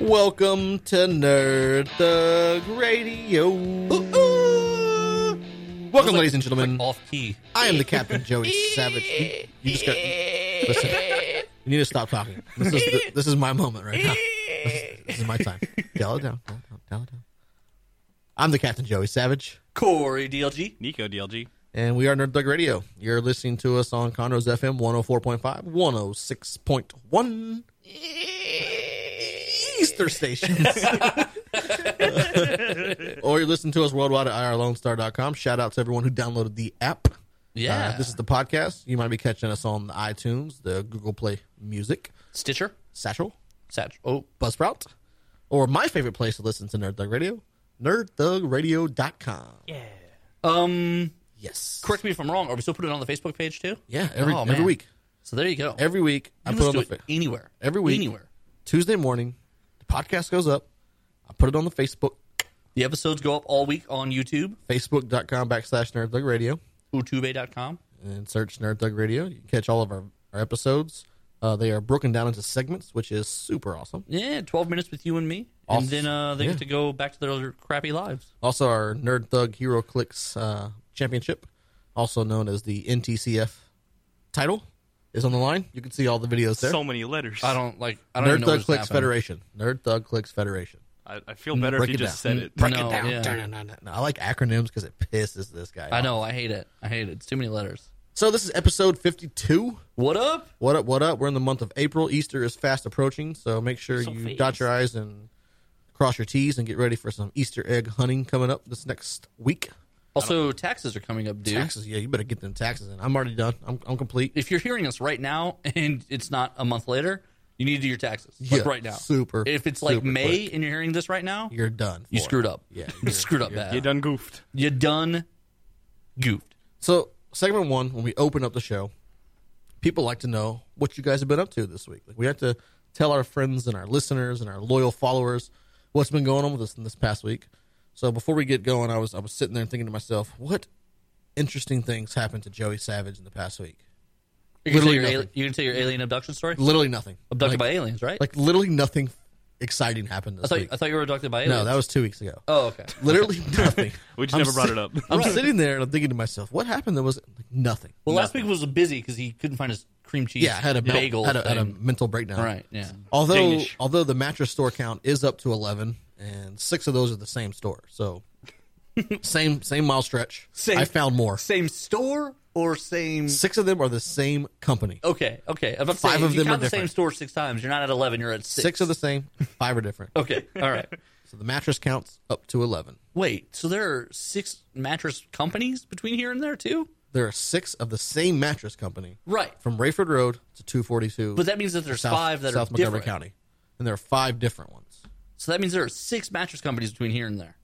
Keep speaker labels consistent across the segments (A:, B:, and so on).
A: Welcome to Nerd Thug Radio. Welcome, ladies and gentlemen.
B: Off key.
A: I am the Captain Joey Savage. You, you just got. Listen, you need to stop talking. This is the, this is my moment right now. This, is- this is my time. Dial it down. Dial it down. Dial it down. I'm the Captain Joey Savage,
B: Corey DLG.
C: Nico DLG.
A: and we are Nerd Thug Radio. You're listening to us on Conroe's FM 104.5, 106.1 Easter stations. or you listen to us worldwide at irlonestar.com. Shout out to everyone who downloaded the app.
B: Yeah.
A: Uh, this is the podcast. You might be catching us on the iTunes, the Google Play Music,
B: Stitcher.
A: Satchel,
B: Satch.
A: oh, Buzzsprout, or my favorite place to listen to Nerd Thug Radio, nerdthugradio.com.
B: Um,
A: Yes.
B: correct me if I'm wrong. Are we still putting it on the Facebook page too?
A: Yeah, every,
B: Oh,
A: every
B: man.
A: week.
B: So there you go.
A: Every week, I
B: You
A: put
B: just
A: on
B: do
A: the
B: it
A: fa-
B: anywhere.
A: Every week.
B: Anywhere.
A: Tuesday morning, the podcast goes up. I put it on the Facebook,
B: The episodes go up all week on YouTube,
A: facebook.com backslash Nerd Thug Radio.
B: utube.com.
A: and search Nerd Thug Radio. You can catch all of our, our episodes. Uh, they are broken down into segments, which is super awesome.
B: Yeah, 12 minutes with you and me.
A: Awesome.
B: And then uh, they
A: Yeah.
B: get to go back to their other crappy lives.
A: Also, our Nerd Thug Hero Clicks uh, Championship, also known as the NTCF title, is on the line. You can see all the videos there.
C: So many letters.
B: I don't like. I don't even
A: Nerd
B: know
A: Thug
B: what's
A: Clicks
B: happening.
A: Federation. Nerd Thug Clicks Federation.
C: I, I feel better if
A: break
C: you
A: it
C: just
A: down.
C: said it.
B: Break it No, down. yeah.
A: No, I like acronyms because it pisses this guy.
B: I
A: off.
B: know. I hate it. I hate it. It's too many letters.
A: So this is episode fifty-two.
B: What up?
A: What up? What up? We're in the month of April. Easter is fast approaching, so make sure
B: So
A: you
B: fast.
A: dot your I's and cross your T's and get ready for some Easter egg hunting coming up this next week.
B: Also, taxes are coming up, dude.
A: Taxes, yeah, you better get them taxes in. I'm already done. I'm, I'm complete.
B: If you're hearing us right now and it's not a month later, you need to do your taxes like
A: Yeah,
B: right now.
A: super,
B: If it's like
A: super
B: May and you're hearing this right now,
A: You're done.
B: you
A: for
B: screwed
A: it.
B: up.
A: Yeah,
B: you
A: you're-
B: screwed up bad.
C: You done goofed.
B: You done goofed.
A: So segment one, when we open up the show, people like to know what you guys have been up to this week. Like, we have to tell our friends and our listeners and our loyal followers what's been going on with us in this past week. So before we get going, I was I was sitting there thinking to myself, what interesting things happened to Joey Savage in the past week?
B: You're gonna, tell
A: Literally
B: your,
A: nothing.
B: ali- you're gonna tell your alien abduction story?
A: Literally nothing.
B: Abducted
A: like,
B: by aliens, right?
A: like literally nothing exciting happened
B: I
A: this
B: thought
A: week.
B: I thought you were abducted by aliens.
A: no, that was two weeks ago.
B: Oh, okay.
A: Literally nothing.
C: We just
A: I'm
C: never brought it up.
A: I'm sitting there and I'm thinking to myself, what happened? There was like nothing.
B: Well, last week was busy because he couldn't find his cream cheese.
A: yeah, I had a
B: bagel.
A: had a, had a
B: thing.
A: mental breakdown.
B: right. Yeah.
A: Although
C: Danish.
A: although the mattress store count is up to eleven, and six of those are the same store, so same same mile stretch.
B: Same-
A: I found more.
B: Same store or same?
A: Six of them are the same company.
B: Okay. Okay. I'm about to say,
A: Five
B: if
A: of
B: you
A: them
B: count
A: are
B: the same
A: different.
B: store six times, you're not at eleven. You're at six. Oh.
A: Six. of the same, five are different.
B: Okay. All right.
A: So the mattress counts up to eleven.
B: Wait. So there are six mattress companies between here and there too.
A: There are six of the same mattress company
B: Right.
A: from Rayford Road to two forty two.
B: But that means that there's five that
A: South
B: are
A: Montgomery
B: different.
A: County, and there are five different ones.
B: So that means there are six mattress companies between here and there.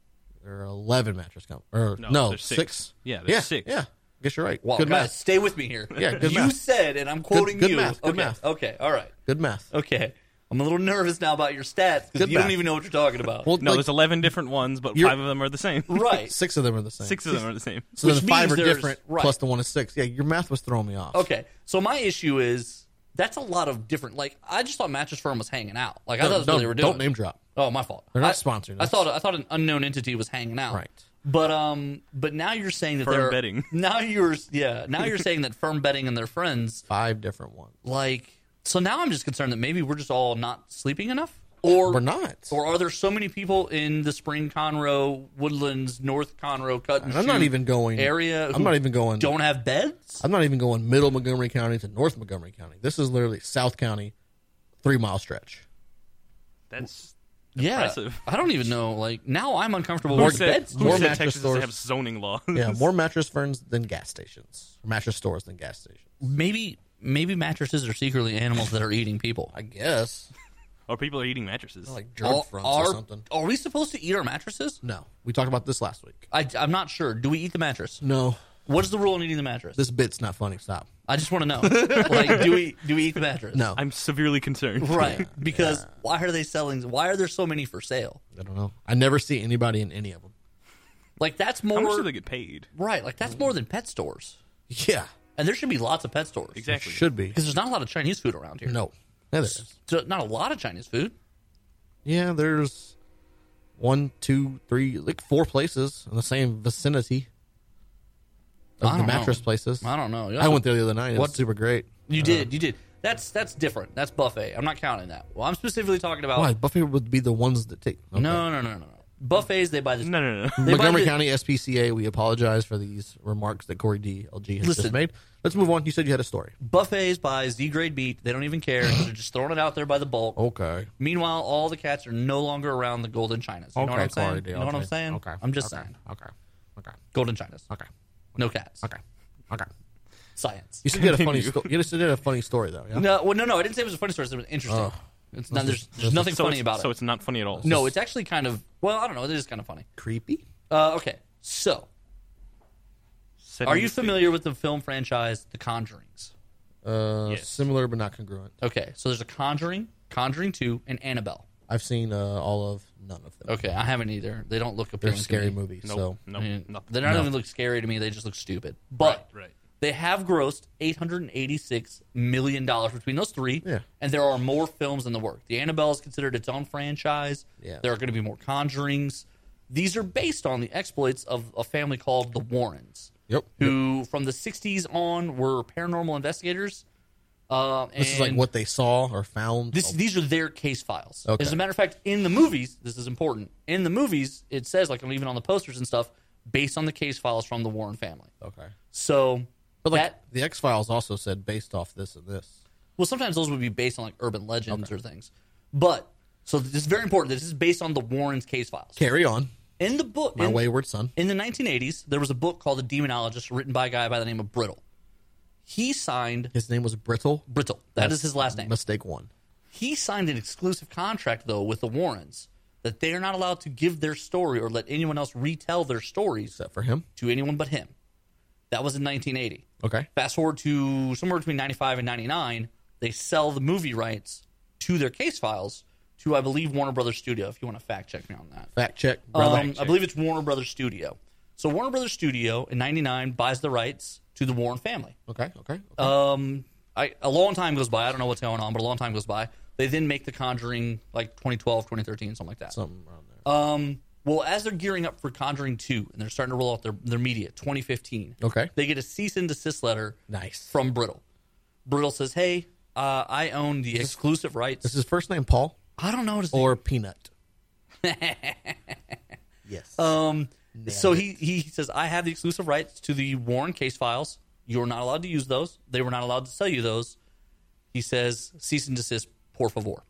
A: There are eleven mattress companies. Or no,
C: there's
A: six.
C: six. Yeah, there's
A: yeah,
C: six.
A: Yeah, guess you're right.
B: Wow,
A: good
B: guys,
A: math.
B: stay with me here.
A: Yeah, good
B: you
A: math.
B: said, and I'm quoting
A: good
B: you.
A: math, good
B: okay,
A: math.
B: okay, all right,
A: Good math.
B: okay. I'm a little nervous now about your stats because
A: Good
B: you
A: math.
B: don't even know what you're talking about.
A: Well,
C: No,
A: like,
C: there's 11 different ones, but
A: You're-
C: five of them are the same.
B: right?
A: six of them are the same.
C: Six of them are the same.
A: So
B: Which
A: then five
B: means
A: are
B: there's-
A: different,
B: right.
A: plus the one is six. Yeah, your math was throwing me off.
B: Okay. So my issue is that's a lot of different. Like I just thought Mattress Firm was hanging out. Like I thought that's
A: don't,
B: what they were doing.
A: don't name drop.
B: Oh, my fault.
A: They're not
B: I-
A: sponsoring
B: I
A: us.
B: thought I thought an unknown entity was hanging out.
A: Right.
B: But um, but now you're saying that
C: Firm
B: they're
C: betting.
B: Now you're yeah. Now you're saying that firm betting and their friends
A: Five different ones.
B: like. So now I'm just concerned that maybe we're just all not sleeping enough, or
A: We're not.
B: Or are there so many people in the Spring Conroe, Woodlands, North Conroe, cut and
A: I'm not
B: shoot
A: even going
B: area.
A: I'm
B: who
A: not even going.
B: Don't have beds.
A: I'm not even going middle Montgomery County to North Montgomery County. This is literally South County, three mile stretch.
C: That's
B: Yeah,
C: impressive.
B: I don't even know. Like now, I'm uncomfortable
C: who
B: with
C: said,
B: beds.
C: who
A: more
C: said
A: mattress
C: Texas
A: stores.
C: doesn't have zoning laws?
A: Yeah, more mattress firms than gas stations, mattress stores than gas stations.
B: Maybe maybe mattresses are secretly animals that are eating people.
A: I guess
C: or people are eating mattresses.
A: like
B: Are,
A: drug fronts
B: are-
A: or something.
B: are we supposed to eat our mattresses?
A: No, we talked about this last week.
B: I, am not sure. Do we eat the mattress?
A: No,
B: What is the rule on eating the mattress?
A: this bit's not funny. Stop.
B: I just want to know. like, do we do we eat the mattress?
A: No,
C: I'm severely concerned.
B: Right. Because why are they selling? Why are there so many for sale?
A: I don't know. I never see anybody in any of them.
B: Like that's more.
C: How much do they get paid?
B: Right, like that's more than pet stores.
A: Yeah,
B: And there should be lots of pet stores.
C: Exactly.
A: should be.
B: Because there's not a lot of Chinese food around here.
A: No, Yeah, there is.
B: So, not a lot of Chinese food.
A: yeah, there's one, two, three, like four places in the same vicinity
B: I
A: of the
B: don't know.
A: mattress places.
B: I don't know. You'll
A: I
B: have to-
A: went Uh-huh. there the other night. It was
B: What-
A: super great.
B: You did. You did. That's that's different. That's buffet. I'm not counting that. Well, I'm specifically talking about
A: Why buffet would be the ones that take? okay.
B: no, no, no, no, no. Buffets they buy this.
C: No, no, no.
B: They buy
A: Montgomery
B: the-
A: County SPCA. We apologize for these remarks that Corey D. L. G. has
B: Listen.
A: just made. Let's move on. You said you had a story.
B: Buffets buys Z grade meat. They don't even care. They're just throwing it out there by the bulk.
A: Okay.
B: Meanwhile, all the cats are no longer around the golden chinas. You know what I'm saying? you know what I'm saying?
A: Okay.
B: I'm just
A: okay.
B: saying.
A: Okay. Okay.
B: Golden chinas.
A: Okay.
B: No cats.
A: Okay. Okay.
B: Science.
A: You said you had a funny. Sto- you said you had a funny story though. Yeah.
B: No, well, no, no. I didn't say it was a funny story. I said It was interesting. it's not, there's there's nothing
C: so
B: funny
C: it's,
B: about
C: So
B: it.
C: it's not funny at all.
B: No, it's actually kind of well. I don't know. It is kind of funny.
A: Creepy.
B: Uh, okay, so
C: Setting
B: are you
C: the stage.
B: familiar with the film franchise The Conjurings?
A: Uh,
C: Yes.
A: similar but not congruent.
B: Okay, so there's a Conjuring, Conjuring Two, and Annabelle.
A: I've seen uh, all of none of them.
B: Okay, I haven't either. They don't look
A: They're
B: appealing.
A: scary
B: to me.
A: movies.
C: Nope.
A: So
B: I
C: Nope.
B: mean,
C: nothing.
B: They don't even look scary to me. They just look stupid. But
C: Right, right.
B: they have grossed 886 million dollars between those three.
A: Yeah.
B: And there are more films in the work. The Annabelle is considered its own franchise.
A: Yeah.
B: There are going to be more Conjurings. These are based on the exploits of a family called the Warrens.
A: Yep.
B: Who from the 60s on were paranormal investigators. Uh,
A: this is like
B: and-
A: what they saw or found.
B: this, these are their case files.
A: Oh. Okay.
B: As a matter of fact, in the movies, this is important. In the movies, it says like even on the posters and stuff, based on the case files from the Warren family.
A: Oh, okay.
B: So
A: But like
B: that
A: the X Files also said based off this and this.
B: well, sometimes those would be based on like urban legends or things. But so this is very important. This is based on the Warrens case files.
A: Carry on,
B: In the book,
A: my
B: in,
A: wayward son.
B: in the 1980s, there was a book called The Demonologist, written by a guy by the name of Brittle. He signed
A: His name was Brittle.
B: Brittle. That is his last name.
A: Mistake one.
B: He signed an exclusive contract, though, with the Warrens that they are not allowed to give their story or let anyone else retell their stories
A: Except for him.
B: to anyone but him. That was in 1980.
A: Okay.
B: Fast forward to somewhere between 95 and 99, they sell the movie rights to their case files to, I believe, Warner Brothers Studio, if you want to fact check me on that.
A: Fact check, brother.
B: Um, I believe it's Warner Brothers Studio. So Warner Brothers Studio in 99 buys the rights to the Warren family.
A: okay. Okay. okay.
B: Um, I, a long time goes by. I don't know what's going on, but a long time goes by. They then make The Conjuring like 2012, 2013, something like that.
A: Something around there.
B: Um, well, as they're gearing up for Conjuring 2 and they're starting to roll out their, their media, 2015,
A: Okay.
B: they get a cease and desist letter
A: Nice.
B: from Brittle. Brittle says, Hey, uh, I own the exclusive rights.
A: Is his first name Paul
B: I don't know what his
A: or Peanut? yes.
B: Um, so he, he says, I have the exclusive rights to the Warren case files. You're not allowed to use those. They were not allowed to sell you those. He says, cease and desist, por favor.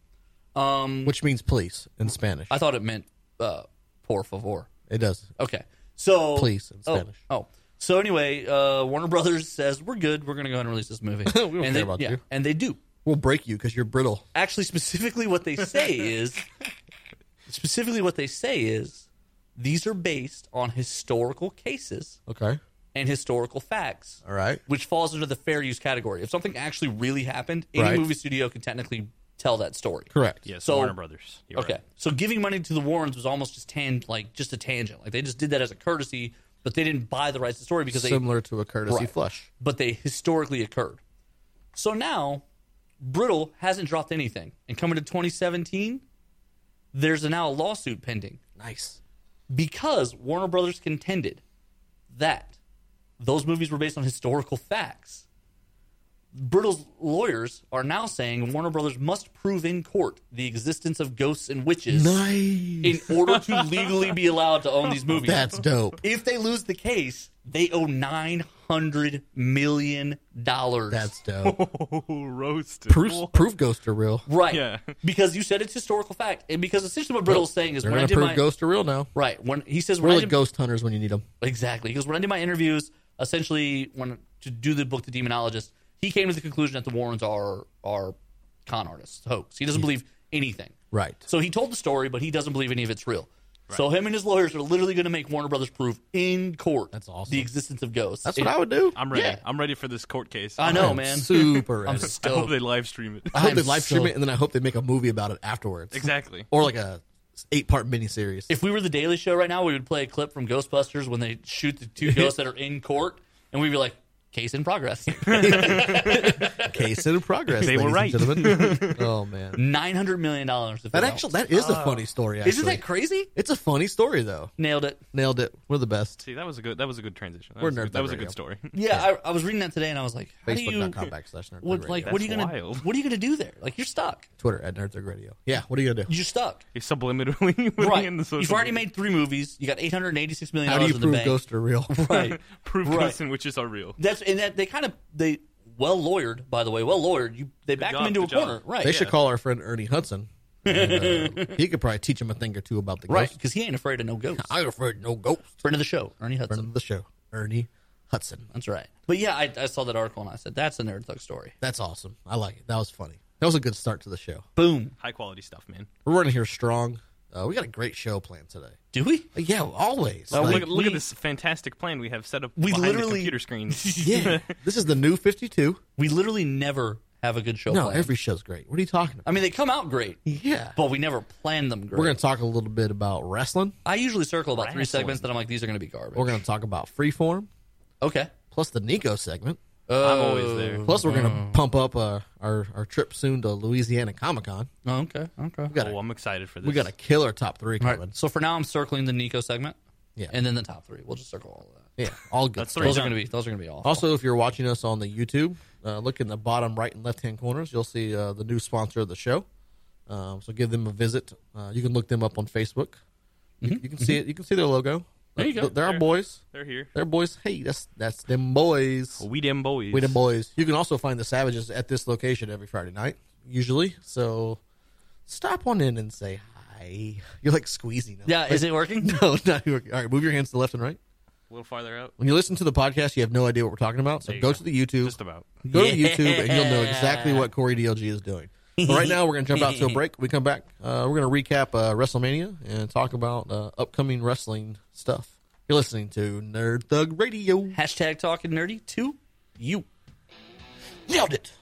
B: Um,
A: Which means please in Spanish.
B: I thought it meant uh, por favor.
A: it does.
B: Okay. So
A: Please, in
B: oh,
A: Spanish.
B: Oh, so anyway, uh, Warner Brothers says we're good. We're going to go ahead and release this movie. we
A: don't
B: and
A: care
B: they,
A: about
B: yeah,
A: you.
B: And they do
A: We'll break you because you're brittle.
B: actually specifically what they say is specifically what they say is these are based on historical cases
A: Okay.
B: and historical facts
A: All right.
B: which falls under the fair use category if something actually really happened any
A: Right.
B: movie studio can technically tell that story
A: Correct.
C: Yes,
B: So-
C: Warner Brothers. You're
B: okay
C: right.
B: so giving money to the warrens was almost just tan like just a tangent like they just did that as a courtesy but they didn't buy the rights to the story because they
A: Similar to a courtesy
B: Right.
A: flush.
B: but they historically occurred. So now, Brittle hasn't dropped anything. And coming to 2017, there's now a lawsuit pending
A: Nice.
B: because Warner Brothers contended that those movies were based on historical facts. Brittle's lawyers are now saying Warner Brothers must prove in court the existence of ghosts and witches
A: Nice.
B: in order to legally be allowed to own these movies.
A: That's dope.
B: If they lose the case, they owe nine hundred million dollars.
A: That's dope.
C: Oh, roasted.
A: proof, proof ghosts are real.
B: right.
C: Yeah.
B: Because you said it's historical fact, and because essentially what Brittle is saying is
A: They're
B: when
A: going
B: I
A: to
B: did
A: prove
B: my
A: ghosts are real now.
B: right when he says
A: We're
B: when I
A: like
B: did,
A: ghost hunters when you need them.
B: exactly because when I did my interviews, essentially when to do the book The Demonologist, he came to the conclusion that the Warrens are are con artists, hoax. He doesn't believe anything.
A: Right.
B: So he told the story, but he doesn't believe any of it's real. So him and his lawyers are literally going to make Warner Brothers prove in court
A: That's awesome.
B: the existence of ghosts.
A: That's
B: It-
A: what I would do.
C: I'm ready.
B: Yeah.
C: I'm ready for this court case.
B: I know, man.
A: Super
B: I'm
A: ready.
C: I hope
B: stoked.
C: they live stream it.
A: I hope
B: I'm
A: they live stream
B: so-
A: it, and then I hope they make a movie about it afterwards.
C: exactly.
A: Or like a eight part miniseries.
B: If we were the Daily Show right now, we would play a clip from Ghostbusters when they shoot the two ghosts that are in court, and we'd be like, Case in progress.
A: Case in progress.
C: They were
A: ladies and gentlemen. oh man,
B: Nine hundred million dollars.
A: that actually that is a funny story. Actually.
B: isn't that crazy?
A: It's a funny story though.
B: Nailed it.
A: Nailed it. We're the best.
C: See, that was a good that was a good transition. That
A: We're
C: was, a
A: Nerd
C: good- that was a
A: Radio.
C: good story.
B: Yeah, I, I was reading that today, and I was like, how do you?
A: Facebook.com backslash nerd.
B: What,
A: Thug
B: like,
A: Radio.
B: what are you
C: That's
B: gonna?
C: wild.
B: What are you gonna do there? Like, you're stuck.
A: Twitter at nerd Thug radio. Yeah. What are you gonna do?
B: You're stuck.
C: You're subliminally
B: Right.
C: in the social.
B: You've already
C: media.
B: made three movies. You got eight hundred eighty-six million
A: How do you
B: dollars in the
A: prove
B: bank.
A: ghosts are real?
B: Right.
C: proof
B: Right.
C: ghosts and witches are real.
B: That's and that they kind of they well lawyered. By the way, well lawyered. You they backed
C: job,
B: him into a
C: good job.
B: corner. Right.
A: They should call our friend Ernie Hudson. And, uh, he could probably teach him a thing or two about the
B: Right,
A: ghosts.
B: because he ain't afraid of no ghosts.
A: I ain't afraid of no ghost.
B: Friend of the show, Ernie Hudson.
A: Friend of the show, Ernie Hudson.
B: That's right. But yeah, I, I saw that article and I said that's a nerd thug story.
A: That's awesome. I like it. That was funny. That was a good start to the show.
B: Boom.
C: High quality stuff, man.
A: We're running here strong. Uh, we got a great show planned today.
B: Do we?
A: Like, yeah, always.
B: Well,
A: Like,
C: look, at look at
B: Oh, we-
C: this fantastic plan we have set up
B: We
C: behind
B: literally-
C: the computer screen.
A: yeah, this is the new 52.
B: We literally never have a good show.
A: No,
B: planned.
A: every show's great. What are you talking
B: I
A: about?
B: mean, they come out great,
A: Yeah.
B: but we never plan them great.
A: We're going to talk a little bit about wrestling.
B: I usually circle about three
C: Wrestling.
B: segments that I'm like, these are going to be garbage.
A: We're going to talk about freeform,
B: okay. Oh,
A: plus the Nico segment.
C: I'm always there. Oh,
A: Plus, we're going to
B: Mm-hmm.
A: pump up uh, our, our trip soon to Louisiana Comic Con.
B: Oh, okay. Okay.
A: got
C: Oh, I'm excited for this.
A: We got a killer top three
B: All
A: coming.
B: right. So for now, I'm circling the Nico segment.
A: Yeah.
B: And then the top three. We'll just circle all of that.
A: Yeah, all good.
C: That's
A: stuff.
C: three.
B: Those are
C: done.
B: going to be. Those are going to be all.
A: Also, if you're watching us on the YouTube, uh, look in the bottom right and left hand corners. You'll see uh, the new sponsor of the show. Um, so give them a visit. Uh, you can look them up on Facebook. You, you can see it. You can see their logo.
B: Mm-hmm. There you go.
A: They're our
C: There.
A: boys.
C: They're here.
A: They're boys. Hey, that's that's them boys.
C: We them boys.
A: We them boys. You can also find the Savages at this location every Friday night, usually. So stop on in and say hi. You're like squeezing. them.
B: yeah. Is it working?
A: No, not All right, move your hands to the left and right.
C: A little farther out.
A: When you listen to the podcast, you have no idea what we're talking about. So
C: There
A: go,
C: you go.
A: to the YouTube.
C: Just about.
A: Go to YouTube and you'll know
B: Yeah.
A: exactly what Corey DLG is doing. But right now, we're going to jump out to a break. We come back. Uh, we're going to recap uh, WrestleMania and talk about uh, upcoming wrestling stuff. You're listening to Nerd Thug Radio.
B: Hashtag talking nerdy to you.
A: Nailed it.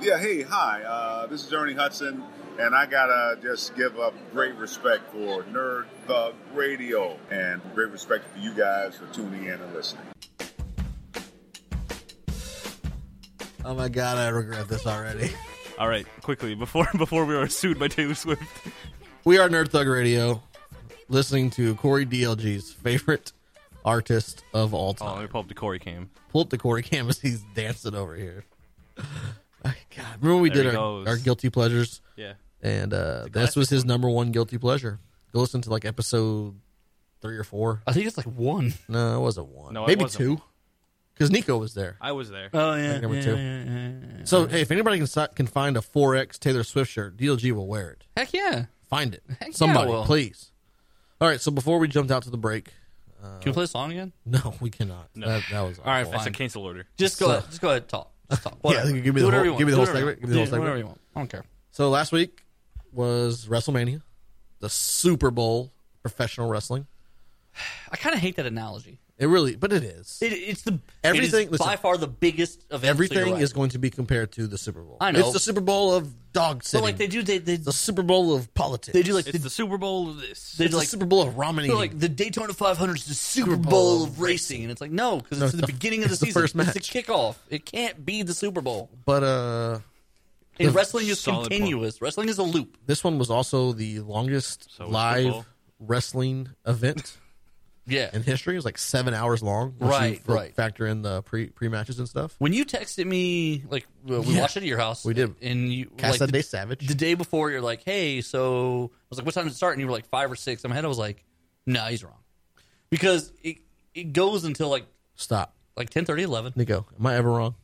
D: Yeah, hey, hi. Uh, this is Ernie Hudson, and I gotta just give up great respect for Nerd Thug Radio and great respect for you guys for tuning in and listening.
A: Oh my God, I regret this already.
C: All right, quickly before before we are sued by Taylor Swift.
A: We are Nerd Thug Radio, listening to Corey DLG's favorite artist of all
C: Oh,
A: time.
C: let me pull up the Corey cam.
A: Pull up the Corey canvas. He's dancing over here. My God, remember when we
C: There
A: did
C: he
A: our,
C: goes.
A: our guilty pleasures?
C: Yeah.
A: and uh, this was his number one guilty pleasure. Go listen to like episode three or four.
B: I think it's like one.
A: No, it wasn't one.
C: No, it
A: maybe
C: wasn't.
A: two, because Nico was there.
C: I was there.
B: Oh yeah.
A: number
B: yeah,
A: two.
B: yeah, yeah, yeah.
A: So hey, if anybody can si- can find a 4x Taylor Swift shirt, DLG will wear it.
B: Heck yeah.
A: Find it,
B: Heck yeah,
A: somebody,
B: I will.
A: please. All right. So before we jumped out to the break,
B: Can we play a song again?
A: no, we cannot.
C: No.
A: That, that was
B: All right,
A: awful.
C: That's a
B: fine.
C: cancel order.
B: Just go.
A: So-
B: ahead. Just go ahead. and Talk. Just talk.
A: Yeah,
B: Whatever.
A: give me the
B: Do
A: whole-
B: whatever you
A: give me the
B: want.
A: whole
B: Do whatever
A: segment. Give me the whole
B: you want. Do Whatever
A: segment.
B: you want. I don't care.
A: So last week was WrestleMania, the Super Bowl, professional wrestling.
B: I kind of hate that analogy.
A: It really, but it is.
B: It, it's the
A: Everything-
B: it is by
A: listen.
B: far the biggest of
A: Everything is going to be compared to the Super Bowl.
B: I know.
A: it's the Super Bowl of dog
B: So
A: sitting.
B: like they do they they,
A: the Super Bowl of politics.
B: they do like
C: It's
B: the,
C: the Super Bowl of this.
B: they
A: it's
B: do
A: the
B: like,
A: Super Bowl of ramen.
B: they're
A: eating.
B: like the Daytona 500 is the Super
A: Bowl
B: Bowl
A: of
B: of racing, and it's like no because it's,
A: it's
B: in the,
A: the-
B: beginning of the
A: it's the
B: season.
A: first
B: It's
A: match.
B: the kickoff. It can't be the Super Bowl.
A: but uh,
B: And wrestling is
C: solid point.
B: continuous. Wrestling is a loop.
A: this one was also the longest
C: So it's Super
A: live
C: Bowl.
A: wrestling event
B: Yeah.
A: in history. It was like seven hours long. once you
B: Right,
A: f-
B: right.
A: Factor in the pre pre matches and stuff.
B: when you texted me, like well, we
A: Yeah.
B: watched it at your house,
A: We did.
B: and you
A: Casa
B: like, the-
A: de Savage.
B: the day before you're like, hey, so I was like, what time did it start? And you were like five or six. In my head, I was like, no, nah, he's wrong, because it it goes until like
A: Stop,
B: like 10, 11.
A: Nico. Am I ever wrong?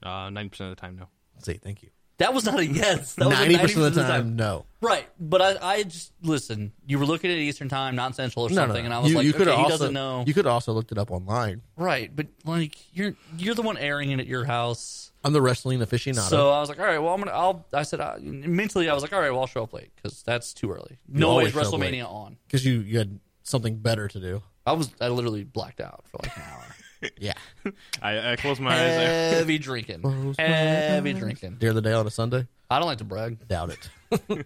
C: Uh, Ninety percent of the time, no.
A: Say thank you.
B: That was not a yes. That was a
A: Ninety percent of the time, no.
B: Right, but I, I just listen. You were looking at Eastern time, not Central or
A: No,
B: something,
A: no,
B: and I was
A: you,
B: like,
A: you
B: okay,
A: could
B: he
A: also,
B: doesn't know.
A: You could also looked it up online.
B: right, but like you're you're the one airing it at your house,
A: I'm the wrestling aficionado.
B: so I was like, all right, well, I'm gonna. I'll. I said I, mentally, I was like, all right, well, I'll show up late because that's too early. No way
A: always
B: is
A: show up late.
B: WrestleMania on.
A: because you you had something better to do.
B: I was I literally blacked out for like an hour.
A: Yeah.
C: I, I closed my eyes. there.
B: heavy drinking. Heavy drinking.
A: Dare the day on a Sunday?
B: I don't like to brag.
A: Doubt it.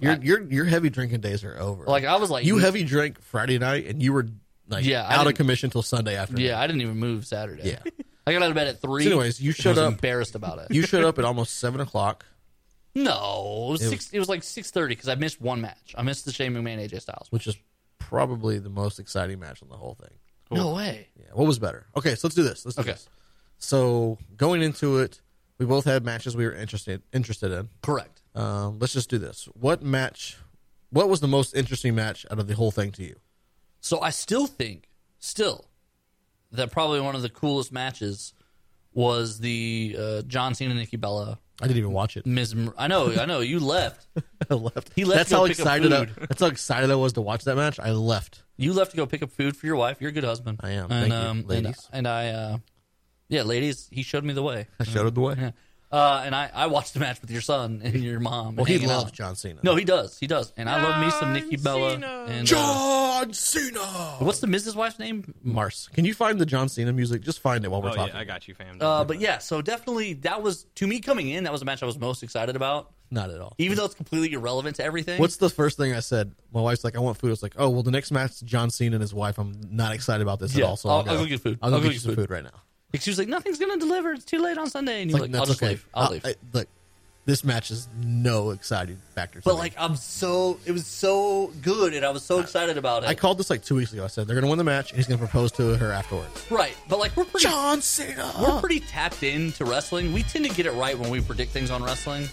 A: Your your your heavy drinking days are over.
B: Like I was like
A: you heavy drank Friday night and you were like
B: Yeah, I
A: out of
B: didn't-
A: commission till Sunday afternoon.
B: Yeah, I didn't even move Saturday.
A: Yeah.
B: I got out of bed at three.
A: So anyways, you
B: and
A: showed
B: was
A: up.
B: Embarrassed about it.
A: You showed up at almost seven o'clock.
B: no, it was
A: It
B: six. It was like six thirty because I missed one match. I missed the Shane McMahon AJ Styles.
A: which is probably the most exciting match on the whole thing.
B: No way.
A: Yeah, what was better? Okay, so let's do this. Let's do
B: Okay.
A: this. So going into it, we both had matches we were interested interested in.
B: Correct.
A: Um, let's just do this. What match? What was the most interesting match out of the whole thing to you?
B: So I still think, still, that probably one of the coolest matches was the uh, John Cena Nikki Bella
A: I didn't even watch it.
B: Ms. Mor- I know, I know. You left.
A: I left.
B: He left
A: That's
B: to go
A: how
B: pick up
A: excited. I,
B: food.
A: that's how excited I was to watch that match. I left.
B: You left to go pick up food for your wife. You're a good husband.
A: I am. Thank
B: And,
A: you,
B: um, and-
A: ladies.
B: And, I, uh, yeah, ladies. He showed me the way.
A: I showed him the way.
B: Uh, and I, I watched the match with your son and your mom.
A: Well,
B: and
A: he
B: hanging
A: loves
B: out.
A: John Cena.
B: No, he does. He does. And I love me some Nikki
C: John
B: Bella.
C: Cena.
B: And, uh,
A: John Cena.
B: what's the Mrs. wife's name?
A: Mars? Can you find the John Cena music? Just find it while we're
C: Oh
A: talking.
C: yeah, I got you, fam.
B: Uh, but yeah, so definitely that was to me coming in. That was a match I was most excited about,
A: Not at all.
B: even though it's completely irrelevant to everything.
A: What's the first thing I said? My wife's like, I want food. I was like, oh, well, the next match, John Cena and his wife. I'm not excited about this
B: Yeah,
A: at all. So
B: I'll-
A: I'll, go.
B: I'll go get food.
A: I'll go
B: I'll
A: get you some food, right now.
B: Because she was like, nothing's gonna deliver. It's too late on Sunday, and
A: It's
B: you're like, I'll just leave. I'll leave.
A: Uh, I- look, this match is no exciting factor. to
B: but
A: me.
B: like, I'm so it was so good, and I was so excited about it.
A: I called this like two weeks ago. I said they're going to win the match, and he's going to propose to her afterwards.
B: right, but like we're pretty
A: John Cena.
B: we're pretty tapped into wrestling. We tend to get it right when we predict things on wrestling.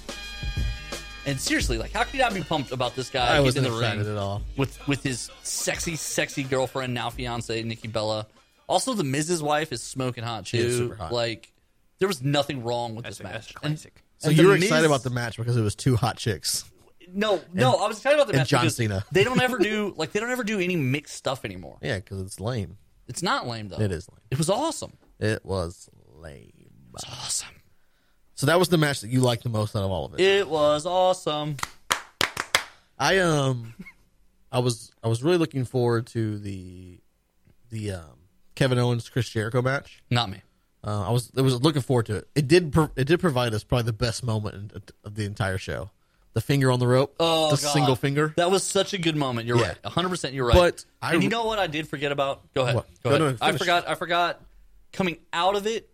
B: And seriously, like, how could you not be pumped about this guy
A: I
B: getting
A: wasn't
B: in the ring?
A: excited at all.
B: with with his sexy, sexy girlfriend now fiance Nikki Bella. Also, the Miz's wife is smoking hot too.
A: is super hot.
B: Like there was nothing wrong with
C: that's,
B: this
C: a, that's
B: match.
C: a classic.
A: So
B: and
A: you
B: the
A: were excited
B: Miz-
A: about the match because it was two hot chicks.
B: And- no, no, I was excited about the
A: and
B: match.
A: John
B: because
A: Cena.
B: they don't ever do like they don't ever do any mixed stuff anymore.
A: Yeah, because it's lame.
B: It's not lame though.
A: It is lame.
B: It was awesome.
A: It was lame.
B: Awesome.
A: So that was the match that you liked the most out of all of it.
B: It was awesome.
A: I um, I was I was really looking forward to the the um, Kevin Owens Chris Jericho match.
B: Not me.
A: Uh, I was I was looking forward to it. It did pro- it did provide us probably the best moment in, of the entire show. The finger on the rope,
B: Oh,
A: the
B: God.
A: single finger.
B: That was such a good moment. You're
A: Yeah.
B: right. 100. percent You're right.
A: But I-
B: and you know what I did forget about? Go ahead.
A: What?
B: Go
A: No,
B: ahead.
A: no,
B: I
A: finish.
B: forgot. I forgot. Coming out of it,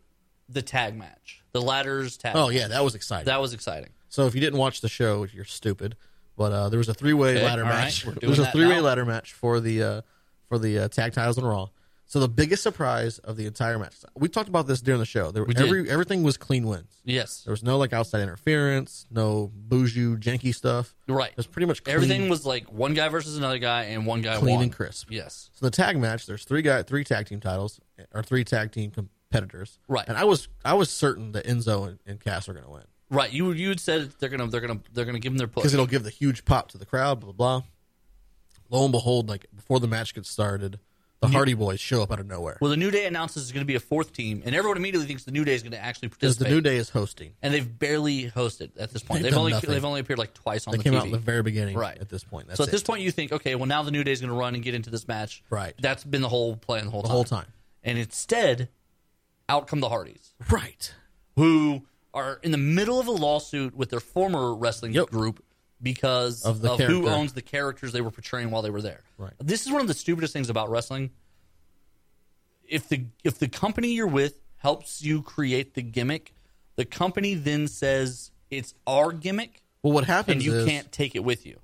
B: the tag match, the ladders tag.
A: Oh
B: match.
A: yeah, that was exciting.
B: That was exciting.
A: so if you didn't watch the show, you're stupid. But uh, there was a three way
B: Okay,
A: ladder
B: all right,
A: match.
B: we're doing
A: There was a
B: that
A: three way
B: now.
A: ladder match for the uh, for the uh, tag titles and Raw. So the biggest surprise of the entire match. We talked about this during the show. There,
B: did.
A: every everything was clean wins.
B: Yes.
A: There was no like outside interference, no bougie janky stuff.
B: Right.
A: It was pretty much clean,
B: Everything was like one guy versus another guy and one guy
A: clean
B: won.
A: and crisp.
B: Yes.
A: So the tag match, there's three guy, three tag team titles or three tag team competitors.
B: Right.
A: And I was I was certain that Enzo and, and Cass are going to win
B: Right. You you had said they're gonna they're gonna they're gonna give him their push.
A: because it'll give the huge pop to the crowd. Blah blah. blah. Lo and behold, like before the match gets started, the Hardy Boys show up out of nowhere.
B: Well, the New Day announces there's gonna be a fourth team, and everyone immediately thinks the New Day is gonna actually
A: Because
B: participate.
A: the New Day is hosting.
B: and they've barely hosted at this
A: They've
B: point. They've,
A: done
B: only
A: nothing.
B: they've only appeared like twice on
A: They
B: the
A: came
B: TV.
A: out in the very beginning.
B: Right.
A: At this point. That's
B: so at
A: it.
B: this point, you think, okay, well now the New Day's going to run and get into this match.
A: Right.
B: That's been the whole plan the whole
A: the
B: time.
A: whole time.
B: And instead, out come the Hardys,
A: Right.
B: who are in the middle of a lawsuit with their former wrestling
A: Yep.
B: group because
A: Of
B: of,
A: the
B: who
A: character.
B: owns the characters they were portraying while they were there.
A: Right.
B: This is one of the stupidest things about wrestling. If the if the company you're with helps you create the gimmick, the company then says it's our gimmick
A: Well, what happens
B: and you
A: is
B: can't take it with you.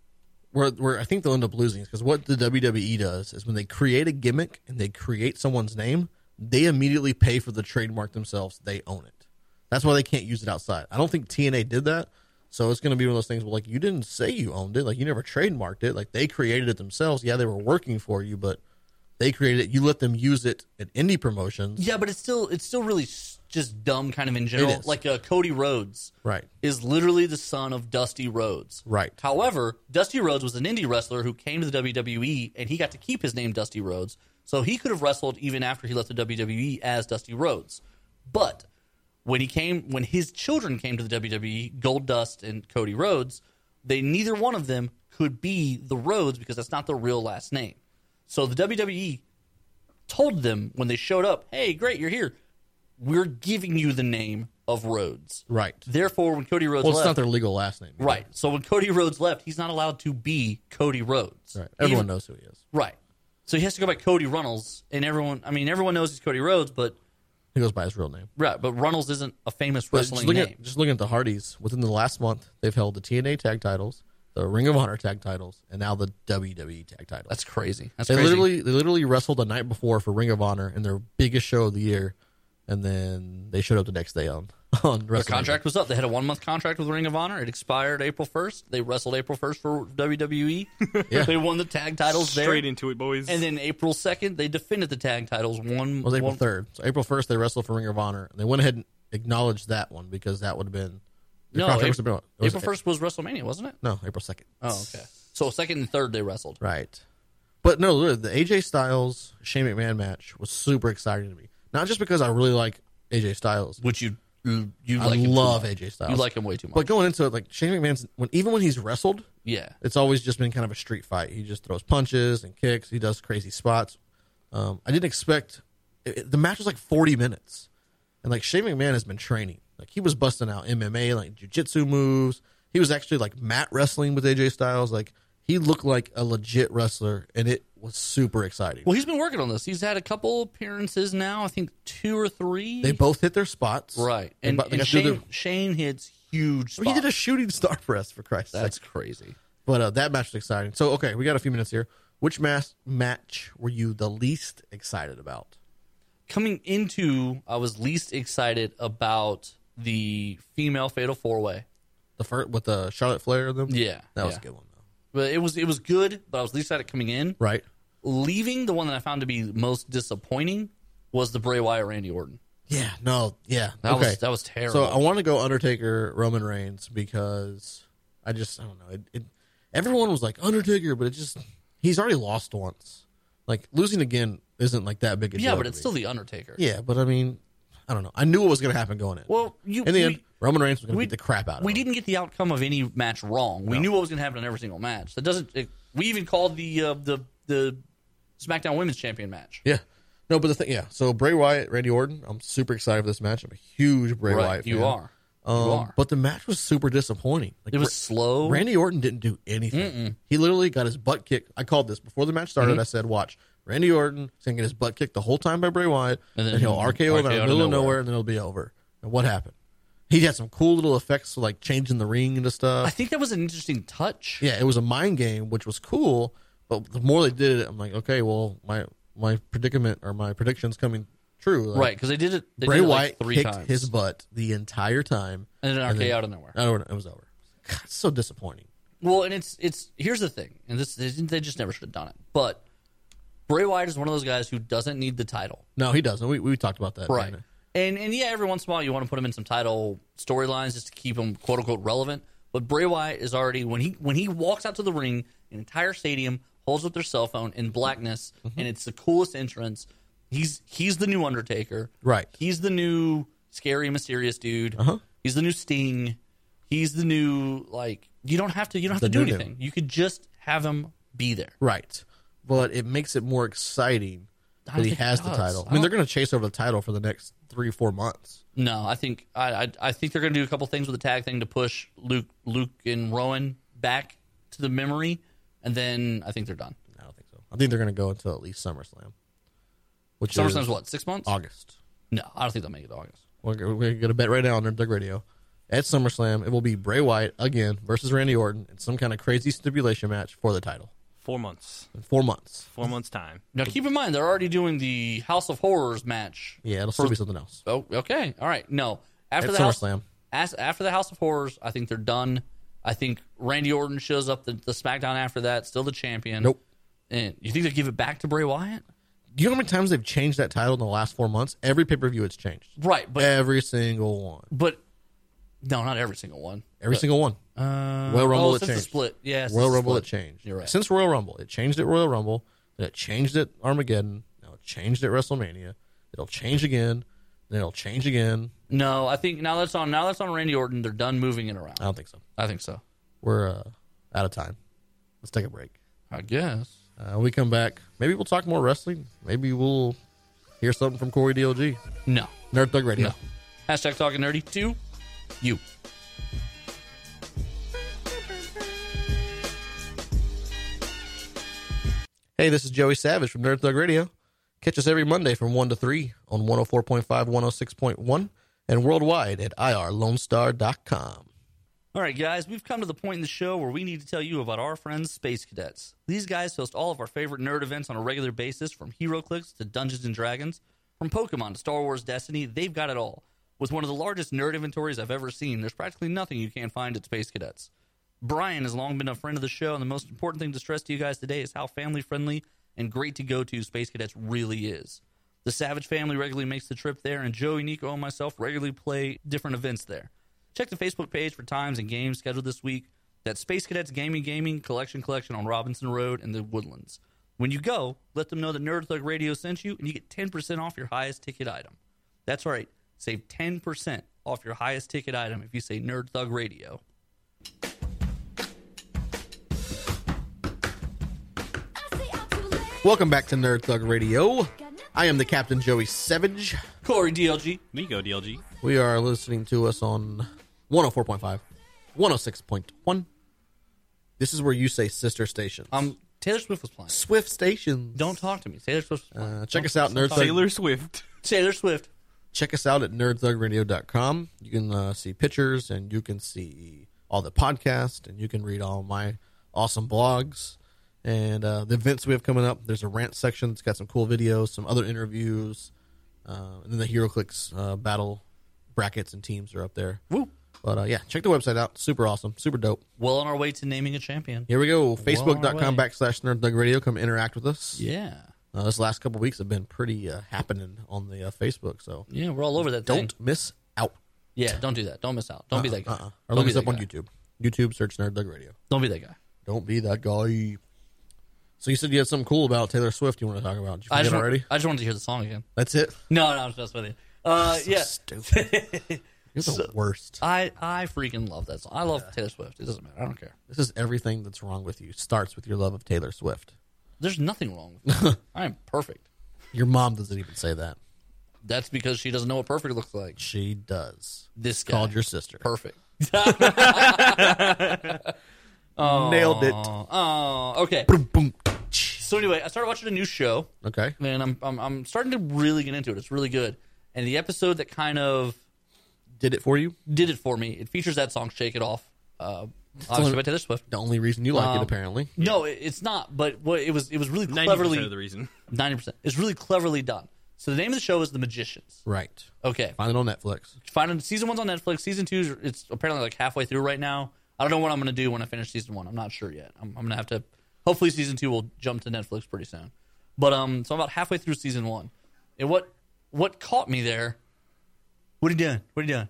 A: where, where I think they'll end up losing is because what the WWE does is when they create a gimmick and they create someone's name, they immediately pay for the trademark themselves. They own it. That's why they can't use it outside. I don't think TNA did that. So it's going to be one of those things. Well, like you didn't say you owned it. Like you never trademarked it. Like they created it themselves. Yeah, they were working for you, but they created it. You let them use it at indie promotions.
B: Yeah, but it's still it's still really s- just dumb, kind of in general.
A: is.
B: Like uh, Cody Rhodes,
A: Right.
B: is literally the son of Dusty Rhodes.
A: Right.
B: However, Dusty Rhodes was an indie wrestler who came to the WWE and he got to keep his name Dusty Rhodes. So he could have wrestled even after he left the WWE as Dusty Rhodes. But when he came when his children came to the WWE, Gold Dust and Cody Rhodes, they neither one of them could be the Rhodes because that's not their real last name. E So the WWE told them when they showed up, "Hey, great, you're here. we're giving you the name of Rhodes.
A: Right.
B: Therefore, when Cody Rhodes
A: Well, it's
B: left,
A: not their legal last name. either.
B: right. So when Cody Rhodes left, he's not allowed to be Cody Rhodes.
A: Right. Everyone
B: Even-
A: knows who he is.
B: Right. So he has to go by Cody Runnels, and everyone. I mean, everyone knows he's Cody Rhodes, but
A: He goes by his real name.
B: right, but Runnels isn't a famous
A: But just
B: wrestling
A: looking,
B: name.
A: at, just looking at the Hardys, within the last month, they've held the TNA tag titles, the Ring of Honor tag titles, and now the WWE tag titles.
B: That's crazy. That's
A: they
B: crazy.
A: literally they literally wrestled the night before for Ring of Honor in their biggest show of the year, and then they showed up the next day on on
B: their
A: WrestleMania.
B: contract was up. They had a one month contract with Ring of Honor. It expired April first. They wrestled April first for WWE.
A: Yeah.
B: They won the tag titles
C: Straight
B: there,
C: into it, boys.
B: and then April second they defended the tag titles. One
A: It was April
B: one-
A: third. So April first, they wrestled for Ring of Honor, and they went ahead and acknowledged that one because that would have been their
B: No,
A: contract
B: April,
A: was about- it was-
B: April first was WrestleMania, wasn't it?
A: No, April second.
B: Oh, okay. So second and third they wrestled.
A: Right. But no, look, the AJ Styles Shane McMahon match was super exciting to me. Not just because I really like AJ Styles.
B: Which you you, you
A: I
B: like him too
A: love
B: much.
A: AJ Styles.
B: You like him way too much.
A: But going into it, like Shane McMahon's when even when he's wrestled,
B: yeah.
A: it's always just been kind of a street fight. He just throws punches and kicks. He does crazy spots. Um, I didn't expect it, it- the match was like forty minutes, and like Shane McMahon has been training. Like he was busting out MMA, like jujitsu moves. He was actually like mat wrestling with AJ Styles. Like he looked like a legit wrestler, and it was super exciting.
B: Well, he's been working on this. He's had a couple appearances now. I think two or three.
A: they both hit their spots,
B: right.
A: They
B: And,
A: bo- they
B: and
A: got through
B: Shane,
A: their-
B: Shane hits huge.
A: I mean, he did a
B: spots.
A: shooting star press for Christ's sake.
B: That's crazy.
A: But uh, that match was exciting. So okay, we got a few minutes here. Which mas- match were you the least excited about?
B: coming into, I was least excited about the female fatal four way.
A: The first with the Charlotte Flair of them.
B: Yeah,
A: that was
B: yeah.
A: a good one though.
B: But it was it was good, but I was least excited coming in.
A: Right.
B: Leaving the one that I found to be most disappointing was the Bray Wyatt Randy Orton.
A: Yeah. No. Yeah.
B: That
A: okay.
B: was that was terrible.
A: so I want to go Undertaker Roman Reigns because I just I don't know it, it. Everyone was like Undertaker, but it just he's already lost once. Like losing again isn't like that big a deal.
B: yeah, but
A: to
B: it's
A: me.
B: still the Undertaker.
A: Yeah, but I mean, I don't know. I knew what was going to happen going in.
B: Well, you
A: in the
B: we,
A: end, Roman Reigns was going to
B: we-
A: beat the crap out of
B: we
A: him.
B: didn't get the outcome of any match wrong. We knew what was going to happen in every single match. That doesn't. It, we even called the uh, the the SmackDown Women's Champion match.
A: Yeah. No, but the thing, yeah. So Bray Wyatt, Randy Orton. I'm super excited for this match. I'm a huge Bray
B: right,
A: Wyatt.
B: you
A: fan.
B: are.
A: Um,
B: you are.
A: But the match was super disappointing. Like,
B: it was
A: Ra-
B: slow.
A: Randy Orton didn't do anything. He literally got his butt kicked. I called this before the match started.
B: Mm-hmm.
A: I said, "Watch, Randy Orton is going to get his butt kicked the whole time by Bray Wyatt, and
B: And then
A: then he'll RKO him out of
B: RKO
A: the
B: to
A: middle of
B: nowhere.
A: nowhere, and then it'll be over." And what happened? He had some cool little effects, so like changing the ring into
B: I
A: stuff.
B: think that was an interesting touch.
A: Yeah, it was a mind game, which was cool. But the more they did it, I'm like, okay, well, my my predicament or my prediction's coming true. Like,
B: Right, because they did it. They
A: Bray
B: did it
A: White
B: like three
A: kicked
B: times.
A: his butt the entire time,
B: and then RKO
A: then-
B: out of nowhere.
A: I don't know. It was over. God, it's so disappointing.
B: Well, and it's it's here's the thing, and this they didn't- they just never should have done it. But Bray Wyatt is one of those guys who doesn't need the title,
A: No, he doesn't. We we talked about that.
B: right? And and yeah, every once in a while you want to put him in some title storylines just to keep him quote unquote relevant. But Bray Wyatt is already when he when he walks out to the ring, an entire stadium holds up their cell phone in blackness,
A: Mm-hmm.
B: and it's the coolest entrance. He's he's the new Undertaker,
A: Right. Uh-huh.
B: He's the new scary, mysterious dude. He's the new Sting. He's the new like. You don't have to. You don't have
A: The
B: to do
A: new
B: anything. You could just have him be there.
A: Right. But it makes it more exciting that
B: I
A: he
B: think it
A: has the
B: does.
A: title. I, mean,
B: I don't-
A: they're going to chase over the title for the next three, four months.
B: No, I think I I, I think they're going to do a couple things with the tag thing to push Luke Luke and Rowan back to the memory, and then I think they're done.
A: I don't think so. I think they're going to go until at least SummerSlam, which
B: SummerSlam's
A: is
B: what six months?
A: August.
B: No, I don't think they'll make it to August.
A: We're, we're going to bet right now on Nerd Dog Radio. At SummerSlam, it will be Bray Wyatt again versus Randy Orton in some kind of crazy stipulation match for the title
C: Four months.
A: in four months.
C: Four months time.
B: Now keep in mind they're already doing the House of Horrors match.
A: Yeah, it'll still be something else.
B: Oh, okay. All right. No. After
A: At
B: the House,
A: SummerSlam.
B: as, after the House of Horrors, I think they're done. I think Randy Orton shows up the, the SmackDown after that, still the champion.
A: Nope.
B: And you think they give it back to Bray Wyatt?
A: Do you know how many times they've changed that title in the last four months? Every pay per view, it's changed.
B: Right, but
A: Every single one.
B: but no, not every single one.
A: Every single one.
B: Uh,
A: Royal Rumble,
B: oh,
A: it
B: since the
A: changed.
B: split. Yeah, since
A: Royal
B: the
A: Rumble, it
B: split.
A: changed.
B: You're right.
A: Since Royal Rumble, it changed at Royal Rumble. Then it changed at Armageddon. Now it changed at WrestleMania. It'll change again. Then it'll change again.
B: No, I think now that's on now that's on Randy Orton. They're done moving it around.
A: I don't think so.
B: I think so.
A: We're uh, out of time. Let's take a break.
B: I guess.
A: Uh, when we come back. Maybe we'll talk more wrestling. Maybe we'll hear something from Corey DLG.
B: No.
A: Nerd Thug Radio.
B: No. Hashtag talking nerdy to you.
A: Hey, this is Joey Savage from Nerd Thug Radio. Catch us every Monday from 1 to 3 on 104.5, 106.1, and worldwide at irlonestar.com.
B: All right, guys, we've come to the point in the show where we need to tell you about our friends, Space Cadets. These guys host all of our favorite nerd events on a regular basis, from HeroClix to Dungeons and Dragons, from Pokemon to Star Wars Destiny. They've got it all. With one of the largest nerd inventories I've ever seen, there's practically nothing you can't find at Space Cadets. Brian has long been a friend of the show, and the most important thing to stress to you guys today is how family friendly and great to go to Space Cadets really is. The Savage family regularly makes the trip there, and Joey, Nico, and myself regularly play different events there. Check the Facebook page for times and games scheduled this week. That's Space Cadets Gaming Gaming Collection Collection on Robinson Road in the Woodlands. When you go, let them know that Nerd Thug Radio sent you, and you get 10% off your highest ticket item. That's right, save 10% off your highest ticket item if you say Nerd Thug Radio.
A: Welcome back to Nerd Thug Radio. I am the Captain Joey Savage.
B: Corey DLG,
C: Nico DLG.
A: We are listening to us on 104.5, 106.1. This is where you say sister stations.
B: um, Taylor Swift was playing.
A: Swift stations.
B: Don't talk to me. Taylor Swift. Was playing.
A: Uh, check us out, Nerd Thug.
C: Taylor Swift.
B: Taylor Swift.
A: check us out at nerdthugradio.com. You can uh, see pictures and you can see all the podcasts and you can read all my awesome blogs and uh, the events we have coming up. There's a rant section. It's got some cool videos, some other interviews, uh, and then the HeroClix uh, battle brackets and teams are up there.
B: Woo.
A: But uh, yeah, check the website out. Super awesome. Super dope.
B: Well on our way to naming a champion.
A: Here we go.
B: on our
A: Facebook.com
B: way.
A: backslash nerdthugradio. Come interact with us.
B: Yeah.
A: Uh, this last couple weeks have been pretty uh, happening on the uh, Facebook, so
B: Yeah, we're all over that thing.
A: don't miss out.
B: Yeah, don't do that. Don't miss out. Don't be that guy.
A: Uh-uh. Or
B: Don't
A: look
B: be
A: us
B: that
A: up on
B: guy.
A: YouTube. YouTube search Nerd Dog Radio.
B: Don't be that guy.
A: Don't be that guy. So you said you had something cool about Taylor Swift you want to talk about. Did you
B: I
A: forget
B: just,
A: already?
B: I just wanted to hear the song again.
A: That's it?
B: No, no, I'm just with you. Uh, yeah,
A: Stupid. You're the worst.
B: I, I freaking love that song. I love Taylor Swift. It doesn't matter. I don't care.
A: This is everything that's wrong with you. Starts with your love of Taylor Swift.
B: There's nothing wrong with me. I am perfect.
A: Your mom doesn't even say that.
B: That's because she doesn't know what perfect looks like.
A: She does.
B: This guy.
A: Called your sister.
B: perfect.
A: Nailed it.
B: Oh, okay.
A: Boom, boom. tch.
B: So anyway, I started watching a new show.
A: Okay.
B: and I'm, I'm I'm starting to really get into it. It's really good. And the episode that kind of
A: Did it for you?
B: did it for me, it features that song "Shake It Off," uh, obviously by Taylor Swift.
A: The only reason you like it,
B: Um,
A: apparently.
B: No, it, it's not. But what it was, it was really
C: Ninety percent of the
B: cleverly
C: reason.
B: ninety percent. It's really cleverly done. So the name of the show is The Magicians.
A: Right.
B: Okay,
A: Find it on Netflix.
B: find it- season one's on Netflix. Season two's it's apparently like halfway through right now. I don't know what I'm gonna do when I finish season one. I'm not sure yet. I'm, I'm gonna have to. Hopefully, season two will jump to Netflix pretty soon. But um, so I'm about halfway through season one, and what what caught me there? What are you doing? What are you doing?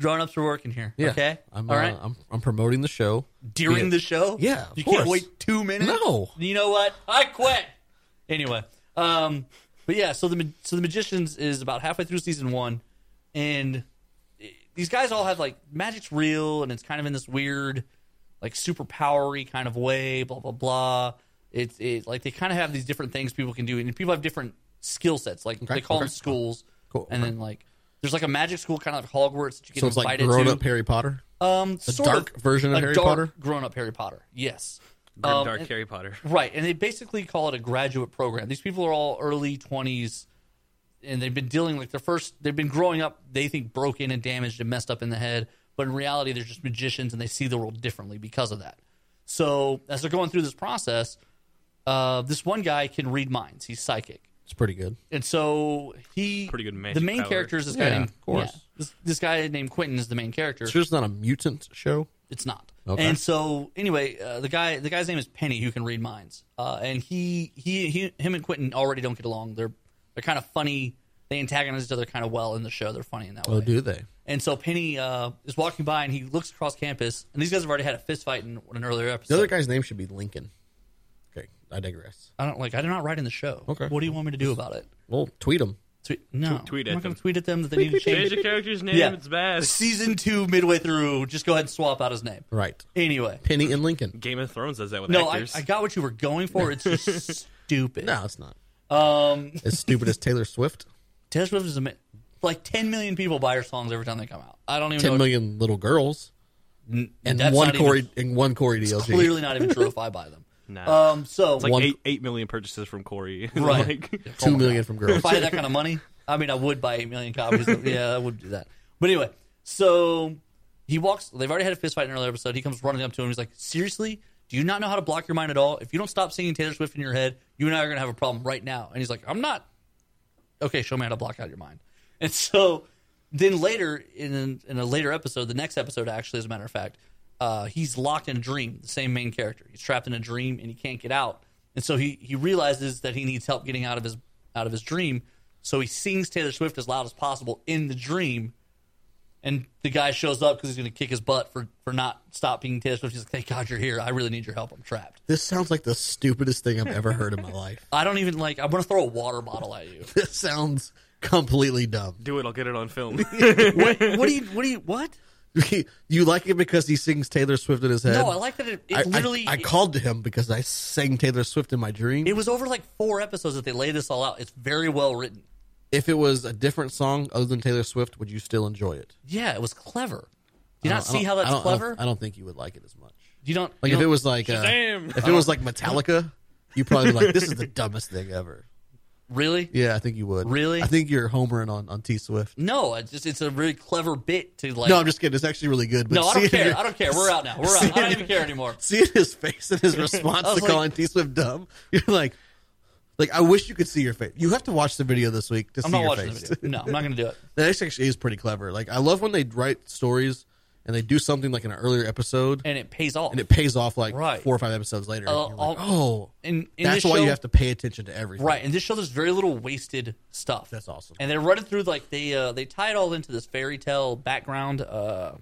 B: Grown ups are working here.
A: Yeah.
B: Okay.
A: I'm,
B: All
A: uh,
B: right.
A: I'm, I'm promoting the show.
B: During
A: Yeah.
B: the show.
A: Yeah, of
B: You
A: course.
B: can't wait two minutes.
A: No.
B: You know what? I quit. Anyway, um, but yeah, so the Ma- so the magicians is about halfway through season one, and i- these guys all have like magic's real, and it's kind of in this weird, like superpowery kind of way. Blah blah blah. It's it like they kind of have these different things people can do, and people have different skill sets. Like
A: Okay,
B: they call
A: okay.
B: them schools,
A: Cool,
B: and
A: okay.
B: then like. There's like a magic school kind of like Hogwarts that you get
A: So it's like
B: invited
A: grown
B: to.
A: up Harry Potter.
B: Um, sort
A: dark
B: of
A: version of
B: a
A: Harry
B: dark
A: Potter?
B: grown-up Harry Potter. Yes,
C: Grim
B: Um,
C: Dark
B: and-
C: Harry Potter.
B: right. And they basically call it a graduate program. These people are all early twenties, and they've been dealing like their first. They've been growing up. They think broken and damaged and messed up in the head, but in reality, they're just magicians and they see the world differently because of that. So as they're going through this process, uh, this one guy can read minds. He's psychic
A: It's pretty good.
B: and so he
C: Pretty good magic
B: the main
C: power.
B: character is this
A: Yeah,
B: guy named
A: of course.
B: yeah, this, this guy named Quentin is the main character.
A: It's just not a mutant show.
B: It's not.
A: Okay.
B: And so anyway, uh, the guy the guy's name is Penny, who can read minds, uh, and he, he he him and Quentin already don't get along. They're they're kind of funny. They antagonize each other kind of well in the show. They're funny in that way.
A: Oh, do they?
B: And so Penny uh, is walking by and he looks across campus, and these guys have already had a fist fight in an earlier episode.
A: The other guy's name should be Lincoln. Okay, I digress.
B: I don't like. I did not write in the show.
A: Okay.
B: What do you want me to do about it?
A: Well, tweet him.
B: Tweet, no,
C: tweet
B: I'm not
C: at
B: going to
C: them.
B: tweet at them that they need to change.
C: Change the character's name.
B: Yeah.
C: It's bad.
B: season two midway through just go ahead and swap out his name
A: Right.
B: anyway
A: Penny and Lincoln.
C: Game of Thrones does that with
B: no I,
C: actors.
B: I got what you were going for it's just stupid
A: No, it's not.
B: um
A: As stupid as Taylor Swift.
B: taylor swift is a Like 10 million people buy her songs every time they come out. I don't even
A: Ten
B: know.
A: million little girls
B: N-
A: and
B: that's
A: one
B: not
A: Corey
B: even-
A: and one Corey DLG.
B: clearly not even true if I buy them.
C: Nah.
B: Um, so
C: It's like
A: One-
C: eight eight million purchases from Corey.
B: Right.
C: like,
B: Oh
A: Two
B: my
A: million
B: God.
A: from girls.
B: if I had that kind of money, I mean, I would buy 8 million copies. Of, yeah, I would do that. But anyway, so he walks. They've already had a fist fight in an earlier episode. He comes running up to him. He's like, Seriously? Do you not know how to block your mind at all? If you don't stop singing Taylor Swift in your head, you and I are going to have a problem right now. And he's like, I'm not. Okay, show me how to block out your mind. And so then later, in, in a later episode, the next episode, actually, as a matter of fact, uh, he's locked in a dream, the same main character. He's trapped in a dream and he can't get out. And so he, he realizes that he needs help getting out of his out of his dream. So he sings Taylor Swift as loud as possible in the dream. And the guy shows up because he's going to kick his butt for, for not stopping Taylor Swift. He's like, thank God you're here. I really need your help. I'm trapped.
A: This sounds like the stupidest thing I've ever heard in my life.
B: I don't even like, I'm going to throw a water bottle at you.
A: This sounds completely dumb.
C: do it. I'll get it on film.
B: what, what do you, what do you, what?
A: you like it because he sings Taylor Swift in his head.
B: No, I like that it, it
A: I- I-
B: literally,
A: I, called to him because I sang Taylor Swift in my dream.
B: it was over like four episodes that they lay this all out. It's very well written.
A: if it was a different song other than Taylor Swift, would you still enjoy it?
B: Yeah, it was clever. Do you
A: I
B: not
A: don't-
B: see
A: I
B: how
A: don't- I
B: that's
A: don't- I don't-
B: clever?
A: I don't think you would like it as much.
B: you don't,
A: Like
B: you
A: if it
B: don't-
A: was like uh,
C: Shazam!
A: if it was like Metallica, you probably would like this is the dumbest thing ever.
B: really?
A: Yeah, I think you would.
B: Really?
A: I think you're homering on on T Swift.
B: No, it's just, it's a really clever bit to like,
A: No, I'm just kidding. It's actually really good. But
B: No, I don't
A: seeing
B: care.
A: your-
B: I don't care. We're out now. We're out. I don't even care anymore.
A: Seeing his face and his response
B: I
A: to
B: was like-
A: calling T Swift dumb, you're like, like I wish you could see your face. You have to watch the video this week to see
B: I'm not
A: your
B: watching
A: face.
B: the video. No, I'm not going to do it.
A: That actually is pretty clever. Like I love when they write stories and they do something like in an earlier episode and,
B: And it pays off.
A: it pays off like
B: Right.
A: four or five episodes later.
B: Uh,
A: and you're like,
B: I'll-
A: oh,
B: in- in
A: that's
B: this
A: why
B: show-
A: you have to pay attention to everything.
B: right. And this show, there's very little wasted stuff.
A: That's awesome.
B: And they're running through like they uh, they tie it all into this fairy tale background. Uh,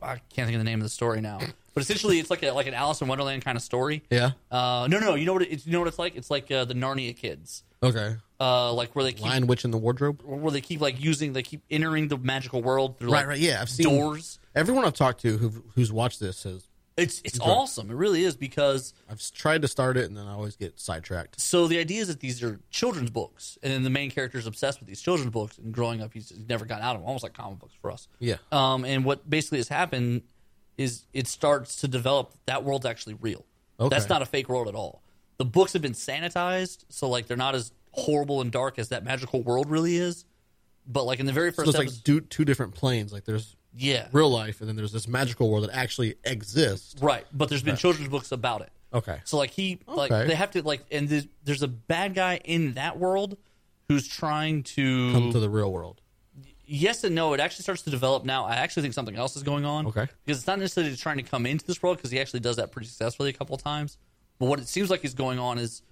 B: I can't think of the name of the story now, but essentially it's like a, like an Alice in Wonderland kind of story.
A: Yeah.
B: Uh, no, no, you know what? It, you know what it's like? It's like uh, the Narnia kids,
A: Okay.
B: uh, like where they keep
A: Lion Witch in the Wardrobe.
B: where they keep like using they keep entering the magical world through
A: Right.
B: like,
A: Right. Yeah. I've seen
B: doors.
A: Everyone I've talked to who who's watched this says
B: It's it's awesome. It really is because
A: I've s- tried to start it and then I always get sidetracked.
B: so the idea is that these are children's books, and then the main character is obsessed with these children's books. And growing up, he's never gotten out of them, almost like comic books for us.
A: Yeah.
B: Um, and what basically has happened is it starts to develop that world's actually real.
A: Okay.
B: That's not a fake world at all. The books have been sanitized, so like they're not as horrible and dark as that magical world really is. But like in the very
A: So
B: first
A: it's
B: episode,
A: like two, two different planes. Like there's
B: yeah,
A: real life and then there's this magical world that actually exists.
B: right. But there's been children's books about it.
A: Okay.
B: So like he like
A: Okay.
B: they have to like and there's, there's a bad guy in that world who's trying to
A: Come to the real world.
B: yes and no. It actually starts to develop now. I actually think something else is going on.
A: Okay.
B: Because it's not necessarily just trying to come into this world because he actually does that pretty successfully a couple of times. But what it seems like is going on is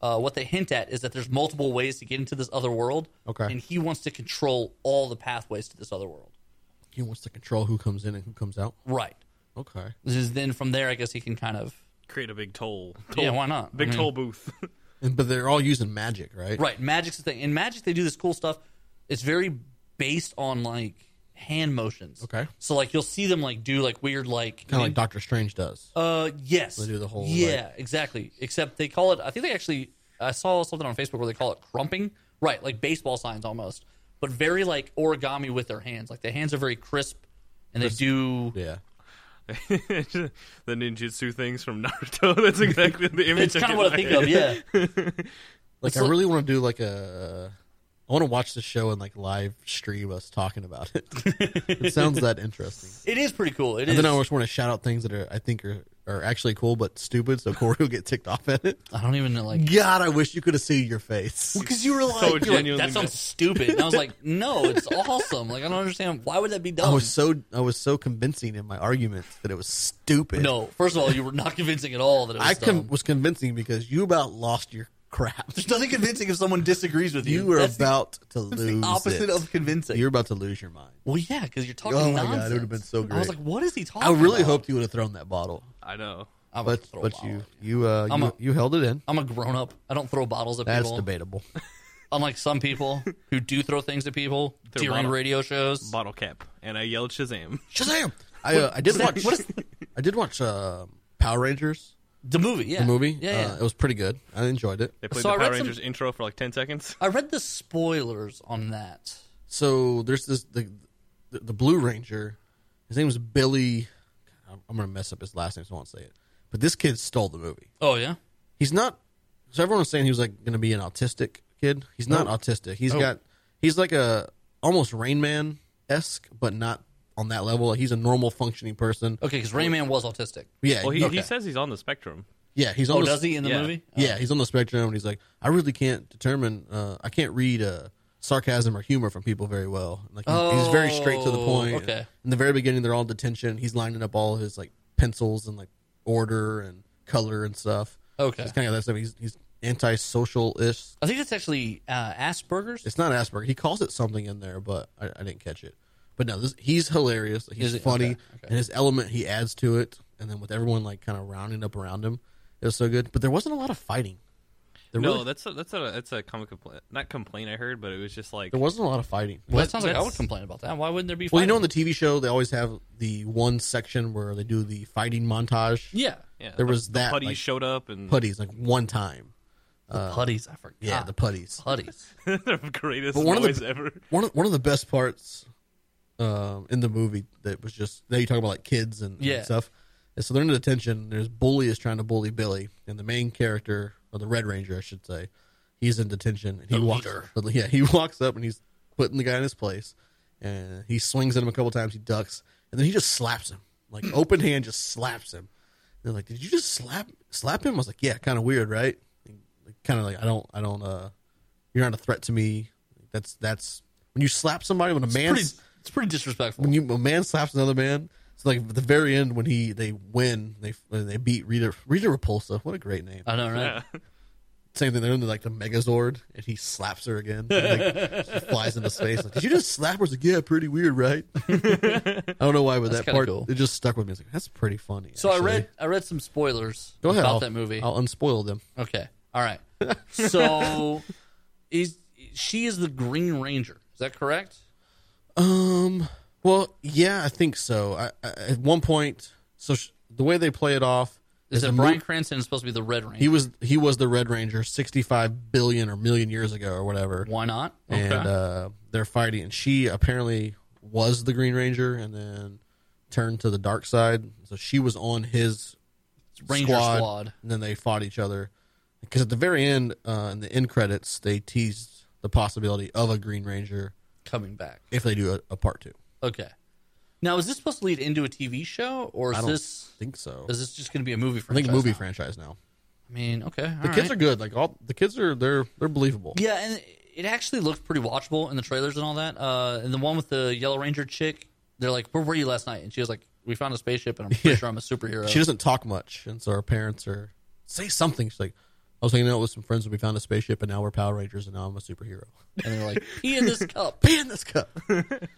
B: uh, what they hint at is that there's multiple ways to get into this other world.
A: Okay.
B: And he wants to control all the pathways to this other world.
A: He wants to control who comes in and who comes out.
B: Right.
A: Okay.
B: This is then from there, I guess he can kind of
C: Create a big toll.
B: yeah.
C: toll-
B: Why not? Mm-hmm.
C: Big
B: I mean-
C: toll booth.
A: And, but they're all using magic, right?
B: Right, magic's the thing. In magic, they do this cool stuff. It's very based on like hand motions.
A: Okay.
B: So like you'll see them like do like weird like
A: Kind of like Doctor Strange does.
B: uh yes
A: They do the whole, like-
B: yeah exactly. Except they call it. I think they actually I saw something on Facebook where they call it crumping. Right, like baseball signs almost, but very like origami with their hands. Like the hands are very crisp, and they do.
A: yeah.
C: the ninjutsu things from Naruto. That's exactly the image.
B: It's kind of what I think of. Yeah.
A: Like I really want to do like a. I want to watch the show and like live stream us talking about it. it sounds that interesting.
B: It is pretty cool. It is.
A: And then I just want to shout out things that are I think are, are actually cool but stupid, so Corey will get ticked off at it.
B: I don't even know, like
A: God, I wish you could have seen your face.
B: Because you were like,
C: So
B: you were like,
C: genuinely
B: that sounds
C: mad.
B: stupid. And I was like, no, it's awesome. Like, I don't understand. Why would that be
A: I
B: dumb?
A: was so I was so convincing in my arguments that it was stupid.
B: no, first of all, you were not convincing at all that it was
A: I
B: dumb.
A: con- was convincing because you about lost your crap.
B: There's nothing convincing if someone disagrees with you.
A: You were
B: That's the-
A: about to
B: that's
A: lose
B: the
A: it.
B: opposite of convincing.
A: You're about to lose your mind.
B: well, yeah, because you're talking
A: Oh my God, it
B: nonsense.
A: would've been so
B: I was
A: great.
B: like, what is he talking
A: I really
B: about?
A: hoped you would have thrown that bottle,
C: I know.
B: I would
A: but
B: throw a
A: but
B: bottle.
A: you you uh
B: I'm
A: you,
B: a-
A: you held it in.
B: I'm a grown up. I don't throw bottles at
A: That's
B: people.
A: debatable.
B: Unlike some people who do throw things at people
C: They're
B: during
C: bottle-
B: radio shows.
C: Bottle cap, and I yelled Shazam.
A: Shazam! I uh, I did
B: What
A: watch
B: is that? What is-
A: I did watch uh, Power Rangers
B: the movie, yeah.
A: the movie.
B: Yeah. yeah.
A: Uh, it was pretty good. I enjoyed it.
C: They played
B: So I
C: the
B: read
C: Power
B: some-
C: Rangers intro for like ten seconds.
B: I read the spoilers on that.
A: So there's this the the, the Blue Ranger. His name was Billy. I'm- I'm gonna mess up his last name, so I won't say it. But this kid stole the movie.
B: Oh yeah.
A: He's not. So everyone was saying he was like gonna be an autistic kid. He's not autistic. He's got. He's like a almost Rain Man esque, but not on that level. Like he's a normal functioning person.
B: Okay, because Rayman was autistic.
A: Yeah.
C: Well, he,
A: okay.
C: he says he's on the spectrum.
A: Yeah, he's on.
B: Oh,
A: the-
B: does he in the
C: yeah.
B: movie?
A: Yeah, he's on the spectrum, and he's like, I really can't determine. Uh, I can't read uh, sarcasm or humor from people very well. Like, he's, he's very straight to the
B: Oh,
A: point.
B: okay.
A: In the very beginning, they're all in detention. He's lining up all his like pencils and like order and color and stuff.
B: Okay.
A: He's kind of that stuff. He's he's antisocial ish.
B: I think it's actually uh, Asperger's.
A: It's not Asperger. He calls it something in there, but I, I didn't catch it. But no, this, he's hilarious. He's
B: Is it?
A: funny,
B: Okay, okay.
A: and his element he adds to it. And then with everyone like kind of rounding up around him, it was so good. But there wasn't a lot of fighting. There
C: No,
A: really-
C: that's a, that's a that's a common complaint. Not complaint I heard, but it was just like
A: there wasn't a lot of fighting.
B: Well, that sounds like I
C: that's-
B: would complain about that. Why wouldn't there be?
A: Well, you know, in
B: fighting?
A: the TV show, they always have the one section where they do the fighting montage.
B: yeah,
C: yeah,
A: there
C: the-
A: was
C: the
A: that,
C: putty
A: like-
C: showed up and
A: Putties, like one time.
B: the putties. I forgot.
A: Uh, Yeah, the putties.
B: putties.
C: the greatest
A: But one of the-
C: noise ever.
A: One of, one of the best parts um, in the movie that was just that you talk about like kids and, and
B: Yeah.
A: stuff. And so they're in detention. There's bully is trying to bully Billy, and the main character or the Red Ranger, I should say, he's in detention. And he
B: The
A: walks.
B: leader.
A: Yeah, he walks up and he's putting the guy in his place, and he swings at him a couple times. He ducks, and then he just slaps him like open hand, just slaps him. They're like, "Did you just slap slap him?" I was like, "Yeah, kind of weird, right? Kind of like I don't, I don't. uh You're not a threat to me. That's that's when you slap somebody when a man
B: Pretty, it's pretty disrespectful.
A: when you a man slaps another man. It's like at the very end when he they win they they beat Rita Rita Repulsa. What a great name! Uh,
B: I know, right?
C: Yeah.
A: Same thing. They're in the, like the Megazord and he slaps her again. And, like, she flies into space. Like, Did you just slap her? It's like, yeah, pretty weird, right? I don't know why, but that
B: kinda
A: part
B: cool.
A: it just stuck with me. It's like that's pretty funny.
B: So I
A: actually.
B: read I read some spoilers
A: Go ahead,
B: about
A: I'll-
B: that movie.
A: I'll unspoil them.
B: Okay, all right. So is she is the Green Ranger? Is that correct?
A: Um. Well, yeah, I think so. I, I, at one point, so sh- the way they play it off
B: Is
A: the
B: that
A: mo-
B: Brian Cranston is supposed to be the Red Ranger?
A: He was he was the Red Ranger sixty five billion or million years ago or whatever,
B: Why not?
A: and uh, they're fighting. And she apparently was the Green Ranger, and then turned to the dark side. So she was on his
B: Ranger squad.
A: and then they fought each other. Because at the very end, uh, in the end credits, they teased the possibility of a Green Ranger
B: coming back.
A: if they do a, a part two.
B: Okay. Now is this supposed to lead into a TV show or
A: I
B: is
A: don't
B: this
A: think so.
B: is this just going to be a movie
A: I
B: franchise?
A: think movie
B: now?
A: franchise now.
B: I mean, okay.
A: The kids are good. Like all the kids are they're they're believable.
B: Yeah, and it actually looked pretty watchable in the trailers and all that. Uh, and the one with the Yellow Ranger chick, they're like, "Where were you last night?" And she was like, "We found a spaceship, and I'm pretty
A: Yeah.
B: sure I'm a superhero."
A: She doesn't talk much, and so her parents are say something. She's like, "I was hanging out with some friends and we found a spaceship, and now we're Power Rangers, and now I'm a superhero."
B: and they're like, "Pee in this cup."
A: Pee in this cup.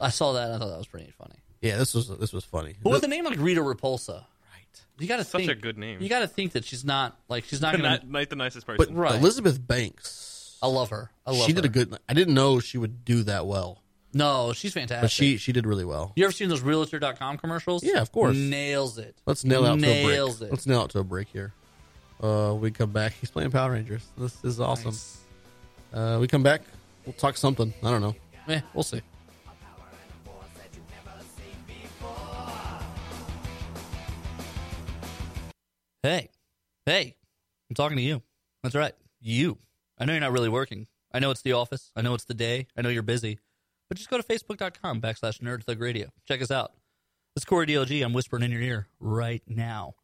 B: I saw that. and I thought that was pretty funny.
A: yeah, this was this was funny.
B: But with a name like Rita Repulsa, right? You got to
C: Such
B: think,
C: a good name.
B: You got to think that she's not like she's not gonna.
C: not, not the nicest person.
A: but
B: Right.
A: Elizabeth Banks,
B: I love her. I love
A: she
B: her.
A: did a good. I didn't know she would do that well,
B: No, she's fantastic.
A: but she she did really well.
B: You ever seen those Realtor.com commercials?
A: Yeah, of course.
B: Nails it.
A: Let's nail out
B: Nails
A: to a break.
B: it.
A: Let's nail out to a break here. Uh, we come back. He's playing Power Rangers. This is awesome.
B: Nice.
A: Uh, we come back. We'll talk something. I don't know.
B: Yeah, we'll see. Hey, hey, I'm talking to you. That's right, you. I know you're not really working. I know it's the office. I know it's the day. I know you're busy. But just go to facebook.com backslash nerdthugradio. Check us out. It's Corey DLG. I'm whispering in your ear right now.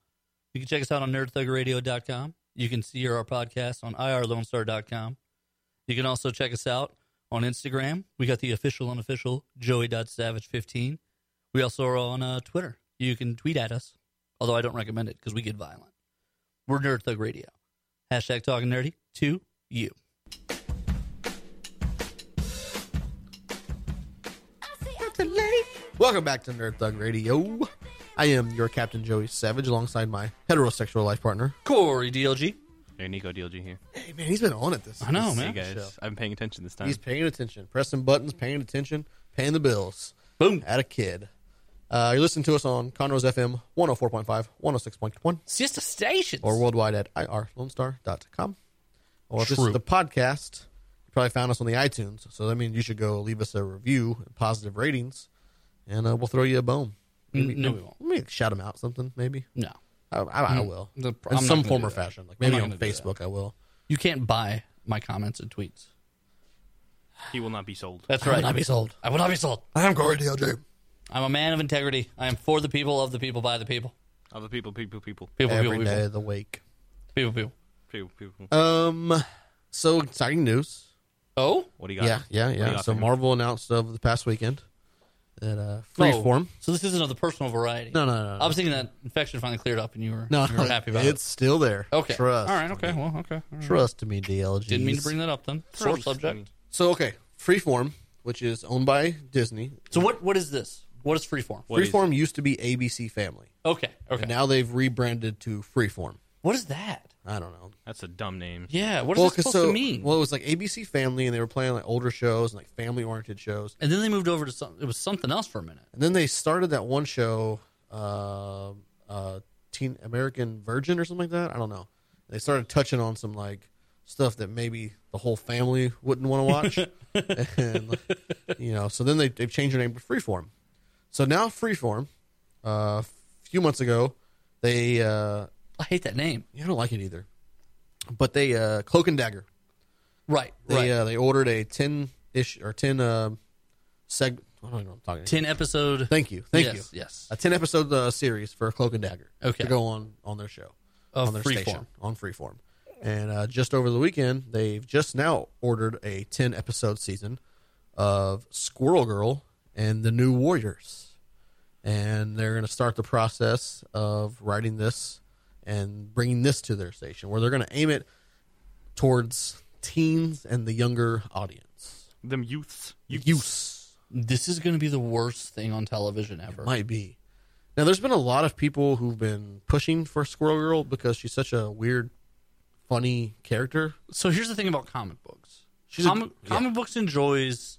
B: You can check us out on nerdthugradio.com. You can see our podcast on irlonestar.com. You can also check us out on Instagram. We got the official unofficial joey.savage15. We also are on uh, Twitter. You can tweet at us, although I don't recommend it because we get violent. We're Nerd Thug Radio. Hashtag talking nerdy to you.
A: Welcome back to Nerd Thug Radio. I am your Captain Joey Savage alongside my heterosexual life partner.
B: Corey DLG.
C: hey, Nico DLG here.
A: Hey, man, he's been on it this
B: I know, man.
C: Hey guys, I'm paying attention this time.
A: He's paying attention, pressing buttons, paying attention, paying the bills.
B: Boom.
A: At a kid. Uh, you're listening to us on Conroe's FM 104.5, 106.1,
B: Sister Stations.
A: or worldwide at irlonestar.com. Or if this
B: True.
A: is the podcast, probably found us on the iTunes. So that means you should go leave us a review, and positive ratings, and uh, we'll throw you a bone. Maybe,
B: no, we won't.
A: Maybe shout them out something. Maybe
B: No,
A: I, I, I will
B: Mm-hmm. The pro-
A: in
B: I'm not
A: some
B: gonna
A: form
B: do
A: or
B: that.
A: fashion. Like
B: I'm
A: maybe
B: not
A: on
B: gonna do that.
A: Facebook, I will.
B: you can't buy my comments and tweets.
C: He will not be sold.
B: That's
A: I will
B: right.
A: not be sold.
B: I will not be sold.
A: I am Corey DLJ.
B: I'm a man of integrity. I am for the people, of the people, by the people.
C: Other people, people, people,
B: People, people,
A: Every day
B: people,
A: of the week.
B: people, people.
C: people, people.
A: Um, so exciting news.
B: Oh,
C: What do you got?
A: Yeah, yeah,
C: What do you
A: yeah.
C: got
A: So
C: for him?
A: Marvel announced over the past weekend that uh, Freeform.
B: Oh, so this isn't of the personal variety.
A: No, no, no, no.
B: I was thinking that infection finally cleared up, and you were
A: No,
B: you were happy about
A: it's still there.
B: it. Okay.
A: Trust.
B: All right. Okay. Well. Okay. all right.
A: Trust to me, DLG.
B: Didn't mean to bring that up then. Sore subject.
A: So okay, Freeform, which is owned by Disney.
B: So what? What is this? What is Freeform?
C: What is
A: Freeform used to be ABC Family.
B: Okay. Okay.
A: And now they've rebranded to Freeform.
B: what is that?
A: I don't know.
C: That's a dumb name.
B: Yeah. What is
A: Well,
B: that
A: 'cause
B: supposed
A: so
B: to mean?
A: well, it was like ABC Family, and they were playing like older shows and like family oriented shows.
B: and then they moved over to some. It was something else for a minute.
A: And then they started that one show, uh, uh, Teen American Virgin or something like that. I don't know. They started touching on some like stuff that maybe the whole family wouldn't want to watch, and you know. So then they they've changed their name to Freeform. So now Freeform, uh, a few months ago, they uh,
B: I hate that name.
A: yeah, I don't like it either, but they uh, Cloak and Dagger.
B: Right.
A: They
B: right.
A: uh, they ordered a ten ish or ten uh, seg. I don't even know what I'm talking.
B: Ten episode.
A: Thank you. Thank
B: yes,
A: you.
B: Yes.
A: a 10 episode uh, series for Cloak and Dagger
B: Okay.
A: to go on on their show
B: Of
A: on their
B: Freeform.
A: station on Freeform. And uh, just over the weekend, they've just now ordered a 10 episode season of Squirrel Girl and the New Warriors. And they're going to start the process of writing this and bringing this to their station where they're going to aim it towards teens and the younger audience.
C: Them youths. Youths.
A: Use.
B: This is going to be the worst thing on television ever.
A: Might be. Now, there's been a lot of people who've been pushing for Squirrel Girl because she's such a weird, funny character.
B: so here's the thing about comic books.
A: a-
B: comic,
A: yeah.
B: comic books enjoys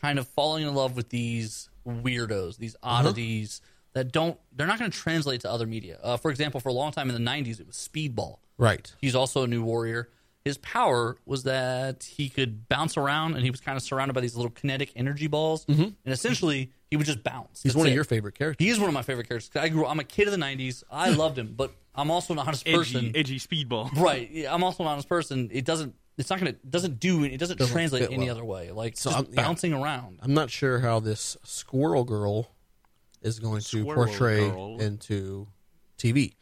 B: kind of falling in love with these weirdos, these
A: Uh-huh.
B: oddities that don't. They're not going to translate to other media. Uh, for example, for a long time in the '90s, it was Speedball.
A: Right.
B: He's also a new warrior. His power was that he could bounce around, and he was kind of surrounded by these little kinetic energy balls. And essentially, he would just bounce.
A: Mm-hmm. He's
B: That's
A: one
B: it.
A: of your favorite characters.
B: He is one of my favorite characters. 'cause I grew. I'm a kid of the '90s. I loved him, but I'm also an honest person.
C: Edgy, edgy speedball.
B: Right. Yeah, I'm also an honest person. It doesn't. It's not gonna. Doesn't do. It doesn't,
A: Doesn't
B: translate
A: fit
B: any
A: well.
B: other way. Like
A: So
B: just
A: I'm- yeah.
B: bouncing around.
A: I'm not sure how this Squirrel Girl is going to
C: Squirrel
A: portray
C: Girl.
A: into TV.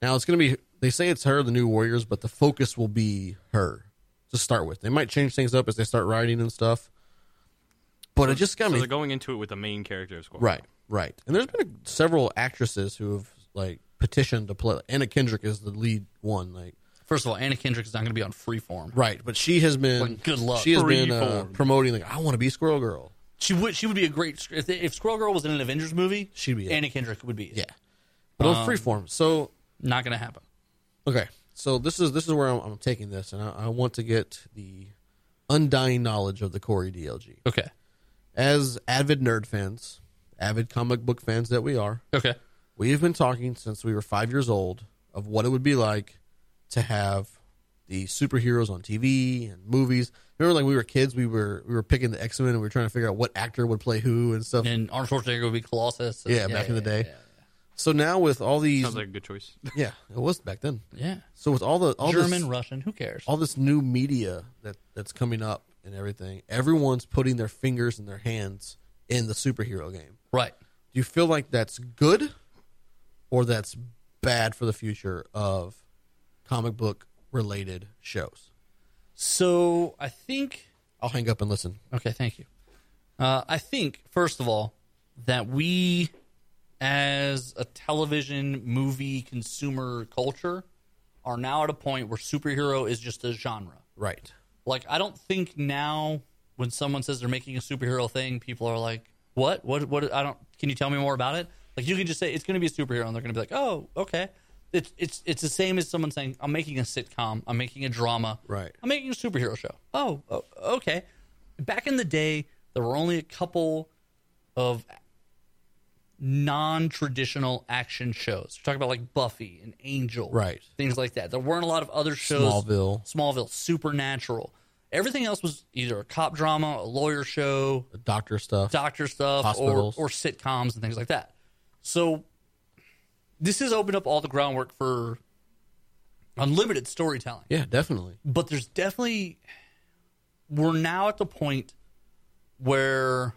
A: Now, it's going to be, they say it's her, the new Warriors, but the focus will be her to start with. They might change things up as they start writing and stuff. But it just got
C: So
A: me
C: they're going into it with the main character of Squirrel.
A: Right, right. And there's been several actresses who have like petitioned to play. Anna Kendrick is the lead one, like
B: First of all, Anna Kendrick is not gonna be on Freeform.
A: right, but she has been
B: Like, good luck.
A: She has been uh,
C: Freeform.
A: promoting like I want to be Squirrel Girl.
B: She would. She would be a great. sc- If, they, if Squirrel Girl was in an Avengers movie,
A: She'd be it.
B: Anna Kendrick would be. it.
A: Yeah, but on Freeform. So
B: Not gonna happen.
A: okay, so this is this is where I'm, I'm taking this, and I, I want to get the undying knowledge of the Corey DLG
B: Okay.
A: as avid nerd fans, avid comic book fans that we are.
B: Okay.
A: We have been talking since we were five years old of what it would be like to have the superheroes on TV and movies. Remember, like we were kids, we were we were picking the X Men and we were trying to figure out what actor would play who and stuff.
B: And Arnold Schwarzenegger would be Colossus. and-
A: yeah, back in the
B: yeah,
A: day. So now with all these,
C: Sounds like a good choice.
A: yeah, it was back then.
B: Yeah. yeah.
A: So with all the all
B: German,
A: this,
B: Russian. Who cares?
A: all this new media that that's coming up and everything, everyone's putting their fingers and their hands in the superhero game.
B: Right.
A: Do you feel like that's good or that's bad for the future of comic book related shows?
B: So I think
A: I'll hang up and listen.
B: Okay, thank you. Uh, I think, first of all, that we, as a television movie consumer culture, are now at a point where superhero is just a genre.
A: Right.
B: Like, I don't think now when someone says they're making a superhero thing, people are like, "What? What? What? I don't. Can you tell me more about it?" Like, you can just say it's going to be a superhero, and they're going to be like, "Oh, okay." It's it's it's the same as someone saying, "I'm making a sitcom. I'm making a drama.
A: Right.
B: I'm making a superhero show. Oh, o- okay. Back in the day, there were only a couple of non-traditional action shows. You're talking about like Buffy and Angel,
A: Right.
B: Things like that. There weren't a lot of other shows.
A: Smallville.
B: Smallville, Supernatural. Everything else was either a cop drama, a lawyer show,
A: The doctor stuff.
B: doctor stuff, or,
A: Hospitals.
B: or sitcoms and things like that. So this has opened up all the groundwork for unlimited storytelling.
A: yeah, definitely.
B: But there's definitely we're now at the point where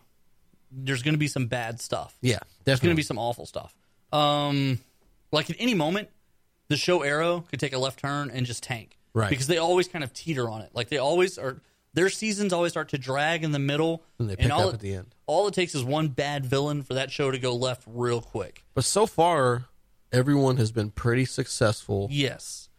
B: there's going to be some bad stuff.
A: Yeah,
B: There's going
A: definitely.
B: to be some awful stuff. Um, like at any moment, the show Arrow could take a left turn and just tank.
A: Right.
B: Because they always kind of teeter on it. Like they always are, their seasons always start to drag in the middle.
A: And they pick
B: all
A: up
B: it-
A: at the end.
B: All it takes is one bad villain for that show to go left real quick.
A: But so far, everyone has been pretty successful.
B: Yes.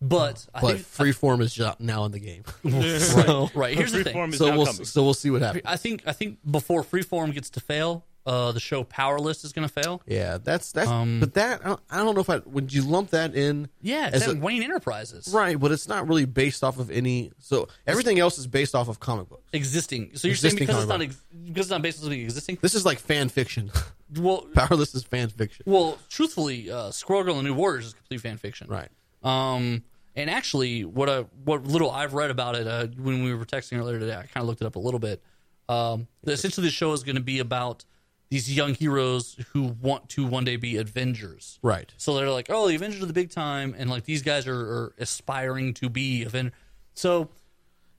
B: But, I
A: But
B: think,
A: freeform is jo- now in the game. so
B: right, here's the thing.
C: Freeform is
A: so
C: now
A: we'll
C: coming.
A: so we'll see what happens.
B: I think, I think before Freeform gets to fail, uh, the show Powerless is going to fail.
A: Yeah, that's that's. but that I don't, I don't know if I would you lump that in.
B: Um, Yeah,
A: as
B: it's at
A: a-
B: Wayne Enterprises.
A: right, but it's not really based off of any. So everything else is based off of comic books.
B: Existing. So you're
A: Existing
B: saying because it's,
A: comic
B: not ex- because it's not based on something existing?
A: This is like fan fiction.
B: Well,
A: Powerless is fan fiction.
B: Well, truthfully, uh, Squirrel Girl and the New Warriors is complete fan fiction,
A: Right.
B: Um, and actually, what I, what little I've read about it uh, when we were texting earlier today, I kind of looked it up a little bit. Um, essentially, the show is going to be about these young heroes who want to one day be Avengers,
A: Right.
B: so they're like, oh, the Avengers are the big time, and like these guys are, are aspiring to be Avenger. So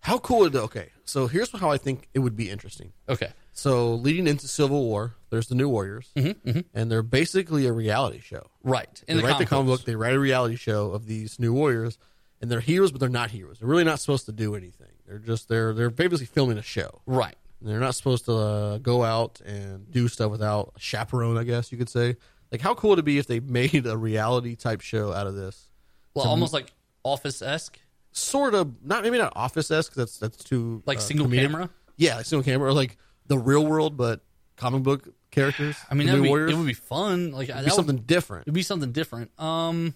A: How cool would okay? So here's how I think it would be interesting.
B: okay,
A: So leading into Civil War, there's the New Warriors, and they're basically a reality show.
B: right? Mm-hmm, In
A: They write the comic
B: books.
A: book, they write a reality show of these New Warriors, and they're heroes, but they're not heroes. They're really not supposed to do anything. They're just they're they're basically filming a show.
B: right?
A: They're not supposed to uh, go out and do stuff without a chaperone, I guess you could say. Like, how cool would it be if they made a reality type show out of this?
B: Well, almost like Office esque,
A: Sort of, not maybe not office esque. That's that's too
B: like
A: uh,
B: single
A: comedic.
B: camera.
A: Yeah, like single camera, or like the real world, but comic book characters.
B: I mean,
A: the
B: that'd
A: New
B: be,
A: Warriors.
B: it would be fun. Like that
A: It'd be
B: would-
A: something different.
B: It'd be something different. Um,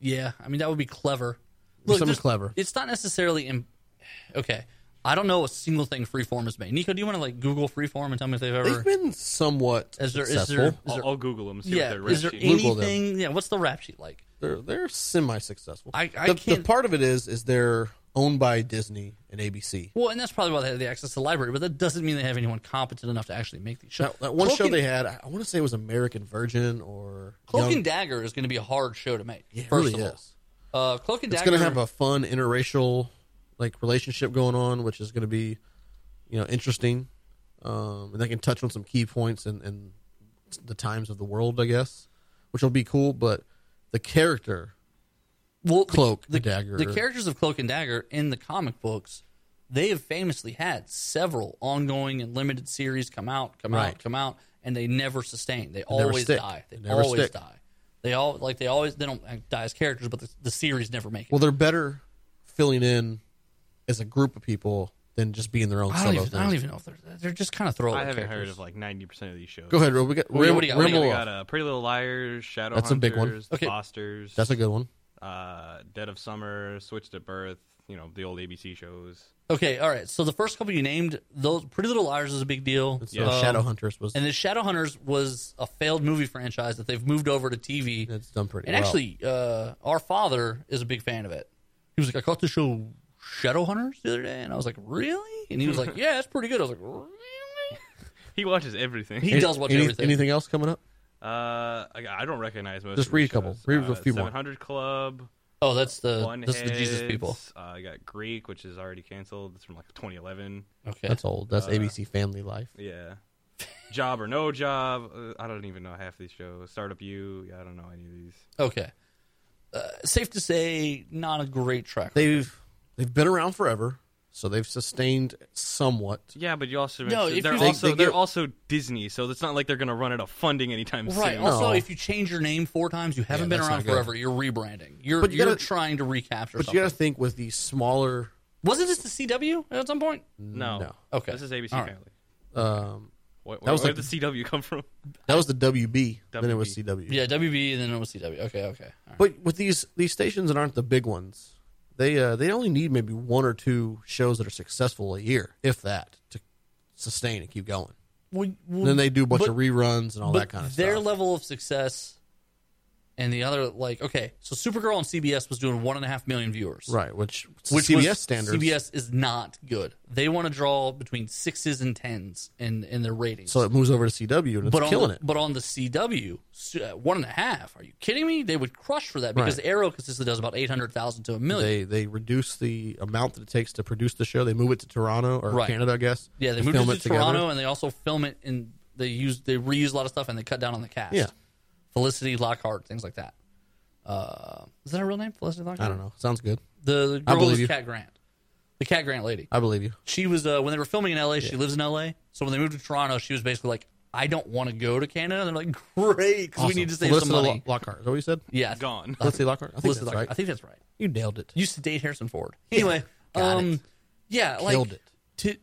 B: yeah, I mean that would be clever.
A: be something
B: there's-
A: clever.
B: It's not necessarily. Im- okay, I don't know a single thing Freeform has made. Nico, do you want to like Google Freeform and tell me if they've ever?
A: They've been somewhat
B: is there is
A: successful.
B: there, is
C: I'll,
B: there
C: I'll Google them. See what
B: yeah
C: they're
B: is there
C: rating.
A: Google them.
B: anything? Yeah, what's the rap sheet like?
A: they're they're semi successful.
B: I- I
A: the, the
B: can't-
A: part of it is is they're owned by Disney and ABC.
B: Well, and that's probably why they have the access to the library, but that doesn't mean they have anyone competent enough to actually make these shows.
A: That, that one
B: Cloak
A: show
B: and-
A: they had, I want to say it was American Virgin or
B: Cloak
A: Young-
B: and Dagger is going to be a hard show to make.
A: Yeah, it
B: first
A: really
B: of all.
A: is.
B: Uh, Cloak and
A: It's
B: Dagger
A: going to have a fun interracial like relationship going on, which is going to be you know interesting, um, and they can touch on some key points and and the times of the world, I guess, which will be cool. But the character,
B: well, the-
A: Cloak
B: the,
A: and Dagger.
B: The characters of Cloak and Dagger in the comic books, they have famously had several ongoing and limited series come out, come
A: Right.
B: out, come out, and they never sustain. They
A: never
B: always
A: stick.
B: die. They,
A: They never
B: always
A: stick.
B: die. They all like they always they don't like, die as characters, but the, the series never make it.
A: well, they're better filling in as a group of people than just being their own
B: I don't,
A: solo
B: even,
A: thing.
B: I don't even know if they're they're just kind of throwaway.
C: I haven't
B: characters.
C: heard of like ninety percent of these shows.
A: Go ahead, Rob. We got,
B: do you-
A: Ram-
B: what do you got? What do you
A: ramble
B: got?
C: We
A: off.
C: got uh, Pretty Little Liars, Shadow
A: That's a big one.
C: Hunters,
B: Okay.
C: Fosters,
A: That's a good one.
C: uh, Dead of Summer, Switched at Birth. You know the old ABC shows.
B: Okay, all right. So the first couple you named, those Pretty Little Liars is a big deal. Um,
A: So Shadowhunters was
B: And the Shadowhunters was a failed movie franchise that they've moved over to TV.
A: it's done pretty.
B: And
A: well.
B: actually, uh, our father is a big fan of it. He was like, I caught the show Shadowhunters the other day, and I was like, really? And he was like, yeah, it's pretty good. I was like, really?
C: He watches everything.
B: He does watch
A: Any-
B: everything.
A: Anything else coming up?
C: Uh, I, I don't recognize most.
A: Just
C: of
A: read
C: these
A: a couple.
C: shows.
A: Read a
C: Uh,
A: few more.
C: 700 Club.
B: Oh, that's the
C: One
B: this is the Jesus
C: Heads,
B: people.
C: Uh, I got Greek, which is already canceled. It's from like 2011.
B: Okay,
A: That's old. That's ABC Family Life.
C: Yeah. job or no job. Uh, I don't even know half these shows. Startup U. Yeah, I don't know any of these.
B: okay. Uh, safe to say, not a great track.
A: They've they've been around forever, so they've sustained somewhat.
C: Yeah, but you also
B: No, if
C: they're
B: you-
C: also
A: They- they
C: they, are
A: get-
C: also Disney, so it's not like they're gonna run out of funding anytime
B: right.
C: soon.
B: Also,
A: No.
B: if you change your name four times, you haven't
A: Yeah,
B: been
A: that's
B: around
A: not good.
B: forever. You're rebranding. You're
A: But you
B: you are
A: gotta-
B: trying to recapture
A: But you
B: something.
A: got to think with these smaller.
B: Wasn't this the CW at some point?
C: No.
A: No.
B: Okay.
C: This is ABC
B: All right.
C: Family.
A: Um,
C: Where,
A: That was
C: where
A: like-
C: did the CW come from?
A: that was the WB. Then it
C: WB.
A: was CW.
B: Yeah, WB, and then it was CW. Okay, okay. All right.
A: But with these these stations that aren't the big ones, they uh, they only need maybe one or two shows that are successful a year, if that, to sustain and keep going.
B: Well,
A: And then they do a bunch
B: but-
A: of reruns and all
B: but
A: that kind of
B: their
A: stuff.
B: level of success and the other like okay, so Supergirl on CBS was doing one and a half million viewers,
A: Right, which,
B: Which
A: CBS
B: was-
A: standards.
B: CBS is not good. They want to draw between sixes and tens in in their ratings.
A: So it moves over to CW and it's
B: but on
A: killing
B: the,
A: it.
B: But on the CW, s- uh, one and a half. Are you kidding me? They would crush for that because
A: Right.
B: Arrow consistently does about eight hundred thousand to a million.
A: They they reduce the amount that it takes to produce the show. They move it to Toronto or
B: Right.
A: Canada, I guess.
B: yeah, they
A: and
B: moved
A: film
B: it to
A: together.
B: Toronto, and they also film it and they use they reuse a lot of stuff and they cut down on the cast.
A: Yeah.
B: Felicity Lockhart, things like that. Uh, is that her real name? Felicity Lockhart.
A: I don't know. Sounds good.
B: The, the
A: I
B: girl
A: believe
B: was
A: you.
B: Cat Grant, the Cat Grant lady.
A: I believe you.
B: she was uh, when they were filming in LA. She lives in LA, so when they moved to Toronto, she was basically like, "I don't want to go to Canada." And they're like, "Great, 'cause we
A: Awesome.
B: need to save
A: Felicity
B: some money."
A: Lo- Lockhart. Is that what you said?
B: yeah,
C: Gone.
A: Felicity Lockhart. I think
B: Felicity
A: that's
B: Lockhart.
A: right.
B: I think that's right.
A: you nailed it.
B: Used to date Harrison Ford. Anyway,
A: Got
B: um,
A: it.
B: yeah, like
A: Killed it.
B: To,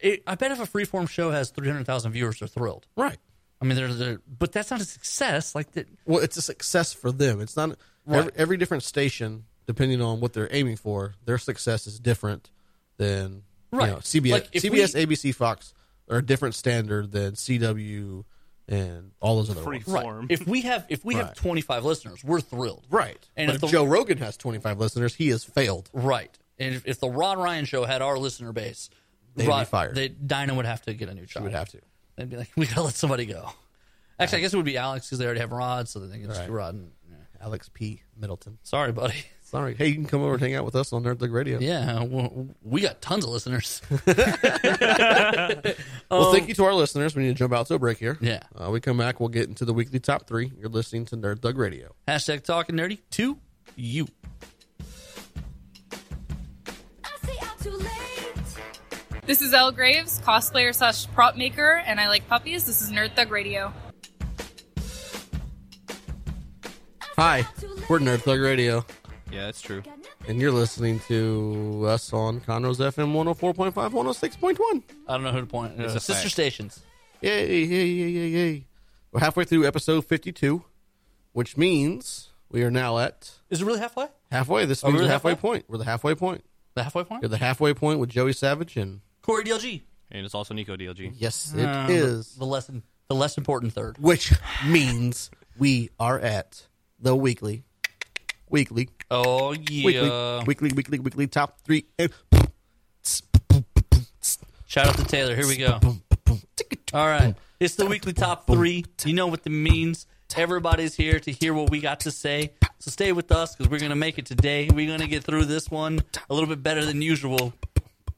B: it, I bet if a freeform show has three hundred thousand viewers, they're thrilled.
A: Right.
B: I mean, they're, they're but that's not a success. Like that,
A: Well, it's a success for them. It's not
B: Right.
A: every, every different station, depending on what they're aiming for, their success is different than you
B: Right.
A: know, CBS,
B: Like, if
A: CBS,
B: we-
A: ABC, Fox are a different standard than CW and all those other
C: Free
A: ones.
B: right?
C: form.
B: If we have if we have
A: Right.
B: twenty five listeners, we're thrilled,
A: Right.
B: And
A: but
B: if
A: if
B: the-
A: Joe Rogan has 25 listeners, he has failed.
B: Right. And if, if the Rod Ryan show had our listener base,
A: They'd be
B: Rod,
A: fired.
B: They, Dinah would have to get a new job.
A: would have to.
B: They'd be like, we gotta let somebody go. Actually, I guess it would be Alex because they already have Rod, so then they can just
A: Right.
B: do Rod. And, yeah.
A: Alex P. Middleton.
B: Sorry, buddy.
A: Sorry. Hey, you can come over and hang out with us on Nerd League Radio.
B: Yeah, we, we got tons of listeners.
A: Well, thank you to our listeners. We need to jump out to a break here.
B: Yeah.
A: Uh, we come back. We'll get into the weekly top three. You're listening to Nerd Thug Radio.
B: Hashtag talking nerdy to you.
E: This is Elle Graves, cosplayer slash prop maker, and I like puppies. This is Nerd Thug Radio.
A: Hi, we're Nerd Thug Radio,
C: Yeah, that's true.
A: and you're listening to us on Conroe's FM 104.5, 106.1.
B: I don't know who to point. Uh,
C: a
B: sister
C: fact.
B: stations.
A: Yay, yay, yay, yay, yay. We're halfway through episode 52, which means we are now at
B: Is it really halfway?
A: halfway. This
B: we
A: means
B: at
A: the halfway,
B: halfway?
A: point. Oh, We're the halfway point.
B: The halfway point?
A: You're the halfway point with Joey Savage, and
B: Corey DLG.
C: And it's also Nico DLG.
A: yes, it is.
B: Um, The less, the less important third.
A: Which means we are at the weekly, weekly
B: Oh,
A: weekly,
B: yeah.
A: weekly, weekly, weekly top three. And
B: Shout out to Taylor. Here we go. All right. It's the weekly top three. You know what that means. Everybody's here to hear what we got to say. So stay with us because we're going to make it today. We're going to get through this one a little bit better than usual.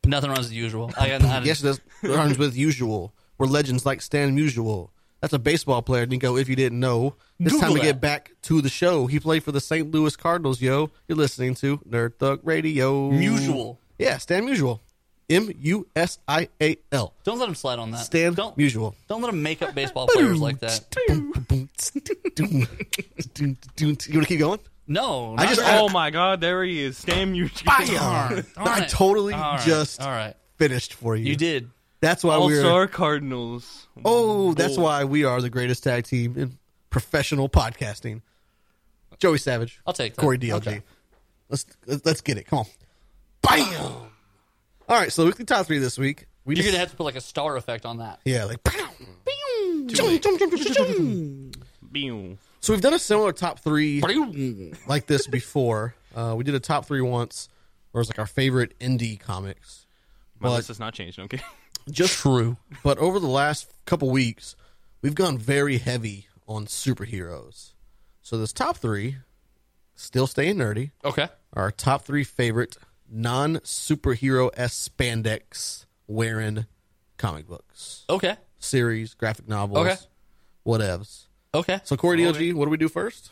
B: Nothing runs as usual. I, got- I,
A: yes, this runs with usual. We're legends like Stan Musial. That's a baseball player, Nico. If you didn't know, it's time
B: Google
A: to
B: that.
A: get back to the show. He played for the St. Louis Cardinals. Yo, you're listening to Nerd Thug Radio.
B: Musial.
A: yeah, Stan Musial, M U S I A L.
B: Don't let him slide on that.
A: Stan
B: don't,
A: Musial.
B: Don't let him make up baseball players like that.
A: Boom, boom, boom. You want to keep going?
B: No.
A: I
B: not
A: just-
B: at all.
C: Oh my God, there he is. Stan Musial.
A: Darn
B: Darn
A: I
B: it.
A: totally
B: All right.
A: just
B: All right.
A: finished for you.
B: You did.
A: That's why
C: All
A: we're.
C: Star Cardinals.
A: Oh, that's why we are the greatest tag team in professional podcasting. Joey Savage.
B: I'll take that.
A: Corey DLG.
B: Okay.
A: Let's let's get it. Come on. Bam. All right, so the weekly top three this week. We
B: You're
A: just-
B: going to have to put like a star effect on that.
A: yeah, like bam, bing, chum, chum, chum, chum, chum, chum.
C: Boom.
A: So we've done a similar top three
B: Mm-hmm.
A: like this before. Uh, we did a top three once, where it was like our favorite indie comics.
C: My
A: But-
C: list has not changed. Okay.
A: Just
B: True.
A: But over the last couple weeks, we've gone very heavy on superheroes. So this top three, still staying nerdy,
B: Okay.
A: are our top three favorite non superhero s spandex wearing comic books,
B: Okay.
A: series, graphic novels,
B: Okay.
A: whatevs.
B: Okay.
A: So Corey DLG, what do we do first?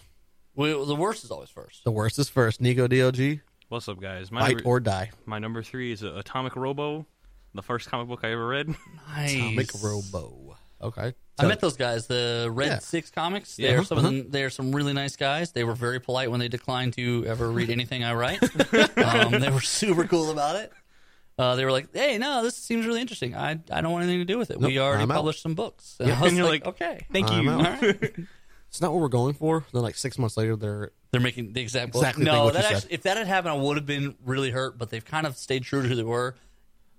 B: Well, the worst is always first.
A: The worst is first. Nico DLG,
C: What's up, guys? My
A: fight
C: number,
A: or die.
C: my number three is uh, Atomic Robo, the first comic book I ever read.
B: Nice.
A: Comic Robo. Okay.
B: I met those guys, the Red
A: Yeah. Uh-huh.
B: Six Comics. They
C: Yeah.
B: are some. They are some really nice guys. They were very polite when they declined to ever read anything I write. um, they were super cool about it. Uh, they were like, "Hey, no, this seems really interesting. I, I don't want anything to do with it. we
A: Nope,
B: already
A: I'm out."
B: published some books." And, I was
C: and you're like,
B: "Okay,
C: Thank
A: I'm
C: you.
A: out. it's not what we're going for. Then like six months later, they're
B: they're making the exact book."
A: Exactly
B: no,
A: what you
B: that
A: said.
B: actually, if that had happened, I would have been really hurt. But they've kind of stayed true to who they were.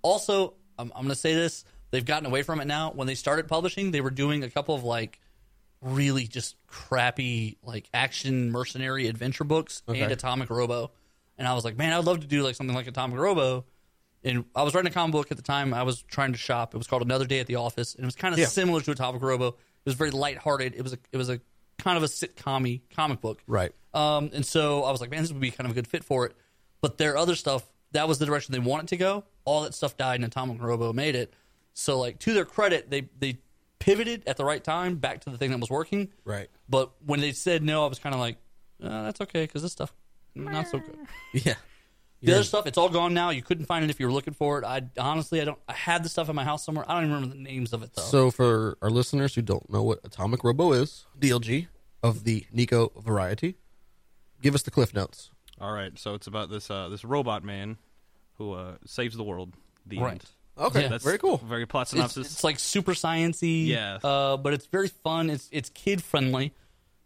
B: Also, I'm, I'm going to say this: they've gotten away from it now. When they started publishing, they were doing a couple of like really just crappy like action mercenary adventure books and
A: Okay.
B: Atomic Robo. And I was like, man, I'd love to do like something like Atomic Robo. And I was writing a comic book at the time. I was trying to shop. It was called Another Day at the Office, and it was kind of
A: Yeah.
B: similar to Atomic Robo. It was very lighthearted. It was a it was a kind of a sitcom comic book.
A: Right.
B: Um, and so I was like, man, this would be kind of a good fit for it. But their other stuff, that was the direction they wanted to go. All that stuff died, and Atomic Robo made it. So, like to their credit, they they pivoted at the right time back to the thing that was working.
A: Right.
B: But when they said no, I was kind of like, uh, that's okay because this stuff not so good.
A: Yeah.
B: The other stuff, it's all gone now. You couldn't find it if you were looking for it. I honestly, I don't. I had the stuff in my house somewhere. I don't even remember the names of it though.
A: So, for our listeners who don't know what Atomic Robo is, DLG of the Nico variety, give us the cliff notes.
C: All right, so it's about this uh, this robot man who uh, saves the world. The
B: Right.
C: end.
A: Okay,
B: Yeah.
A: that's very cool.
C: Very plot
B: it's,
C: synopsis.
B: it's like super sciency.
C: Yeah.
B: Uh, but it's very fun. It's it's kid friendly.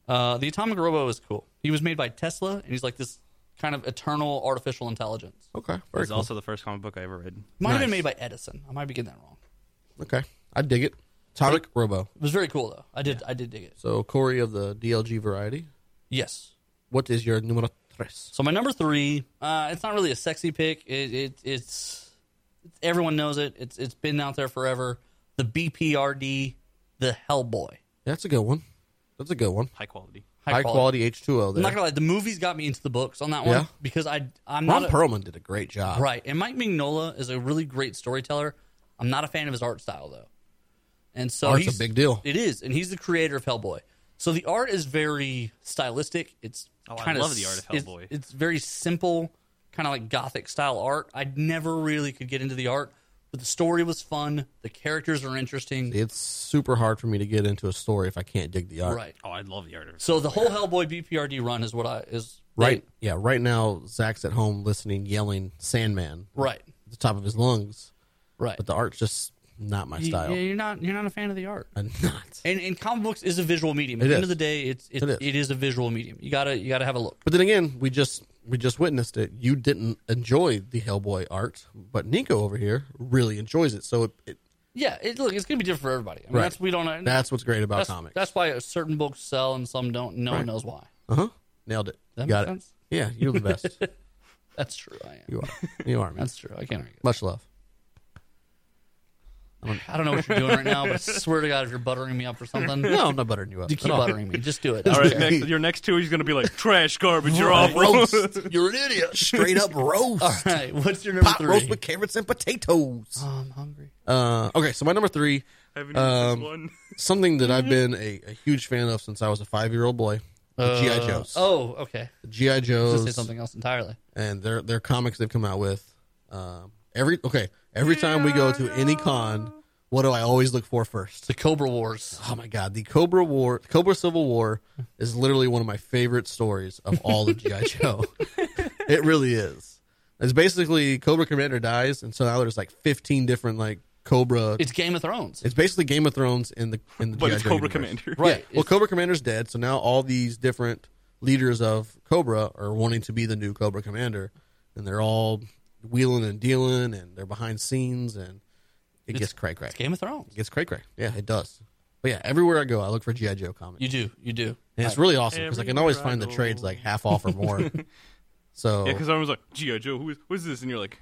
B: Uh, the Atomic Robo is cool. He was made by Tesla, and he's like this kind of eternal artificial intelligence.
A: Okay, very
C: It's
A: cool.
C: also the first comic book I ever read.
B: Might have been
A: Nice.
B: made by Edison. I might be getting that wrong.
A: okay, I dig it. Atomic Robo.
B: It was very cool though. I did I did dig it.
A: So, Corey of the DLG variety,
B: Yes.
A: what is your numero tres?
B: So my number three, uh, it's not really a sexy pick. It, it it's everyone knows it. It's it's been out there forever. The BPRD, the Hellboy,
A: That's a good one. That's a good one.
C: High quality.
A: High, quality H2O
B: I'm not
A: there.
B: gonna lie, the movies got me into the books on that one
A: Yeah.
B: because I I'm
A: Ron
B: not a-
A: Perlman did a great job.
B: Right. And Mike Mignola is a really great storyteller. I'm not a fan of his art style though. And so
A: Art's a
B: he's-
A: big deal.
B: It is, and he's the creator of Hellboy. So the art is very stylistic. It's
C: Oh, I
B: kind
C: love the art of Hellboy.
B: It's, very simple, kind of like gothic style art. I never really could get into the art, but the story was fun. The characters are interesting.
A: It's super hard for me to get into a story if I can't dig the art.
B: Right.
C: Oh, I love the art of it.
B: So the whole Hellboy BPRD run is what I is
A: Right. Yeah. Right now, Zach's at home listening, yelling Sandman
B: right,
A: at the top of his lungs,
B: right.
A: but the art's just not my
B: You-
A: style.
B: yeah, you're not you're not a fan of the art.
A: I'm not.
B: And, and comic books is a visual medium. At
A: It
B: the end
A: is.
B: of the day, it's it's
A: It is.
B: it is a visual medium. You gotta you gotta have a look.
A: But then again, we just we just witnessed it. You didn't enjoy the Hellboy art, but Nico over here really enjoys it. So it, it,
B: Yeah, it, look, it's gonna be different for everybody. I mean,
A: Right.
B: that's we don't.
A: that's what's great about
B: that's,
A: comics.
B: that's why certain books sell and some don't. No one knows why.
A: Uh huh. Nailed it.
B: That
A: Got
B: makes
A: it.
B: sense?
A: Yeah, you're the best.
B: That's true. I am.
A: you are. You are, man.
B: That's true. I can't argue.
A: Much love.
B: I don't know what you're doing right now, but I swear to God, if you're buttering me up for something,
A: No, I'm not buttering you up.
B: you keep
A: at all.
B: buttering me. Just do it.
C: All right,
A: Okay.
C: next, your next two, he's gonna be like trash, garbage, you're awful.
A: You're an idiot. Straight up roast.
B: All right. What's your number
A: Pot
B: Uh, three?
A: roast with carrots and potatoes.
B: Oh, I'm hungry.
A: Uh, okay, so my number three,
C: Haven't
A: Um,
C: even used one.
A: something that I've
B: Mm-hmm.
A: been a, a huge fan of since I was a five year old boy, the GI Joes.
B: Oh, okay.
A: The GI
B: I was gonna say
A: Joes
B: something else entirely.
A: and their their comics they've come out with. Um, every okay, every time we go to any con, what do I always look for first?
B: The Cobra Wars.
A: Oh my god, the Cobra War, Cobra Civil War is literally one of my favorite stories of all of GI Joe. it really is. It's basically Cobra Commander dies, and so now there's like 15 different like Cobra. It's,
B: It's Game of Thrones.
A: basically Game of Thrones in the in the
C: But
A: G.I.
C: it's
A: Joe
C: Cobra
A: universe.
C: Commander.
A: Right.
B: Yeah,
A: well,
B: it's-
A: Cobra Commander's dead, so now all these different leaders of Cobra are wanting to be the new Cobra Commander, and they're all wheeling and dealing, and they're behind scenes, and it gets cray cray.
B: it's Game of Thrones.
A: It gets cray cray. Yeah, it does. But yeah, everywhere I go, I look for GI Joe comics,
B: You do. You do.
A: and it's really awesome because I can always
C: Everywhere I
A: find the
C: go.
A: trades like half off or more. so
C: Yeah, because I was like, G.I. Joe, who is, what is this? And you're like,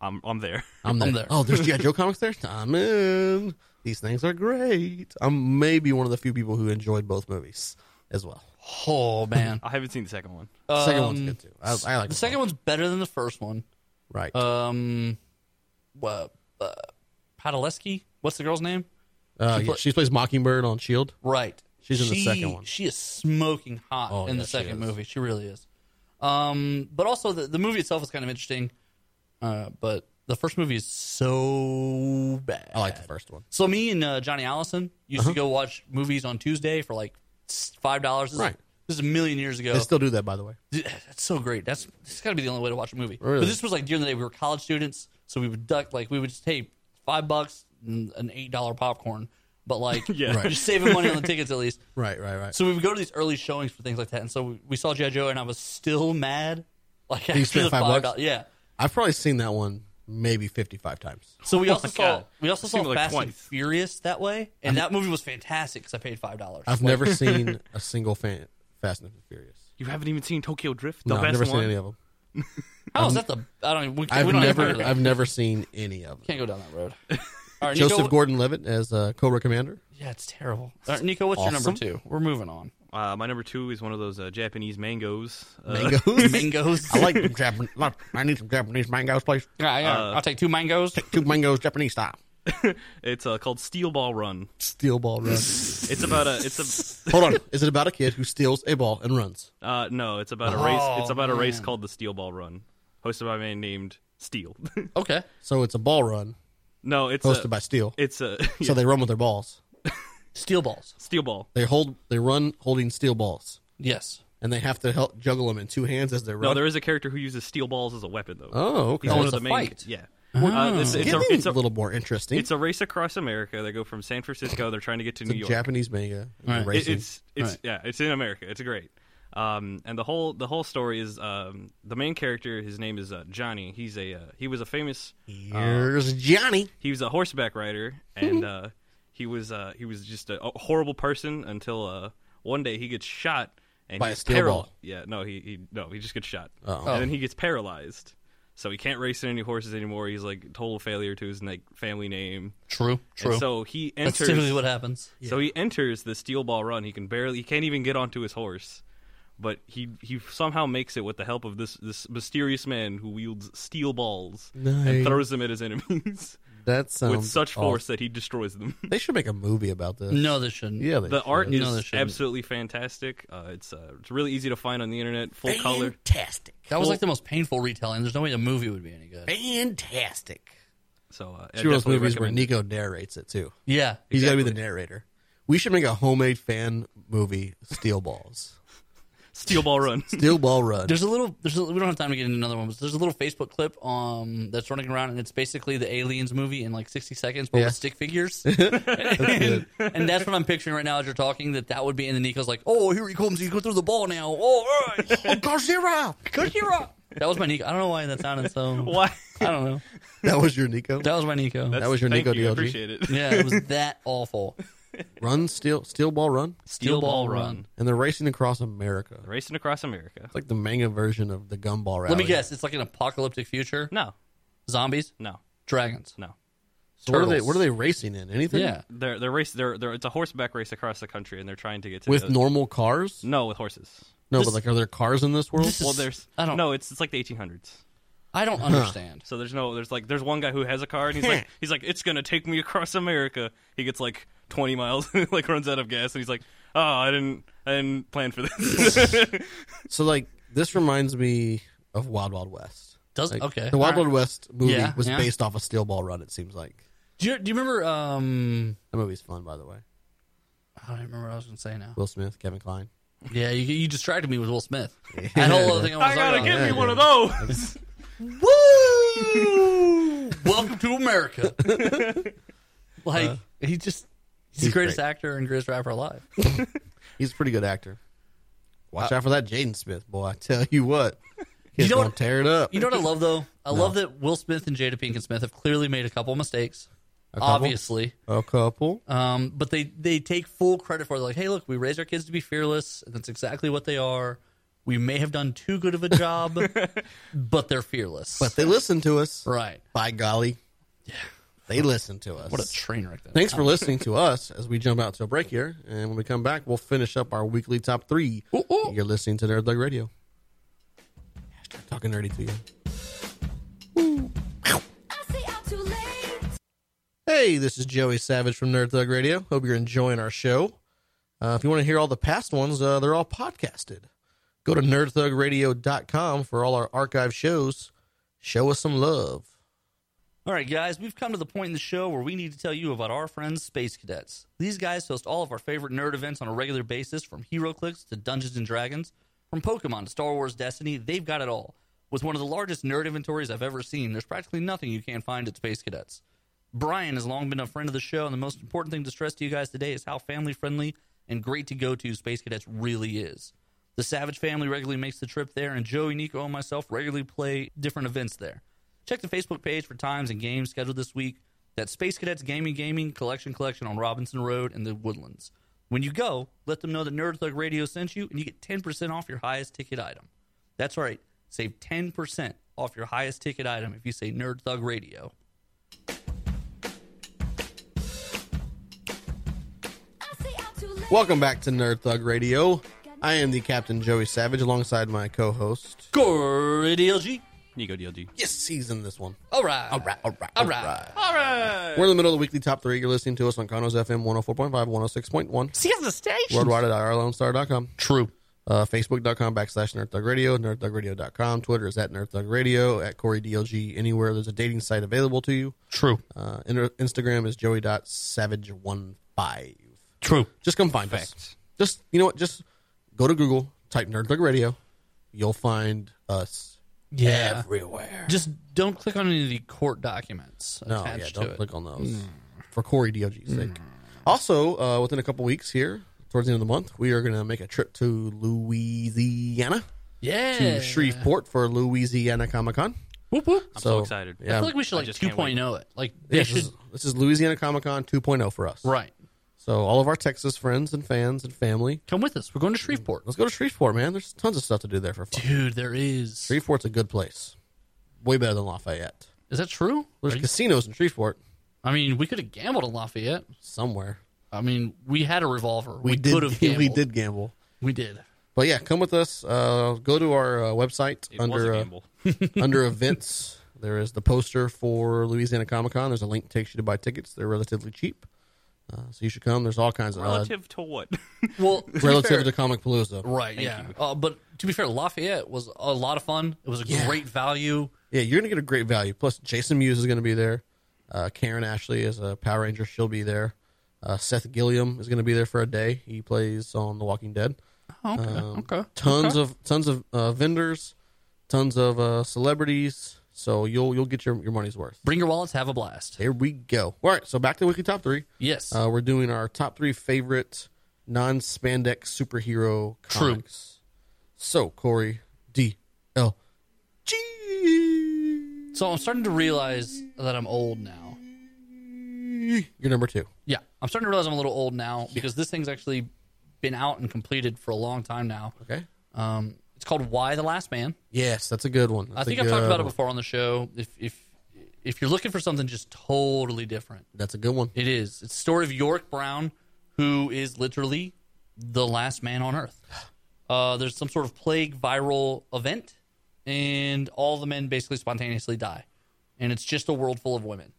C: I'm, I'm there.
A: I'm, there.
B: I'm there.
A: Oh, there's GI Joe comics there. I'm in. These things are great. I'm maybe one of the few people who enjoyed both movies as well.
B: Oh man.
C: I haven't seen the second one.
A: The second one's good too. I, I like them
B: Um, The second
A: both.
B: one's better than the first one.
A: Right.
B: Um, what? Uh, Padalecki? What's the girl's name?
A: Uh,
B: She
A: yeah,
B: pla-
A: she plays Mockingbird on Shield.
B: Right.
A: She's in the
B: She-
A: second one.
B: She is smoking hot
A: Oh,
B: in
A: yeah,
B: the
A: she
B: second
A: is.
B: movie. She really is. Um, but also the, the movie itself is kind of interesting. Uh, but the first movie is so bad.
A: I like the first one. Uh-huh.
B: So me and uh, Johnny Allison used to go watch movies on Tuesday for like s- five dollars. This is-
A: Right.
B: This is a million years ago.
A: They still do that, by the way.
B: Dude, That's so great. That's this got to be the only way to watch a movie.
A: Really?
B: But this was like during the day we were college students, so we would duck like we would just pay five bucks and an eight dollar popcorn, but like
C: Yeah. Right.
B: you're saving money on the tickets at least.
A: Right, right, right.
B: So we would go to these early showings for things like that, and so we, we saw GI Joe, and I was still mad. Like after
A: spent
B: the
A: five
B: $5
A: bucks?
B: yeah.
A: I've probably seen that one maybe 55 times.
B: So we
C: Oh
B: also
C: my
B: saw
C: God.
B: we also
C: I've
B: saw
C: seen it like
B: Fast and
C: twice.
B: Furious that way, and that movie was fantastic because I paid five dollars.
A: I've never seen a single fan, Fast and Furious.
C: You haven't even seen Tokyo Drift, the
A: No, I've
C: best
A: never
C: one.
A: seen any of them.
B: How is that the? I don't. Even, we,
A: I've
B: we don't even go
A: never,
B: down-
A: I've never seen any of them.
B: can't go down that road. All right,
A: Joseph
B: Nico,
A: Gordon-Levitt as uh, Cobra Commander.
B: Yeah, it's terrible. All right, Nico, what's
A: awesome.
B: your number two? We're moving on.
C: Uh, my number two is one of those uh, Japanese mangoes. Uh,
A: Mangoes.
B: Mangoes.
A: I like some Japanese. I need some Japanese mangoes, please.
B: Yeah, yeah. I'll take two mangoes.
A: Two mangoes, Japanese style.
C: It's uh, called Steel Ball Run.
A: Steel ball run.
C: It's about a. It's
A: Hold on. Is it about a kid who steals a ball and runs?
C: a. Uh, no, it's about a race. It's
B: Oh,
C: about a race
B: man.
C: called the Steel Ball Run, hosted by a man named Steel.
B: Okay.
A: So it's a ball run
C: no, it's
A: hosted
C: a,
A: by Steel.
C: It's a yeah,
A: So they run with their balls.
B: Steel balls.
C: Steel Ball.
A: They hold. They run holding steel balls,
B: Yes.
A: and they have to help juggle them in two hands as they run.
C: No, there is a character who uses steel balls as a weapon, though.
A: Oh, okay.
C: He's
A: Oh,
C: one
B: it's
C: of the
B: a
C: main.
B: fight.
C: Yeah. Uh, it's, it's, a,
A: Getting
C: it's,
A: a,
C: a,
A: Oh, little more interesting.
C: it's a race across America. They go from San Francisco. They're trying to get to New York.
A: Japanese manga.
B: Right.
C: It-
A: Racing.
C: it's it's yeah, it's in America. It's great. Um, and the whole the whole story is um, the main character. His name is uh, Johnny. He's a uh, he was a famous
A: Here's Johnny.
C: he was a horseback rider, and uh, he was uh, he was just a a horrible person until uh, one day he gets shot and
A: By
C: he's
A: a steel
C: paral-
A: ball.
C: Yeah, no, he, he no, he just gets shot,
A: Oh.
C: and then he gets paralyzed, so he can't race in any horses anymore. He's like total failure to his like family name.
B: True. True.
C: And so he
B: That's
C: enters.
B: typically what happens.
C: So he enters the steel ball run. He can barely, he can't even get onto his horse, but he he somehow makes it with the help of this this mysterious man who wields steel balls
A: Nice.
C: and throws them at his enemies
A: That sounds
C: with such force
A: awesome.
C: that he destroys them.
A: They should make a movie about this.
B: No, this shouldn't.
A: Yeah, they
C: The
A: should.
C: art
B: No, they
C: is
B: shouldn't.
C: absolutely fantastic. Uh, it's uh, it's really easy to find on the internet, full color.
A: Fantastic.
B: That was like the most painful retelling. There's no way a movie would be any good.
A: Fantastic.
C: So uh, I
A: It's one of those
C: definitely
A: movies where
C: recommend
A: Nico narrates it too.
B: Yeah.
A: He's got to be the narrator. We should make a homemade fan movie, Steel Balls.
C: it. Steel Ball Run.
A: Steel Ball Run.
B: There's a little. There's a, we don't have time to get into another one, but there's a little Facebook clip um that's running around, and it's basically the Aliens movie in like 60 seconds, but
A: Yeah.
B: with stick figures. and, and that's what I'm picturing right now as you're talking. That that would be, and then Nico's like, "Oh, here he comes. He's going through the ball now. Oh, all right,
A: oh, Gojira!
B: Kojira." That was my Nico. I don't know why that sounded so.
C: Why?
B: I don't know.
A: That was your Nico.
B: That was my Nico.
A: That was your
C: Thank
A: Nico
C: you, I
A: DLG.
C: appreciate it.
B: yeah, it was that awful.
A: Run, Steel, Steel Ball Run.
B: Steel Ball Run.
A: And they're racing across America. It's
C: Racing across America.
A: like the manga version of the Gumball Rally.
B: Let me guess. It's like an apocalyptic future.
C: No,
B: Zombies,
C: no,
B: dragons.
C: no.
A: So what, are they,
B: Turtles.
A: what are they racing in? Anything?
B: Yeah.
C: They're they're race they're, they're it's a horseback race across the country, and they're trying to get to
A: With
C: the-
A: normal cars?
C: No, with horses.
A: No,
B: Uh, This-
A: but like, are there cars in this world?
B: this is-
C: Well, there's
B: I don't-
C: no. It's it's like the 1800s.
B: I don't understand.
C: So there's no there's like there's one guy who has a car and he's like he's like it's gonna take me across America. He gets like 20 miles and like runs out of gas and he's like oh I didn't I didn't plan for this.
A: So like, this reminds me of Wild Wild West.
B: Does
A: Like,
B: okay?
A: The Wild
B: All right.
A: Wild West movie
B: Yeah,
A: was
B: yeah.
A: based off a Steel Ball Run. It seems like
B: Do you, do you remember? Um,
A: that movie's fun, by the way.
B: I don't even remember what I was going to say now.
A: Will Smith, Kevin Klein.
B: Yeah, you, you distracted me with Will Smith. That whole other thing I was
C: I
A: "Oh,
C: gotta
B: talking
C: give
B: about.
C: me one of those.
B: Woo! Welcome to America. like he just. He's, the
A: he's
B: greatest
A: great.
B: actor and greatest rapper alive.
A: He's a pretty good actor. Watch
B: Uh,
A: out for that Jaden Smith, boy. I tell you what, he's
B: know
A: gonna
B: what-
A: tear it up.
B: You know what I love though? I love that Will Smith and Jada Pinkett Smith have clearly made a couple mistakes,
A: couple?
B: obviously.
A: a couple.
B: Um, but they they take full credit for it. They're like, hey, look, we raise our kids to be fearless, and that's exactly what they are. We may have done too good of a job, but they're fearless.
A: But they listen to us.
B: right.
A: By golly, yeah, they listen to us.
B: What a train wreck that.
A: Thanks for listening to us as we jump out to a break here. And when we come back, we'll finish up our weekly top three.
B: Ooh, ooh.
A: You're listening to Nerd Dog Radio. Start talking nerdy to you. Hey, this is Joey Savage from Nerd Thug Radio. Hope you're enjoying our show. Uh, if you want to hear all the past ones, uh, they're all podcasted. Go to nerdthugradio.com for all our archive shows. Show us some love.
B: All right, guys, we've come to the point in the show where we need to tell you about our friends, Space Cadets. These guys host all of our favorite nerd events on a regular basis, from HeroClix to Dungeons and Dragons, from Pokemon to Star Wars Destiny. They've got it all. With one of the largest nerd inventories I've ever seen, there's practically nothing you can't find at Space Cadets. Brian has long been a friend of the show, and the most important thing to stress to you guys today is how family friendly and great to go to Space Cadets really is. The Savage family regularly makes the trip there, and Joey, Nico, and myself regularly play different events there. Check the Facebook page for times and games scheduled this week. That's Space Cadets Gaming Gaming Collection Collection on Robinson Road in the Woodlands. When you go, let them know that Nerd Thug Radio sent you, and you get 10% off your highest ticket item. That's right, save 10% off your highest ticket item if you say Nerd Thug Radio.
A: Welcome back to Nerd Thug Radio. I am the Captain Joey Savage alongside my co host.
B: Corey DLG.
C: Nico DLG.
A: Yes, he's in this one.
B: All right. All
A: right, all right,
B: All right.
C: All right.
A: We're in the middle of the weekly top three. You're listening to us on Conos FM 104.5, 106.1,
B: See you at the station.
A: worldwide at irlonestar.com,
B: True.
A: uh, facebook.com backslash nerdthugradio, nerdthugradio.com, Twitter is at nerdthugradio, at Corey DLG, anywhere there's a dating site available to you.
B: True.
A: Uh, inter- Instagram is joey.savage15.
B: True.
A: Just come find us.
C: Facts.
A: Just, you know what, just go to Google, type Nerd Thug Radio, you'll find us.
B: Yeah.
A: everywhere.
B: Just don't click on any of the court documents
A: No, yeah,
B: attached to
A: don't
B: it.
A: click on those
B: Hmm.
A: for Corey DLG's sake. Also, uh, within a couple weeks here, towards the end of the month, we are going to make a trip to Louisiana
B: yeah.
A: to Shreveport for Louisiana Comic Con.
B: Whoop, whoop.
C: I'm
A: So-
C: so excited.
A: Um, yeah.
B: I feel like we should like
C: I just can't wait.
B: 2.0 it. Like they
A: Yes, this, is,
B: should
A: this is Louisiana Comic Con 2.0 for us.
B: right.
A: So all of our Texas friends and fans and family,
B: Come with us. We're going to Shreveport.
A: let's go to Shreveport, man. There's tons of stuff to do there for fun.
B: Dude, there is.
A: Shreveport's a good place, way better than Lafayette.
B: Is that true?
A: There's casinos in Shreveport
B: I mean, we could have gambled at Lafayette.
A: somewhere.
B: I mean, we had a revolver. We,
A: did.
B: could have gambled.
A: we did gamble.
B: We did.
A: But yeah, come with us. Uh, go to our uh, website
C: It was a
A: under uh,
C: gamble.
A: under events. There is the poster for Louisiana Comic Con. There's a link that takes you to buy tickets. They're relatively cheep, uh, so you should come. There's all kinds of uh,
C: Relative to what?
B: Well, to be fair-
A: relative to Comic Palooza.
B: right, yeah. Uh, but to be fair, Lafayette was a lot of fun. It was a great value.
A: Yeah, you're gonna get a great value. Plus, Jason Mewes is gonna be there. Uh, Karen Ashley is a Power Ranger. She'll be there. Uh, Seth Gilliam is gonna be there for a day. He plays on The Walking Dead.
B: Oh, Okay,
A: Um,
B: okay.
A: Tons of tons of uh, vendors, tons of uh, celebrities. So you'll you'll get your, your money's worth.
B: Bring your wallets. Have a blast.
A: There we go. All right, so back to Wiki Top 3.
B: Yes.
A: Uh, we're doing our top three favorite non spandex superhero
B: True.
A: comics. So, Corey D L G.
B: so I'm starting to realize that I'm old now.
A: You're number two.
B: Yeah, I'm starting to realize I'm a little old now because this thing's actually been out and completed for a long time now.
A: Okay.
B: Um, it's called Why the Last Man.
A: Yes, that's a good one.
B: I
A: That's
B: think
A: a
B: I've talked
A: good
B: about it
A: one.
B: before on the show. If if if you're looking for something just totally different,
A: That's a good one.
B: it is. It's the story of York Brown, who is literally the last man on Earth. Uh, there's some sort of plague viral event, and all the men basically spontaneously die, and it's just a world full of women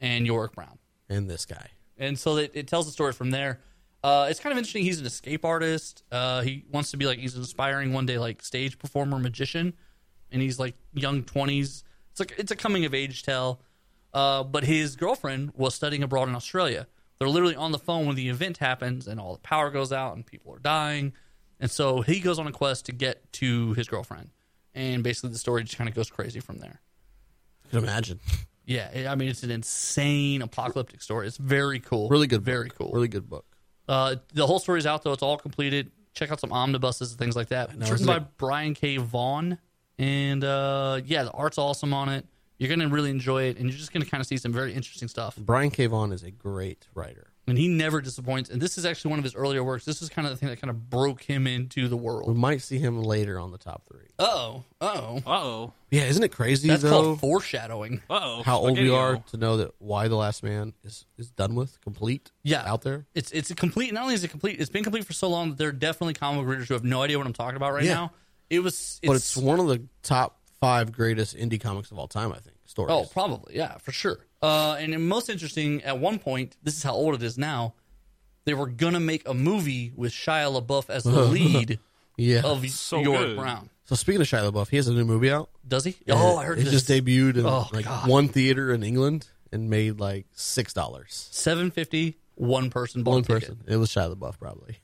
B: and York Brown
A: And this guy.
B: and so it, it tells the story from there. Uh, it's kind of interesting. He's an escape artist. Uh, he wants to be like he's an aspiring one day like stage performer magician, and he's like young twenties. It's like it's a coming of age tale. Uh, but his girlfriend was studying abroad in Australia. They're literally on the phone when the event happens, and all the power goes out, and people are dying. And so he goes on a quest to get to his girlfriend, and basically the story just kind of goes crazy from there.
A: You can imagine.
B: Yeah, it- I mean it's an insane apocalyptic story. It's very cool.
A: Really good.
B: Very
A: book.
B: cool.
A: Really good book.
B: Uh, the whole story's out though; it's all completed. Check out some omnibuses and things like that. It's written
A: isn't
B: by
A: it?
B: Brian K. Vaughan, and uh, yeah, the art's awesome on it. You're gonna really enjoy it, and you're just gonna kind of see some very interesting stuff.
A: Brian K. Vaughan is a great writer.
B: And he never disappoints. And this is actually one of his earlier works. This is kind of the thing that kind of broke him into the
A: We
B: world.
A: might see him later on the top three.
B: Oh, oh,
C: Uh-oh.
A: Yeah, isn't it crazy
B: that's
A: though?
B: called foreshadowing.
C: Uh-oh.
A: how old we
C: Spaghetti-O.
A: are to know that why the last man is is done with complete
B: Yeah.
A: out there
B: It's it's a complete. Not only is it complete, it's been complete for so long that there are definitely comic book readers who have no idea what I'm talking about right
A: Yeah.
B: now. It was,
A: but it's one of the top five greatest indie comics of all time i think stories
B: Oh, probably, yeah, for sure. Uh, and then most interesting, at one point, this is how old it is now. They were gonna make a movie with Shia LaBeouf as the lead
A: yeah
B: of
C: So
B: York
C: good.
B: Brown.
A: so speaking of shia labeouf he has a new movie out
B: Does he? Oh, I heard
A: it
B: this.
A: just debuted in
B: Oh,
A: like
B: God.
A: one theater in england and made like six dollars
B: Seven fifty, one person, bought
A: one
B: a ticket.
A: person it was shia labeouf probably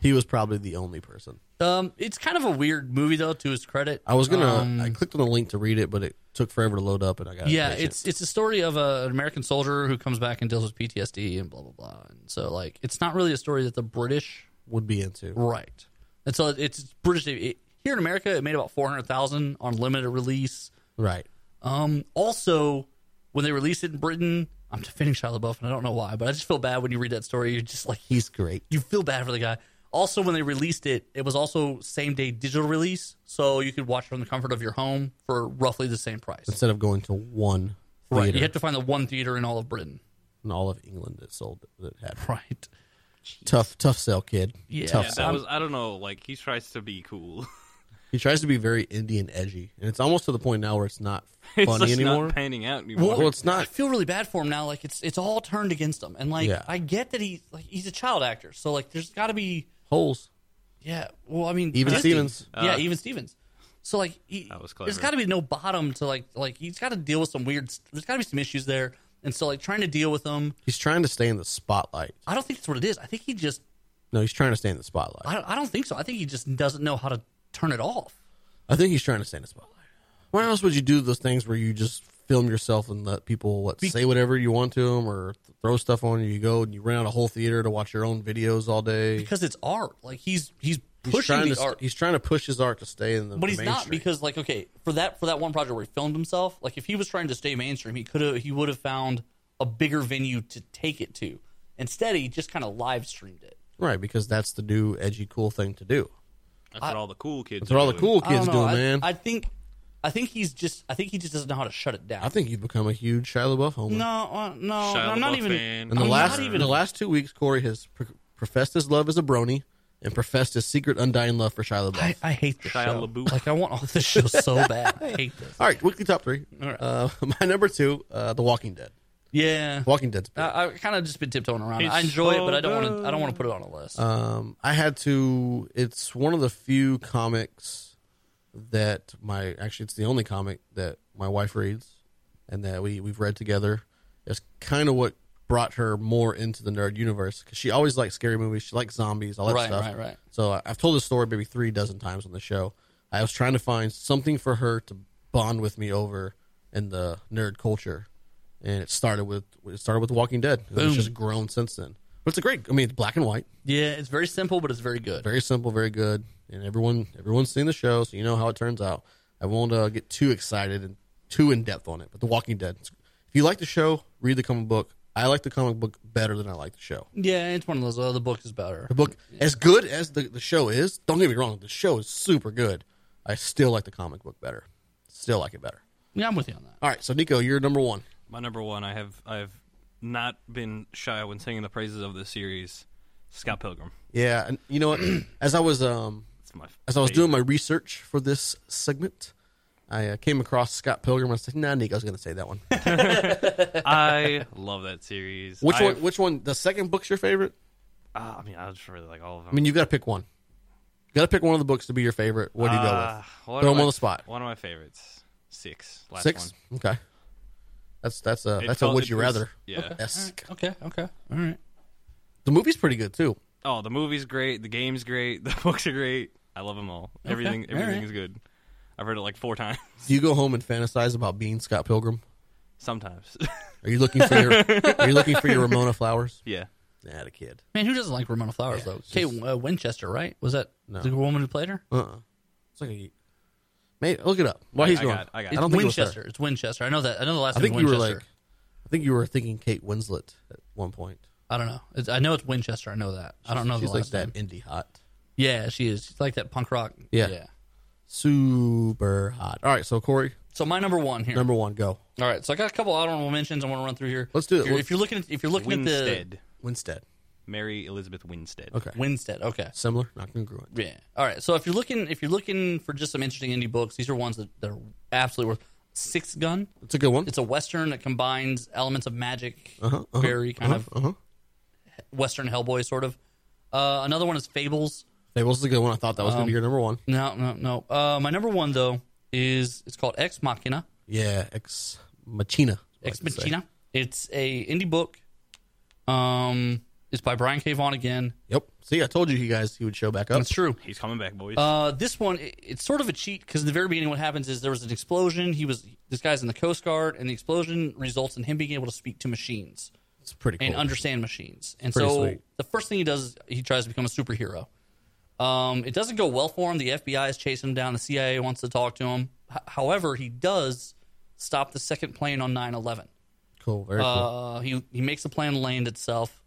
A: he was probably the only person
B: Um, it's kind of a weird movie though. To his credit,
A: i was gonna i clicked on the link to read it but it took forever to load up and i got
B: Um, yeah,
A: impatient.
B: it's it's a story of a, an American soldier who comes back and deals with PTSD and blah blah blah. And so like, it's not really a story that the British
A: would be into
B: Right. And so it's British. It, here in America, it made about 400,000 on limited release.
A: right
B: Um, also, when they released it in Britain, I'm defending Shia LaBeouf, and I don't know why, but I just feel bad when you read that story. You're just like,
A: He's great.
B: you feel bad for the guy. Also, when they released it, it was also same day digital release, so you could watch it from the comfort of your home for roughly the same price.
A: Instead of going to one
B: right.
A: theater
B: You have to find the one theater in all of Britain.
A: in all of England that sold it, that had it.
B: Right.
A: tough, tough sell, kid.
B: Yeah.
A: tough
C: Yeah,
A: sell.
C: that was I don't know. Like he tries to be cool.
A: He tries to be very indie and edgy, and it's almost to the point now where it's not
C: it's
A: funny
C: just
A: anymore.
C: not panning out anymore.
A: well, it's
B: I
A: not.
B: feel really bad for him now. Like it's it's all turned against him, and like
A: Yeah.
B: I get that he's like he's a child actor, so like there's got to be
A: Holes.
B: yeah. Well, I mean,
A: Even
B: Disney-
A: Stevens.
B: yeah,
C: Uh,
B: even Stevens. So like he,
C: That was clever.
B: there's got to be no bottom to like like he's got to deal with some weird. There's got to be some issues there, and so like trying to deal with them.
A: He's trying to stay in the spotlight.
B: I don't think that's what it is. I think he just
A: No, he's trying to stay in the spotlight.
B: I don't, I don't think so. I think he just doesn't know how to turn it off.
A: I think he's trying to stay in the spotlight. Why else would you do those things where you just film yourself and let people what say whatever you want to them or th- throw stuff on you? You go and you rent out a whole theater to watch your own videos all day.
B: because it's art. Like he's he's
A: he's
B: pushing
A: trying
B: the
A: to
B: art,
A: he's trying to push his art to stay in the
B: but he's not
A: mainstream.
B: because like okay for that for that one project where he filmed himself. Like if he was trying to stay mainstream, he could have he would have found a bigger venue to take it to. Instead, he just kind of live streamed it.
A: right because that's the new edgy cool thing to do.
C: That's what all the cool kids.
A: That's what all
C: are
A: the
C: doing.
A: cool
B: I don't
A: kids
B: know.
A: do,
B: I,
A: man.
B: I think I think he's just I think he just doesn't know how to shut it down.
A: I think you've become a huge Shia LaBeouf homer.
B: no, uh, no,
C: Shia
B: I'm not
C: LaBeouf
B: even.
C: fan.
A: In the
B: I'm
A: last
B: not even.
A: in the last two weeks, Corey has pr- professed his love as a brony and professed his secret undying love for Shia LaBeouf.
B: I, I hate this
C: Shia
B: show.
C: LaBeouf.
B: Like I want all this show so bad. I hate this.
A: all right, weekly top three.
B: All right.
A: Uh, my number two, uh, The Walking Dead.
B: Yeah.
A: Walking Dead's big.
B: I, I've kind of just been tiptoeing around. it.
C: It's
B: I enjoy it,
C: so
B: but I don't want to. I don't
C: good.
B: want to put it on a list.
A: Um, I had to. It's one of the few comics that my actually it's the only comic that my wife reads, and that we we've read together. It's kind of what brought her more into the nerd universe because she always liked scary movies. She likes zombies, all that
B: Right,
A: stuff.
B: right, right.
A: So I, I've told this story maybe three dozen times on the show. I was trying to find something for her to bond with me over in the nerd culture, and it started with it started with Walking Dead. and It's
B: Boom.
A: just grown since then. But it's a great. I mean, it's black and white.
B: Yeah, it's very simple, but it's very good.
A: very simple, very good, and everyone everyone's seen the show, so you know how it turns out. I won't uh, get too excited and too in depth on it, but The Walking Dead. If you like the show, read the comic book. I like the comic book better than I like the show.
B: Yeah, it's one of those. Oh, the book is better.
A: The book, as good as the, the show is, don't get me wrong, the show is super good. I still like the comic book better. Still like it better.
B: Yeah, I'm with you on that.
A: All right, so Nico, you're number one.
C: My number one. I have I have not been shy when singing the praises of this series. Scott Pilgrim.
A: Yeah, and you know what? as I was um
C: It's my.
A: as I was
C: favorite.
A: doing my research for this segment, I uh, came across Scott Pilgrim. I said, "Nah, Nico's going to say that one."
C: I love that series.
A: Which
C: I've-
A: one? Which one? The second book's your favorite?
C: Uh, I mean, I just really like all of them.
A: I mean, you've got to pick one. You got to pick one of the books to be your favorite. What do you
C: Uh,
A: go
C: what
A: with? Throw them
C: am I-
A: on the spot.
C: One of my favorites. Six. Last
A: Six.
C: One.
A: Okay. That's that's a
C: It
A: that's a
C: felt-
A: would
C: it
A: you
C: was-
A: rather.
C: Yeah.
A: Esque.
B: Okay, okay, all right.
A: The movie's pretty good too.
C: Oh, the movie's great. The game's great. The books are great. I love them all. Everything.
B: all right.
C: Everything is good. I've read it like four times.
A: Do you go home and fantasize about being Scott Pilgrim?
C: Sometimes.
A: Are you looking for your Are you looking for your Ramona Flowers?
C: yeah.
A: Nah, the kid.
B: Man, who doesn't like Ramona Flowers though? Kate uh, Winchester, right? Was that the woman who played her?
A: Uh. uh It's like a. Maybe, look it up. While he's
C: I
A: going,
C: got it, I got it.
A: I don't
B: it's
A: think it was her.
B: Winchester. it's Winchester. I know that. I know the last.
A: I think
B: name's
A: you were
B: Winchester.
A: like, I think you were thinking Kate Winslet at one point.
B: I don't know. It's, I know it's Winchester. I know that. I don't know
A: She's
B: the
A: like
B: last
A: that
B: name.
A: indie hot.
B: Yeah, she is. She's like that punk rock.
A: Yeah. super hot. All right, so Corey,
B: So my number one here.
A: number one, go
B: All right. So I got a couple honorable mentions. I want to run through here.
A: Let's do it.
B: If you're,
A: Let's-
B: if you're looking, at, if you're looking at
C: Winstead.
A: Winstead.
C: Mary Elizabeth Winstead.
A: Okay,
B: the Winstead. Okay.
A: similar, not congruent.
B: Yeah. All right. So if you're looking, if you're looking for just some interesting indie books, these are ones that, that are absolutely worth. Six Gun.
A: It's a good one.
B: It's a western that combines elements of magic, very kind of
A: uh-huh.
B: western Hellboy sort of. Uh, another one is Fables.
A: Fables is a good one. I thought that was
B: Um,
A: going to be your number one.
B: No, no, no. Uh, my number one though is it's called Ex Machina.
A: Yeah, Ex Machina. I
B: Ex
A: like to say.
B: Machina. It's a indie book. Um, it's by Brian K. Vaughan again.
A: Yep. See, I told you, you guys, he would show back up.
B: That's true.
C: He's coming back, boys.
B: Uh, this one, it, it's sort of a cheat because in the very beginning, what happens is there was an explosion. He was this guy's in the Coast Guard, and the explosion results in him being able to speak to machines
A: It's pretty cool.
B: and understand machines. And
A: pretty
B: so
A: sweet.
B: the first thing he does is he tries to become a superhero. Um, it doesn't go well for him. The FBI is chasing him down. The CIA wants to talk to him. H- however, he does stopped the second plane on 9 11.
A: Cool. Very cool.
B: Uh, he he makes the plane land itself.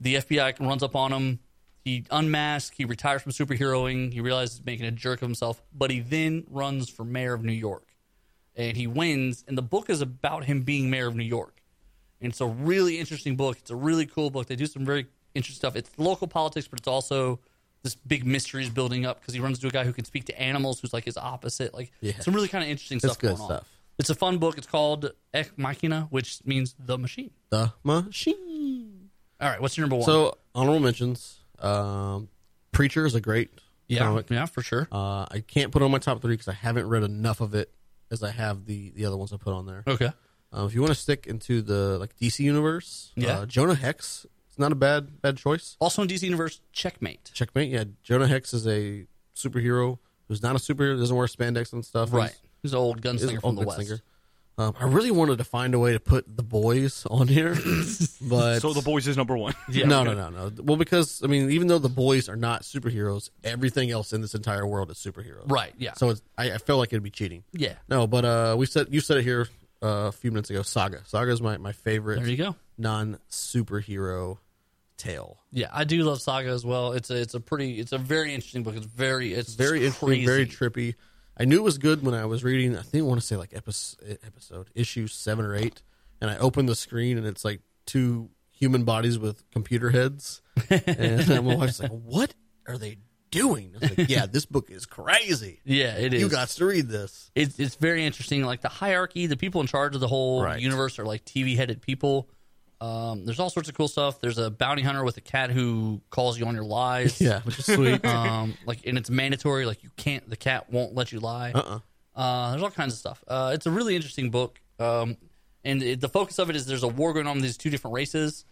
B: The FBI runs up on him. He unmasks. He retires from superheroing. He realizes he's making a jerk of himself, but he then runs for mayor of New York, and he wins. And the book is about him being mayor of New York. And it's a really interesting book. It's a really cool book. They do some very interesting stuff. It's local politics, but it's also this big mystery is building up because he runs into a guy who can speak to animals, who's like his opposite. Like
A: Yeah.
B: some really kind of interesting
A: That's
B: stuff.
A: good
B: going on.
A: stuff.
B: It's a fun book. It's called Ech Machina, which means the machine.
A: The machine.
B: All right, what's your number one?
A: So honorable mentions. Um, Preacher is a great
B: yeah,
A: comic.
B: yeah, for sure.
A: Uh, I can't put it on my top three because I haven't read enough of it as I have the the other ones I put on there.
B: Okay,
A: Uh, if you want to stick into the like DC universe,
B: Yeah.
A: uh, Jonah Hex. It's not a bad bad choice.
B: also in DC Universe, Checkmate.
A: Checkmate. Yeah, Jonah Hex is a superhero who's not a superhero. Doesn't wear spandex and stuff.
B: Right,
A: He's-
B: he's an
A: is
B: old gunslinger
A: an
B: from the
A: old
B: West.
A: singer. Um, I really wanted to find a way to put the boys on here, but
C: So the boys is number one.
B: Yeah,
A: no,
B: okay.
A: no, no, no. Well, because I mean, even though the boys are not superheroes, everything else in this entire world is superheroes.
B: Right, yeah.
A: So it's, I, I feel like it'd be cheating.
B: Yeah.
A: No, but uh, we said you said it here uh, a few minutes ago. Saga. Saga is my my favorite.
B: There you go.
A: Non superhero tale.
B: Yeah, I do love Saga as well. It's a it's a pretty it's a very interesting book. It's very it's
A: Very
B: just
A: interesting.
B: crazy.
A: Very trippy. I knew it was good when I was reading. I think I want to say like episode, episode issue seven or eight, and I opened the screen and it's like two human bodies with computer heads, and my wife's like, "What are they doing?" I was like, "Yeah, this book is crazy.
B: yeah, it is.
A: You got to read this."
B: it's it's very interesting. Like the hierarchy, the people in charge of the whole
A: Right.
B: universe are like TV headed people. Um, there's all sorts of cool stuff. There's a bounty hunter with a cat who calls you on your lies.
A: Yeah, which is sweet.
B: um, like and it's mandatory. Like you can't, the cat won't let you lie.
A: Uh-uh.
B: Uh, there's all kinds of stuff. Uh, it's a really interesting book, um, and it, the focus of it is there's a war going on with these two different races,